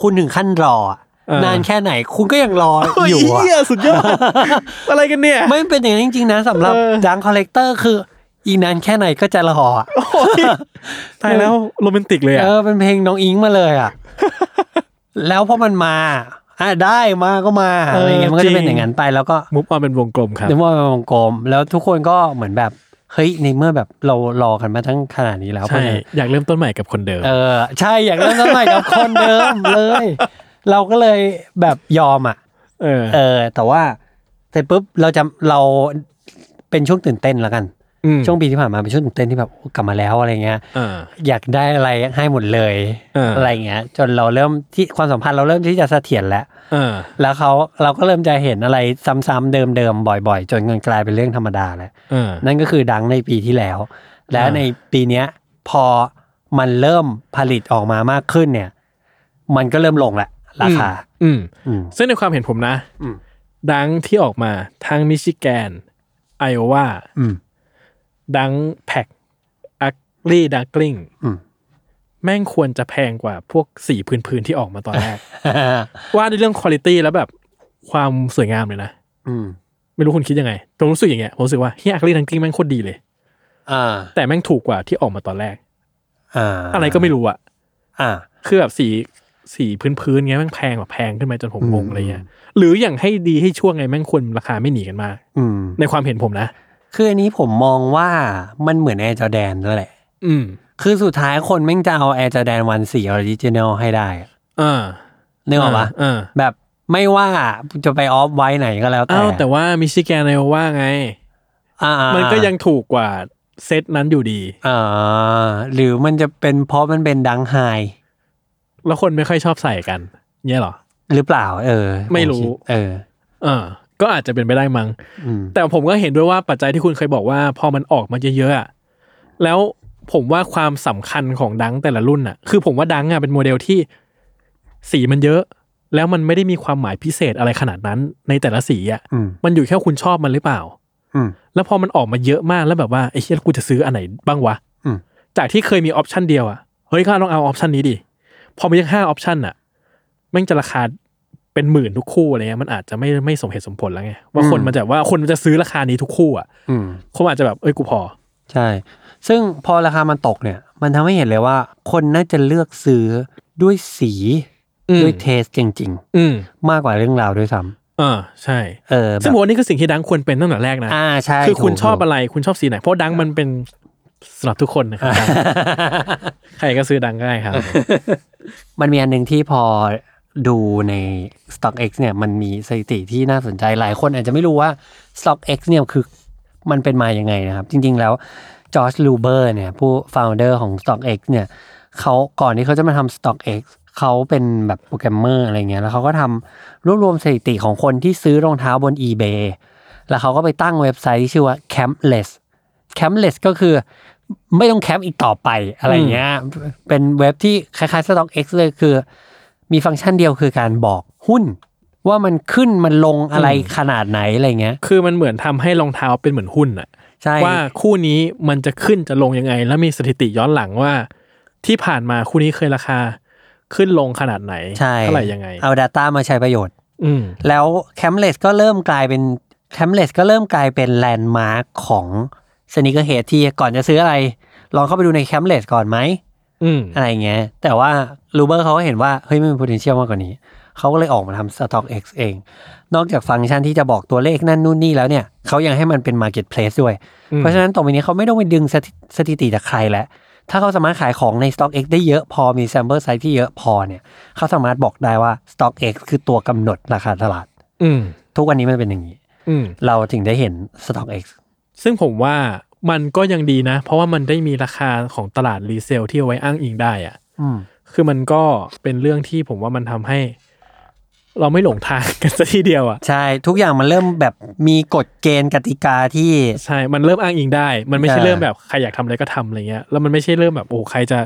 Speaker 2: คุณถึงขั้นรออะ
Speaker 3: เออ
Speaker 2: นานแค่ไหน คุณก็ยังรออยู่
Speaker 3: เฮ้
Speaker 2: อ่ะ
Speaker 3: เหี้ยสุดยอด อะไรกันเนี่ย
Speaker 2: ไม่เป็นอย่างนั้นจริงๆนะสำหรับ
Speaker 3: เออ
Speaker 2: ดังคอลเลกเตอร์คือ อีกนานแค่ไหนก็จะรออ่ะ
Speaker 3: โอ้ยตายแล้วโรแมนติกเลยอะ
Speaker 2: เออเป็นเพลงน้องอิงมาเลยอ่ะ แล้วพอมันมาอ่ะได้มาก็มาอะไรเงี้ยมันก็จะเป็นอย่างนั้นไปแล้วก็
Speaker 3: มุฟออนเป็นวงกลมครับ
Speaker 2: เดี๋ยวมันเป็นวงกลมแล้วทุกคนก็เหมือนแบบเฮ้ยในเมื่อแบบเรารอกันมาทั้งขนาดนี้แล้วเพ
Speaker 3: ใช่
Speaker 2: ราะฉะนั้น
Speaker 3: อยากเริ่มต้นใหม่กับคนเดิม
Speaker 2: เออใช่อยากเริ่มต้นใหม่กับคนเดิมเลย เราก็เลยแบบยอมอ่ะ
Speaker 3: เออ
Speaker 2: เออ แต่ว่าเสร็จปุ๊บเราจะเราเป็นช่วงตื่นเต้นแล้วกัน
Speaker 3: อืม
Speaker 2: ช่วงปีที่ผ่านมาเป็นช่วงตื่นเต้นที่แบบกลับมาแล้วอะไรเงี้ย
Speaker 3: เออ
Speaker 2: อยากได้อะไรให้หมดเลย
Speaker 3: เอออ
Speaker 2: ไรเงี้ย จนเราเริ่มที่ความสัมพันธ์เราเริ่มที่จะเสถียรแล้ว
Speaker 3: เออ
Speaker 2: แล้วเขาเราก็เริ่มจะเห็นอะไรซ้ำๆเดิมๆบ่อย ๆ จนมันกลายเป็นเรื่องธรรมดาแล้ว
Speaker 3: เออ
Speaker 2: นั่นก็คือดังในปีที่แล้ว และ
Speaker 3: เออ
Speaker 2: ในปีเนี้ย พอมันเริ่มผลิตออกมามากขึ้นเนี่ย มันก็เริ่มลงแหละราคา
Speaker 3: อืม
Speaker 2: อืม
Speaker 3: ซึ่งในความเห็นผมนะ
Speaker 2: อืม
Speaker 3: ดังที่ออกมาทั้งมิชิแกน ไอโอวา
Speaker 2: อืม
Speaker 3: ดังแพ็กอักลี่ดักกลิง
Speaker 2: อืม
Speaker 3: แม่งควรจะแพงกว่าพวกสีพื้นๆที่ออกมาตอนแรก ว่าในเรื่องคุณ i t y แล้วแบบความสวยงามเลยนะ
Speaker 2: อืม
Speaker 3: ไม่รู้คุณคิดยังไงผมรู้สึกอย่างเงี้ยผมรู้สึกว่าเฮียอักลี่ดักกลิงแม่งโคตรดีเลย
Speaker 2: อ่า
Speaker 3: แต่แม่งถูกกว่าที่ออกมาตอนแรก
Speaker 2: อ่า
Speaker 3: อะไรก็ไม่รู้อะ
Speaker 2: อ่า
Speaker 3: คือแบบสีสีพื้นๆเงี้ยแม่งแพงแบบแพงขึ้นมาจนผมงง
Speaker 2: อืม
Speaker 3: อะไรเงี้ยหรืออย่างให้ดีให้ช่วงไงแม่งควรราคาไม่หนีกันมาก
Speaker 2: อืม
Speaker 3: ในความเห็นผมนะ
Speaker 2: คืออันนี้ผมมองว่ามันเหมือนแอร์จอแดนด้วยแหละ
Speaker 3: อืม
Speaker 2: คือสุดท้ายคนแม่งจะเอาแอร์จอแดนวันสีออริจินอลให้ได้อะ
Speaker 3: อ่า
Speaker 2: นึกออกปะ
Speaker 3: อ่า
Speaker 2: แบบไม่ว่าจะไปออฟไว้ไหนก็แล้วแต่
Speaker 3: อ้าวแต่ว่ามิชิแกนไอโอว่าไง
Speaker 2: อ่าๆ
Speaker 3: มันก็ยังถูกกว่าเซตนั้นอยู่ดี
Speaker 2: อ่าหรือมันจะเป็นเพราะมันเป็นดังไฮ
Speaker 3: แล้วคนไม่ค่อยชอบใส่กันเนี่ยเหรอ
Speaker 2: หรือเปล่า เออ
Speaker 3: ไม่รู้
Speaker 2: ผคิดเออ
Speaker 3: เออ ก็อาจจะเป็นไปได้มั้ง
Speaker 2: อืม
Speaker 3: แต่ผมก็เห็นด้วยว่าปัจจัยที่คุณเคยบอกว่า พอมันออกมาเยอะๆอะแล้วผมว่าความสำคัญของดังแต่ละรุ่นอ่ะ คือผมว่าดังอ่ะเป็นโมเดลที่สีมันเยอะ แล้วมันไม่ได้มีความหมายพิเศษอะไรขนาดนั้น ในแต่ละสีอ่ะ
Speaker 2: อืม
Speaker 3: มันอยู่แค่คุณชอบมันหรือเปล่า
Speaker 2: อืม
Speaker 3: แล้วพอมันออกมาเยอะมากแล้วแบบว่าไอ้เชี่ยกูจะซื้ออันไหนบ้างวะ
Speaker 2: อืม
Speaker 3: จากที่เคยมีออปชันเดียวอะเฮ้ยก็ลองเอาออปชันนี้ดิพอมีทั้งห้าออปชันอะแม่งจะราคาเป็นหมื่นทุกคู่อะไรเงี้ยมันอาจจะไม่ไม่สมเหตุสมผลแล้วไงว่าคนมันจะว่าคนมันจะซื้อราคานี้ทุกคู่อะ
Speaker 2: อืม
Speaker 3: คนอาจจะแบบเอ้ยกูพอ
Speaker 2: ใช่ ซึ่งพอราคามันตกเนี่ย มันทำให้เห็นเลยว่า คนน่าจะเลือกซื้อด้วยสี
Speaker 3: อืม
Speaker 2: ด้วยเทสจริง
Speaker 3: อืม
Speaker 2: ๆ มากกว่าเรื่องราวด้วยซ้
Speaker 3: เออใช่
Speaker 2: ำเออแบ
Speaker 3: ซึ่ง
Speaker 2: บ
Speaker 3: ผมว่านี่คือสิ่งที่ดังควรเป็นตั้งแต่แรกนะ
Speaker 2: อ่าใช่
Speaker 3: คือคุณ
Speaker 2: ถูก
Speaker 3: ชอบ
Speaker 2: ถูก
Speaker 3: อะไรคุณชอบสีไหนเพราะดังมันเป็น สำหรับทุกคนนะครับ ใครก็ซื้อดังก็ได้ครับ
Speaker 2: มันมีอันหนึ่งที่พอดูใน StockX เนี่ยมันมีสถิติที่น่าสนใจหลายคนอาจจะไม่รู้ว่า StockX เนี่ยคือมันเป็นมาอย่างไงนะครับ จริง ๆ แล้วจอร์จลูเบอร์เนี่ยผู้ founder ของ StockX เนี่ยเขาก่อนที่เขาจะมาทำ StockX เขาเป็นแบบโปรแกรมเมอร์อะไรเงี้ยแล้วเขาก็ทำรวบรวมสถิติของคนที่ซื้อรองเท้าบน eBay แล้วเขาก็ไปตั้งเว็บไซต์ที่ชื่อว่า Campless Campless ก็คือไม่ต้องแคมป์อีกต่อไปอะไรเงี้ย เป็นเว็บที่คล้ายๆ Stock X เลยคือ มีฟังก์ชันเดียวคือการบอกหุ้น ว่ามันขึ้นมันลงอะไรขนาดไหนอะไรเงี้ย
Speaker 3: คือมันเหมือนทำให้รองเท้าเป็นเหมือนหุ้นอะ
Speaker 2: ใช่
Speaker 3: ว่าคู่นี้มันจะขึ้นจะลงยังไง แล้วมีสถิติย้อนหลังว่า ที่ผ่านมาคู่นี้เคยราคาขึ้นลงขนาดไหน
Speaker 2: ใช่
Speaker 3: เท่าไหร่ยังไง
Speaker 2: เอา Data มาใช้ประโยชน์
Speaker 3: อืม
Speaker 2: แล้วแคมเลสก็เริ่มกลายเป็นแคมเลสก็เริ่มกลายเป็นแลนด์มาร์คของสนิเกอร์เฮดที่ก่อนจะซื้ออะไร ลองเข้าไปดูในแคมเลสก่อนไหม
Speaker 3: อืม
Speaker 2: อะไรเงี้ย แต่ว่าลูเบอร์เขาก็เห็นว่า เฮ้ยมันมี potential มากกว่านี้ เขาก็เลยออกมาทำ Stock X เอง นอกจากฟังก์ชันที่จะบอกตัวเลขนั่นนู่นนี่แล้วเนี่ย เขายังให้มันเป็น marketplace ด้วย
Speaker 3: อืม
Speaker 2: เพราะฉะนั้นตรงนี้เขาไม่ต้องไปดึงสถิสถิติจากใครแล้ว ถ้าเขาสามารถขายของใน Stock X ได้เยอะพอมี sample size ที่เยอะพอเนี่ย เขาสามารถบอกได้ว่า Stock X คือตัวกำหนดราคาตลาด
Speaker 3: อืม
Speaker 2: ทุกวันนี้มันเป็นอย่างนี้
Speaker 3: อืม
Speaker 2: เราถึงได้เห็น Stock X
Speaker 3: ซึ่งผมว่ามันก็ยังดีนะ เพราะว่ามันได้มีราคาของตลาดรีเซลที่เอาไว้อ้างอิงได้อะ
Speaker 2: อืม
Speaker 3: คือมันก็เป็นเรื่องที่ผมว่ามันทำให้ เราไม่หลงทางกันซะทีเดียวอะ
Speaker 2: ใช่ ทุกอย่างมันเริ่มแบบมีกฎเกณฑ์กติกาที่
Speaker 3: ใช่ มันเริ่มอ้างอิงได้ มันไม่ใช่
Speaker 2: ใช่
Speaker 3: เริ่มแบบใครอยากทำอะไรก็ทำอะไรเงี้ย แล้วมันไม่ใช่เริ่มแบบโอ้ใครจะ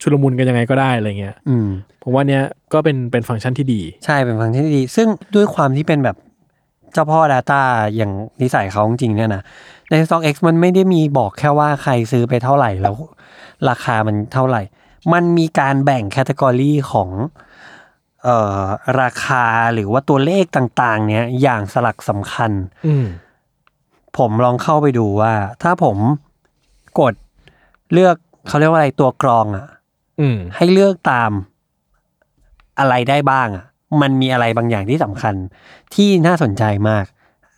Speaker 3: ชุลมุนกันยังไงก็ได้อะไรเงี้ย
Speaker 2: อืม
Speaker 3: ผมว่าเนี้ยก็เป็นเป็นฟังก์ชันที่ดี
Speaker 2: ใช่เป็นฟังก์ชันที่ดี ซึ่งด้วยความที่เป็นแบบเจ้าพ่อ Data อย่างนิสัยเขาจริงๆเนี่ยนะใน StockX มันไม่ได้มีบอกแค่ว่าใครซื้อไปเท่าไหร่แล้ว ราคามันเท่าไหร่ มันมีการแบ่งแคตตากรีของเอ่อราคาหรือว่าตัวเลขต่างๆ เนี่ยอย่างสลักสำคัญ
Speaker 3: อืม
Speaker 2: ผมลองเข้าไปดูว่า ถ้าผมกดเลือกเขาเรียกว่าอะไรตัวกรองอะ
Speaker 3: อืม
Speaker 2: ให้เลือกตามอะไรได้บ้างอ่ะ มันมีอะไรบางอย่างที่สำคัญที่น่าสนใจมาก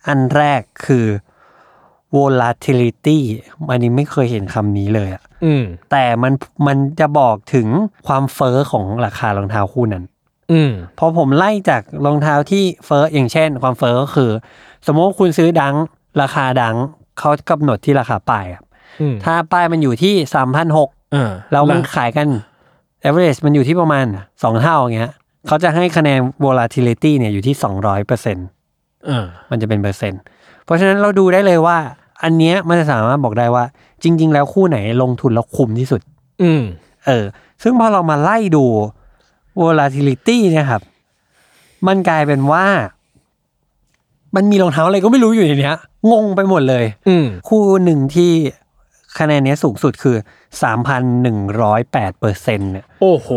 Speaker 2: อันแรกคือ volatility อันนี้ไม่เคยเห็นคำนี้เลยอ่ะ
Speaker 3: อืม
Speaker 2: แต่มันมันจะบอกถึงความเฟอ้อของราคารองเท้าคู่นั้น
Speaker 3: อืม
Speaker 2: พอผมไล่จากรองเท้าที่เฟอ้ออย่างเช่น ความเฟอ้อก็คือ สมมติว่าคุณซื้อดังราคาดังเขากำหนดที่ราคาป้ายครับ
Speaker 3: อืม
Speaker 2: ถ้าป้ายมันอยู่ที่สามพันหก
Speaker 3: อ่า
Speaker 2: แล้วมันขายกัน average มันอยู่ที่ประมาณ 2 เท่าอย่างเงี้ยเขาจะให้คะแนน volatility เนี่ยอยู่ที่ 200เปอร์เซ็น
Speaker 3: อ่า
Speaker 2: มันจะเป็นเปอร์เซ็นต์ เพราะฉะนั้นเราดูได้เลยว่า อันเนี้ยมันจะสามารถบอกได้ว่า จริง ๆ แล้วคู่ไหนลงทุนแล้วคุ้มที่สุด
Speaker 3: อืม
Speaker 2: เออ ซึ่งพอเรามาไล่ดู volatility เนะครับ มันกลายเป็นว่า มันมีรองเท้าอะไรก็ไม่รู้อยู่ในเนี้ย งงไปหมดเลย
Speaker 3: อืม
Speaker 2: คู่หนึ่งที่คะแนนเนี้ยสูงสุดคือ 3,108เปอร์เซ็นต์เนี่ย
Speaker 3: โอ้โห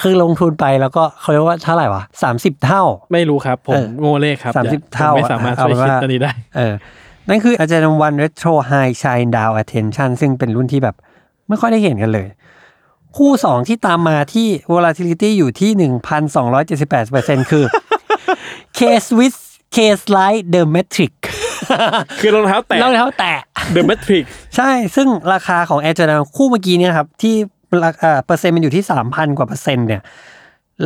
Speaker 2: คือลงทุนไปแล้วก็เขาเรียกว่าเท่าไหร่วะ30 เท่า
Speaker 3: ไม่รู้ครับ ผม
Speaker 2: เออ
Speaker 3: โง่เลขครับ
Speaker 2: สามสิบ
Speaker 3: อย่
Speaker 2: เท่า
Speaker 3: ผไม่สามารถช่วย
Speaker 2: เอาเป็น
Speaker 3: คิด
Speaker 2: ว่า
Speaker 3: อันนี้ได้
Speaker 2: เออ นั่นคืออาจารย์วัน retro high shine down attention ซึ่งเป็นรุ่นที่แบบ ไม่ค่อยได้เห็นกันเลย คู่ 2 ที่ตามมาที่ volatility อยู่ที่ 1,278%คือ case with case like the metric
Speaker 3: คือรองเท้าแตะ
Speaker 2: รองเท้าแตะ
Speaker 3: The Matrix
Speaker 2: ใช่ ซึ่งราคาของ Air Jordan คู่เมื่อกี้เนี่ยครับ ที่ราเอ่อเปอร์เซ็นต์มันอยู่ที่ 3,000 กว่าเปอร์เซ็นต์เนี่ย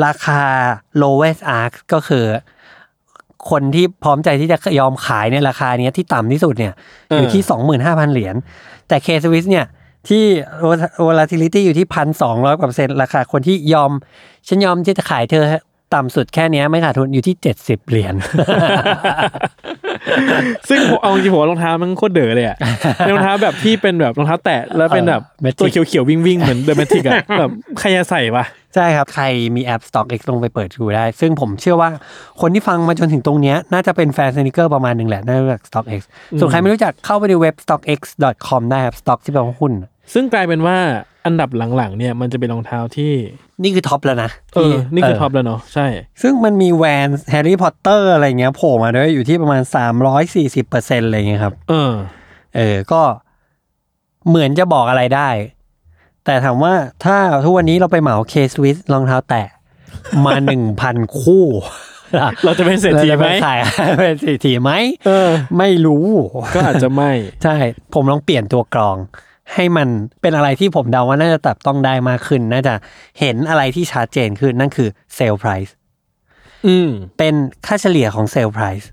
Speaker 2: ราคา lowest arc ก็คือ คนที่พร้อมใจที่จะยอมขายเนี่ยราคาเนี้ยที่ต่ำที่สุดเนี่ย
Speaker 3: เออ
Speaker 2: อ
Speaker 3: อ
Speaker 2: ยู่ที่ 25,000 เหรียญ แต่ K Swiss เนี่ย ที่ volatility อยู่ที่ 1,200 กว่าเปอร์เซ็นต์ราคาคนที่ยอม ฉันยอมที่จะขายเธอต่ำสุดแค่เนี้ยไม่ขาดทุนอยู่ที่ 70 เหรียญ
Speaker 3: ซึ่งผมเอาจริงๆผมว่ารองเท้ามันโคตรเด๋อเลยอะ เป็นรองเท้าแบบที่เป็นแบบรองเท้าแตะแล้วเป็นแบบ
Speaker 2: Matrix
Speaker 3: ตัวเขียวๆวิ่งๆ เหมือน The Matrix อะแบบใครจะใส่วะ
Speaker 2: ใช่ครับ ใครมีแอป StockX ลงไปเปิดดูได้ ซึ่งผมเชื่อว่าคนที่ฟังมาจนถึงตรงเนี้ยน่าจะเป็นแฟนสนิเกอร์ประมาณหนึ่งแหละ น่าจะรู้จัก StockX ส่วนใครไม่รู้จักเข้าไปในเว็บ stockx.com ได้ครับ stock ที่แปลว่าหุ้น
Speaker 3: ซึ่งกลายเป็นว่าอันดับหลังๆ เนี่ยมันจะเป็นรองเท้าที่
Speaker 2: นี่คือท็อปแล้วนะ
Speaker 3: เออ
Speaker 2: ที่
Speaker 3: นี่คือท็อปแล้วเนาะใช่
Speaker 2: ซึ่งมันมีแวนแฮร์รี่พอตเตอร์อะไรเงี้ยโผล่มาด้วยอยู่ที่ประมาณ 340%อะไรเงี้ยครับ
Speaker 3: เออ
Speaker 2: เออ ก็เหมือนจะบอกอะไรได้ แต่ถามว่าถ้าทุกวันนี้เราไปเหมาเคสวิสรองเท้าแตะมา 1,000 คู่
Speaker 3: เราจะเป็นเศรษฐี
Speaker 2: เรา
Speaker 3: ไหม
Speaker 2: จะเป็นสาย เป็นเศรษฐีไหม
Speaker 3: เออ
Speaker 2: ไม่รู้
Speaker 3: ก็อาจจะไม่
Speaker 2: ใช่ ผมลองเปลี่ยนตัวกรอง ให้มันเป็นอะไรที่ผมเดาว่าน่าจะตับต้องได้มากขึ้น น่าจะเห็นอะไรที่ชัดเจนขึ้นนั่นคือเซลล์ไพรซ์
Speaker 3: อืม
Speaker 2: เป็นค่าเฉลี่ยของเซลล์ไพรซ์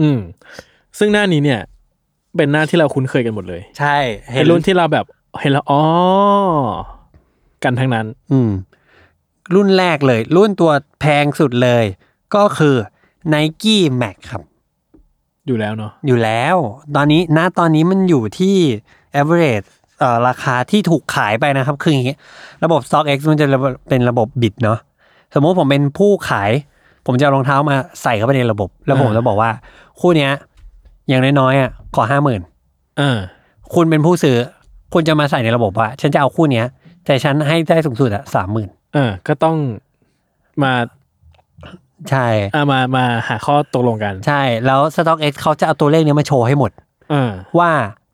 Speaker 3: อืม ซึ่งหน้านี้เนี่ย เป็นหน้าที่เราคุ้นเคยกันหมดเลย
Speaker 2: ใช่
Speaker 3: เป็นรุ่นที่เราแบบเห็นแล้วอ๋อกันทั้งนั้น
Speaker 2: อืม รุ่นแรกเลย รุ่นตัวแพงสุดเลย ก็คือ Nike Max ครับ
Speaker 3: อยู่แล้วเนาะ
Speaker 2: อยู่แล้ว ตอนนี้ณตอนนี้มันอยู่ที่ average เอ่อราคาที่ถูกขายไปนะครับ คืออย่างงี้ระบบ stock x มันจะระบบเป็นระบบบิดเนาะสมมุติผมเป็นผู้ขาย ผมจะเอารองเท้ามาใส่เข้าไปในระบบ แล้วผมจะบอกว่า คู่เนี้ย อย่างน้อยๆอ่ะขอห้าหมื่น
Speaker 3: เออ
Speaker 2: คุณเป็นผู้ซื้อ คุณจะมาใส่ในระบบว่า ฉันจะเอาคู่เนี้ย แต่ฉันให้ได้สูงสุดอ่ะสามหมื่น
Speaker 3: เออ ก็ต้องมา
Speaker 2: ใช่
Speaker 3: อ่ามามาหาข้อตกลงกัน
Speaker 2: ใช่แล้ว stock x เขาจะเอาตัวเลขเนี้ยมาโชว์ให้หมด
Speaker 3: เออ
Speaker 2: ว่า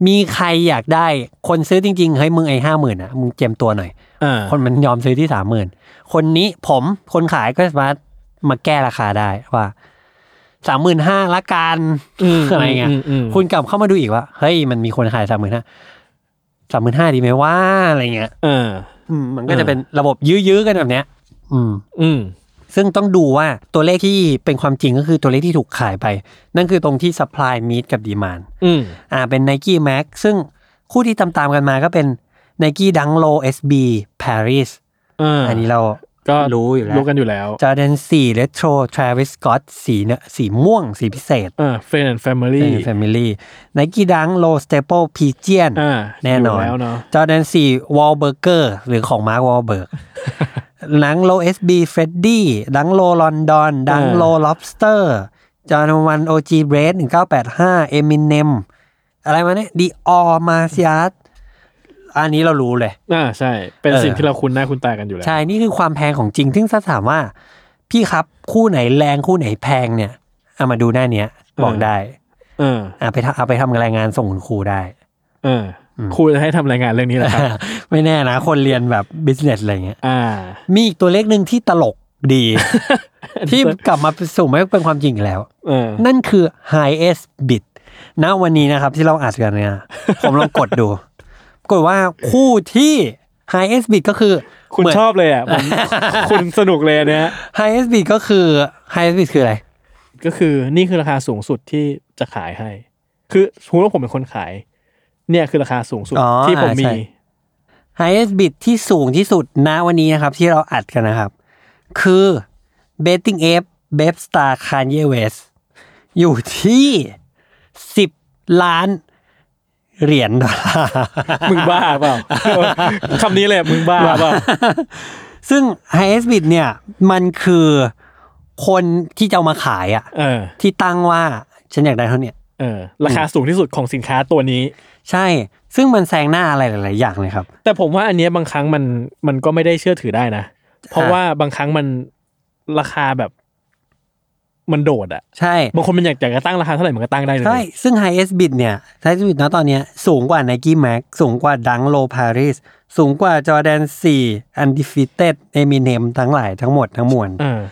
Speaker 2: มีใครอยากได้คนซื้อจริงๆเฮ้ยมึงไอ้ห้าหมื่นอ่ะมึงเจยมตัวหน่อย
Speaker 3: อ่า
Speaker 2: คนมันยอมซื้อที่สามหมื่นคนนี้ผมคนขายก็สามารถมาแก้ราคาได้ว่าสามหมื่นห้าละกันอะไรเงี้ย
Speaker 3: มมม
Speaker 2: คุณกลับเข้ามาดูอีกว่า เฮ้ยมันมีคนขายสามหมื่นห้าสามหมื่นห้าดีไหมว่าอะไรเงี้ย
Speaker 3: เออ
Speaker 2: อืมมันก็จะเป็นระบบยื้อๆกันแบบเนี้ย อืม
Speaker 3: อืม
Speaker 2: ซึ่งต้องดูว่าตัวเลขที่เป็นความจริงก็คือตัวเลขที่ถูกขายไป นั่นคือตรงที่ supply meet กับ demand
Speaker 3: อืม
Speaker 2: อ่าเป็น Nike Max ซึ่งคู่ที่ตามๆกันมาก็เป็น Nike Dunk Low SB Paris
Speaker 3: เออ
Speaker 2: อั
Speaker 3: อั
Speaker 2: นนี้เรา
Speaker 3: ก็
Speaker 2: รู้อยู่แล้ว
Speaker 3: รู้กันอยู่แล้ว
Speaker 2: Jordan 4 Retro Travis Scott สีเนสีม่วง สีพิเศษ
Speaker 3: เออ friend and family
Speaker 2: เป็น Family Nike Dunk Low Staple Pigeon
Speaker 3: อ่า
Speaker 2: แน่นอน
Speaker 3: ยู่แล้วเนาะ
Speaker 2: Jordan 4 Wahlburger หรือของ Mark Wahlberg หนัง Low SB Freddy ดัง Low London ดัง
Speaker 3: อ่า
Speaker 2: Low Lobster จอห์นวัน OG Bread 1985 Eminem อะไรมาเนี่ย Dior Marcias อันนี้เรารู้เลย
Speaker 3: อ่าใช่ เป็น
Speaker 2: เออ
Speaker 3: สิ่งที่เราคุ้นหน้าคุ้นตากันอยู่แล้ว
Speaker 2: ใช่ นี่คือความแพงของจริง ซึ่งถ้าถามว่า พี่ครับคู่ไหนแรงคู่ไหนแพงเนี่ยเอามาดูหน้าเนี้ย บอก
Speaker 3: เออ
Speaker 2: ได้
Speaker 3: เออ
Speaker 2: เอาไปทำเอาไปทำรายงานส่งคุณครูได้
Speaker 3: เอออครูจะให้ทำรายงานเรื่องนี้แหละครับ
Speaker 2: ไม่แน่นะ คนเรียนแบบ business อะไรเงี้ย
Speaker 3: อ่า
Speaker 2: มีอีกตัวเลขหนึ่งที่ตลกดี ที่กลับมาสู่ไม่เป็นความจริงอีกแล้ว
Speaker 3: เออ
Speaker 2: นั่นคือ high s bid ณวันนี้นะครับที่เราอัดกันเนี่ย ผมลองกดดูปรากดว่าคู่ที่ high s bid ก็คือ
Speaker 3: คุณ
Speaker 2: เหมืน
Speaker 3: ชอบเลยอ่ะ ผม คุณสนุกเลยอันเนี้ย
Speaker 2: high s bid ก็คือ high s bid คืออะไร
Speaker 3: ก็คือนี่คือราคาสูงสุดที่จะขายให้ คือสมมติว่าผมเป็นคนขาย เนี่ยคือราคาสูงสุด
Speaker 2: อ๋อ
Speaker 3: ที่ผม
Speaker 2: อ่า
Speaker 3: มี
Speaker 2: ใช่ high s bid ที่สูงที่สุดณวันนี้นะครับ ที่เราอัดกันนะครับ คือ betting app b e b star kanye west อยู่ที่ 10 ล้านเหรียญดอลลาร์
Speaker 3: มึงบ้าเปล่า คำนี้เลยมึงบ้าเปล่า
Speaker 2: ซึ่ง i s b i t เนี่ยมันคือคนที่จะเอามาขายอะ
Speaker 3: เออ
Speaker 2: ที่ตั้งว่าฉันอยากได้เท่าเนี้ย
Speaker 3: เออ ราคาสูงที่สุดของสินค้าตัวนี้
Speaker 2: ใช่ ซึ่งมันแซงหน้าอะไรหลาย ๆ อย่างเลยครับ
Speaker 3: แต่ผมว่าอันเนี้ยบางครั้งมันมันก็ไม่ได้เชื่อถือได้นะ เพราะว่าบางครั้งมันราคาแบบ มันโดดอะ
Speaker 2: ใช่
Speaker 3: บางคนมันอยากอยากจะตั้งราคาเท่าไหร่มันก็ตั้งได้เลย
Speaker 2: ใช่ซึ่ง i s b i t เนี่ย i s b i t ณตอนเนี้ยสูงกว่า Nike Max สูงกว่า Dunk Low Paris สูงกว่า Jordan 4 Undefeated Eminem ทั้งหลายทั้งหมดทั้งมวล
Speaker 3: เออ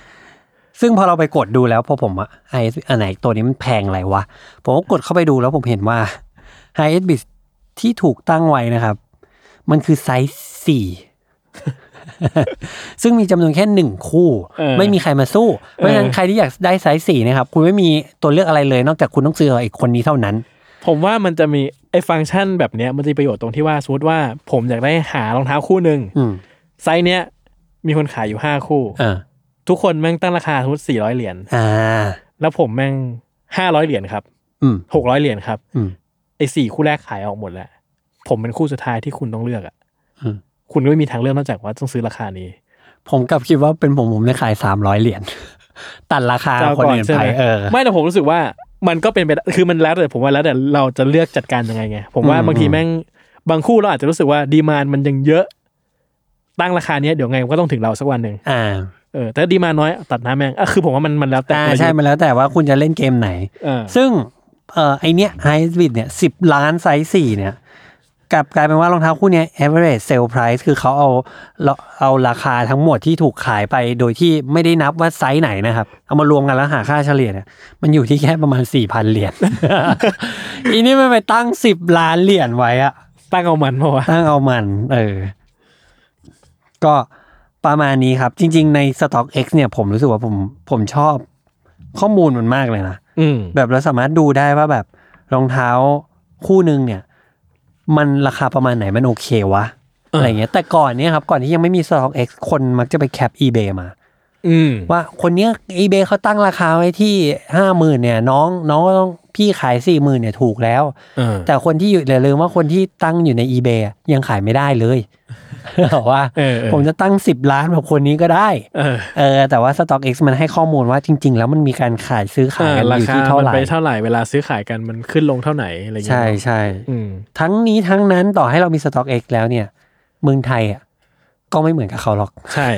Speaker 2: ซึ่งพอเราไปกดดูแล้วพอผมว่าไออันไหนตัวนี้มันแพงอะไรวะ ผมก็กดเข้าไปดูแล้วผมเห็นว่าไฮเอสบิสที่ถูกตั้งไว้นะครับ มันคือไซส์สี่ ซึ่งมีจำนวนแค่หนึ่งคู่
Speaker 3: เออ
Speaker 2: ไม่มีใครมาสู้ เพราะฉะนั้นใครที่อยากได้ไซส์สี่นะครับ คุณไม่มีตัวเลือกอะไรเลย นอกจากคุณต้องซื้อกับไอ้คนนี้เท่านั้น
Speaker 3: ผมว่ามันจะมีไอ้ฟังก์ชันแบบเนี้ยมันจะมีประโยชน์ตรงที่ว่าสมมติว่าผมอยากได้หารองเท้าคู่หนึ่ง
Speaker 2: อืม
Speaker 3: ไซส์เนี้ยมีคนขายอยู่ห้าคู่
Speaker 2: อ่า
Speaker 3: ทุกคนแม่งตั้งราคาสมมติสี่ร้อยเหรียญ
Speaker 2: อ่า
Speaker 3: แล้วผมแม่งห้าร้อยเหรียญครับ
Speaker 2: อืม
Speaker 3: หกร้อยเหรียญครับ
Speaker 2: อืม
Speaker 3: ไอ้สี่คู่แรกขายออกหมดแล้ว ผมเป็นคู่สุดท้ายที่คุณต้องเลือกอะ
Speaker 2: อืม
Speaker 3: คุณก็ไม่มีทางเลือกนอกจากว่าต้องซื้อราคานี้
Speaker 2: ผมกลับคิดว่าเป็นผมผมได้ขายสามร้อยเหรียญ ตัดราคา
Speaker 3: เจ้า
Speaker 2: คน
Speaker 3: ก่อน
Speaker 2: อื่น
Speaker 3: ใช่
Speaker 2: ไป
Speaker 3: ไหม
Speaker 2: เออ
Speaker 3: ไม่แต่ผมรู้สึกว่ามันก็เป็นไปได้คือมันแล้วแต่ผมว่าแล้วแต่เราจะเลือกจัดการยังไงไงผมว่า
Speaker 2: อืม
Speaker 3: บางทีแม่งบางคู่เราอาจจะรู้สึกว่าดีมานมันยังเยอะตั้งราคาเนี้ยเดี๋ยวไงมันก็ต้องถึงเราสักวันหนึ่ง
Speaker 2: อ่า
Speaker 3: เออแต่ดีมานน้อยตัดหน้าแม่งอ่ะคือผมว่ามันมันแล้วแต่
Speaker 2: อ่าก
Speaker 3: ลยุทธ์
Speaker 2: ใช่ มันแล้วแต่ว่าคุณจะเล่นเกมไหน
Speaker 3: เออ
Speaker 2: ซึ่งเอ่อไอเนี้ยไฮสวิดเนี่ยสิบล้านไซส์สี่เนี่ย กลับกลายเป็นว่ารองเท้าคู่เนี้ย average sale price คือเขาเอาเราเอาราคาทั้งหมดที่ถูกขายไปโดยที่ไม่ได้นับว่าไซส์ไหนนะครับ เอามารวมกันแล้วหาค่าเฉลี่ยเนี่ยมันอยู่ที่แค่ประมาณสี่พันเหรียญ อีนี่มันไปตั้งสิบล้านเหรียญไว้อะ
Speaker 3: ตั้งเอามันเพราะว่า
Speaker 2: ตั้งเอามัน เออ ก็ประมาณนี้ครับ จริง ๆ ใน Stock X เนี่ยผมรู้สึกว่าผมผมชอบข้อมูลมันมากเลยนะ
Speaker 3: อืม
Speaker 2: แบบเราสามารถดูได้ว่าแบบรองเท้าคู่หนึ่งเนี่ย มันราคาประมาณไหนมันโอเควะอะไรเงี้ยแต่ก่อนเนี่ยครับ ก่อนที่ยังไม่มี Stock X คนมักจะไปแคป eBay มา
Speaker 3: อืม
Speaker 2: ว่าคนเนี้ย eBay เขาตั้งราคาไว้ที่ห้าหมื่นเนี่ย น้องน้องก็ต้องพี่ขายสี่หมื่นเนี่ยถูกแล้ว
Speaker 3: เออ
Speaker 2: แต่คนที่อยู่อย่าลืมว่าคนที่ตั้งอยู่ใน eBay อะยังขายไม่ได้เลย บอกว่า
Speaker 3: เออเออ
Speaker 2: ผมจะตั้งสิบล้านแบบคนนี้ก็ได้
Speaker 3: เออ
Speaker 2: เออแต่ว่า Stock X มันให้ข้อมูลว่าจริง ๆ แล้วมันมีการขายซื้อขายกันอ
Speaker 3: รา
Speaker 2: ยู่
Speaker 3: คา
Speaker 2: ที่เท่า
Speaker 3: มัน
Speaker 2: ไหร่
Speaker 3: ไปเท่าไหร่เวลาซื้อขายกันมันขึ้นลงเท่าไหร่อะไรอย่างเงี้
Speaker 2: ใช่
Speaker 3: ย
Speaker 2: ใช่
Speaker 3: อืม
Speaker 2: ทั้งนี้ทั้งนั้นต่อให้เรามี Stock X แล้วเนี่ย เมืองไทยอ่ะก็ไม่เหมือนกับเขาหรอก
Speaker 3: ใช่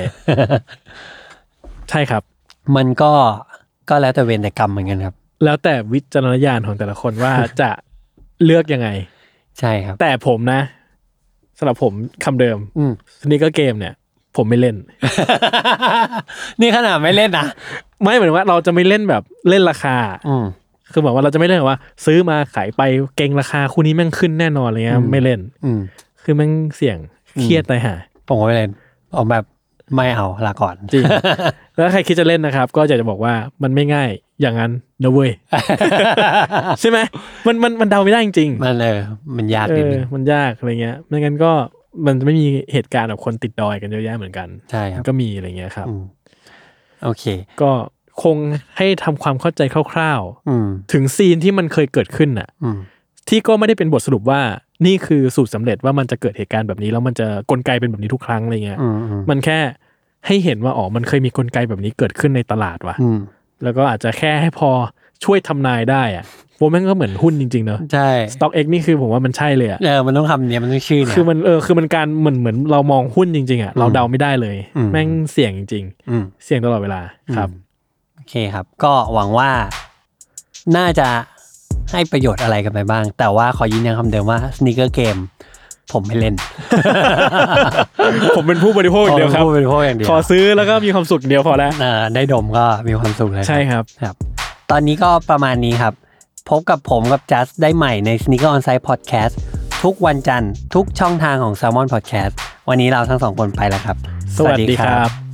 Speaker 3: ใช่ครับ
Speaker 2: มันก็ก็แล้วแต่เวรแต่กรรมเหมือนกันครับ
Speaker 3: แล้วแต่วิจารณญาณของแต่ละคน ว่า จะเลือกยังไง
Speaker 2: ใช่ ครับ
Speaker 3: แต่ผมนะสำหรับผมคำเดิม
Speaker 2: อืม
Speaker 3: สนิเกอร์เกมเนี่ย ผมไม่เล่น
Speaker 2: นี่ขนาดไม่เล่นนะ
Speaker 3: ไม่เหมือนว่าเราจะไม่เล่นแบบเล่นราคา
Speaker 2: อืม
Speaker 3: คือแบบว่าเราจะไม่เล่นแบบว่า ซื้อมาขายไปเก่งราคาคู่นี้แม่งขึ้นแน่นอนอะไรเงี้ย
Speaker 2: อืม
Speaker 3: ไม่เล่น
Speaker 2: อืม
Speaker 3: คือแม่งเสี่ยงเครียดตายห่า
Speaker 2: ผมก็ไม่เล่นออกแบบไม่เอาลาก่อน
Speaker 3: จริง แล้วใครคิดจะเล่นนะครับ ก็อยากจะบอกว่ามันไม่ง่ายอย่างนั้นนะเว้ย ใช่ไหมมันมันมันเดาไม่ได้จริงๆ
Speaker 2: มันเออมันยาก
Speaker 3: เอ
Speaker 2: นิด
Speaker 3: อ
Speaker 2: นึง
Speaker 3: มันยากอะไรเงี้ยไม่งั้นก็มันจะไม่มีเหตุการณ์แบบคนติดดอยกันเยอะแยะเหมือนกัน
Speaker 2: ใช่ค
Speaker 3: มั
Speaker 2: รับ
Speaker 3: นก็มีอะไรเงี้ยครับ
Speaker 2: อืมโอเค
Speaker 3: ก็คงให้ทำความเข้าใจคร่าว
Speaker 2: อืม
Speaker 3: ๆ ถึงซีนที่มันเคยเกิดขึ้นน่ะ
Speaker 2: อืม
Speaker 3: ที่ก็ไม่ได้เป็นบทสรุปว่านี่คือสูตรสำเร็จว่ามันจะเกิดเหตุการณ์แบบนี้ แล้วมันจะกลไกเป็นแบบนี้ทุกครั้งอะไรเงี้ย
Speaker 2: อืมอืม
Speaker 3: มันแค่ให้เห็นว่าอ๋อมันเคยมีกลไกแบบนี้เกิดขึ้นในตลาดว่ะ
Speaker 2: อืม
Speaker 3: แล้วก็อาจจะแค่ให้พอช่วยทำนายได้อะผมแม่งก็เหมือนหุ้นจริงๆเนอะ
Speaker 2: ใช่
Speaker 3: Stock X นี่คือผมว่ามันใช่เลยอะ
Speaker 2: เออมันต้องคำเนี้ยมันต้องชื่อเนี่ย
Speaker 3: คือมันเออคือมันการเหมือนเหมือนเรามองหุ้นจริงๆอะเราเดาไม่ได้เลย
Speaker 2: อืม
Speaker 3: แม่งเสี่ยงจริง
Speaker 2: อืม
Speaker 3: ๆ เสี่ยงตลอดเวลาครับ
Speaker 2: อืมโอเคครับ ก็หวังว่าน่าจะให้ประโยชน์อะไรกันไปบ้าง แต่ว่าขอยืนยันคำเดิมว่าสน a เกอร์เกมผมไม่เล่น
Speaker 3: ผมเป็นผู้บริโภคอย่างเดียวครับ
Speaker 2: ขอเป็นผู้บริโภคอย่างเดียว
Speaker 3: ขอซื้อแล้วก็มีความสุขอย่างเดียวพอแล้ว
Speaker 2: เอ่อได้ดมก็มีความสุขเลย
Speaker 3: ใช่ครับ
Speaker 2: ครับ ตอนนี้ก็ประมาณนี้ครับ พบกับผมกับจัสได้ใหม่ใน Sneaker On Site Podcast ทุกวันจันทร์ทุกช่องทางของ Salmon Podcast วันนี้เราทั้งสองคนไปแล้วครับ
Speaker 3: สวัสดีครับ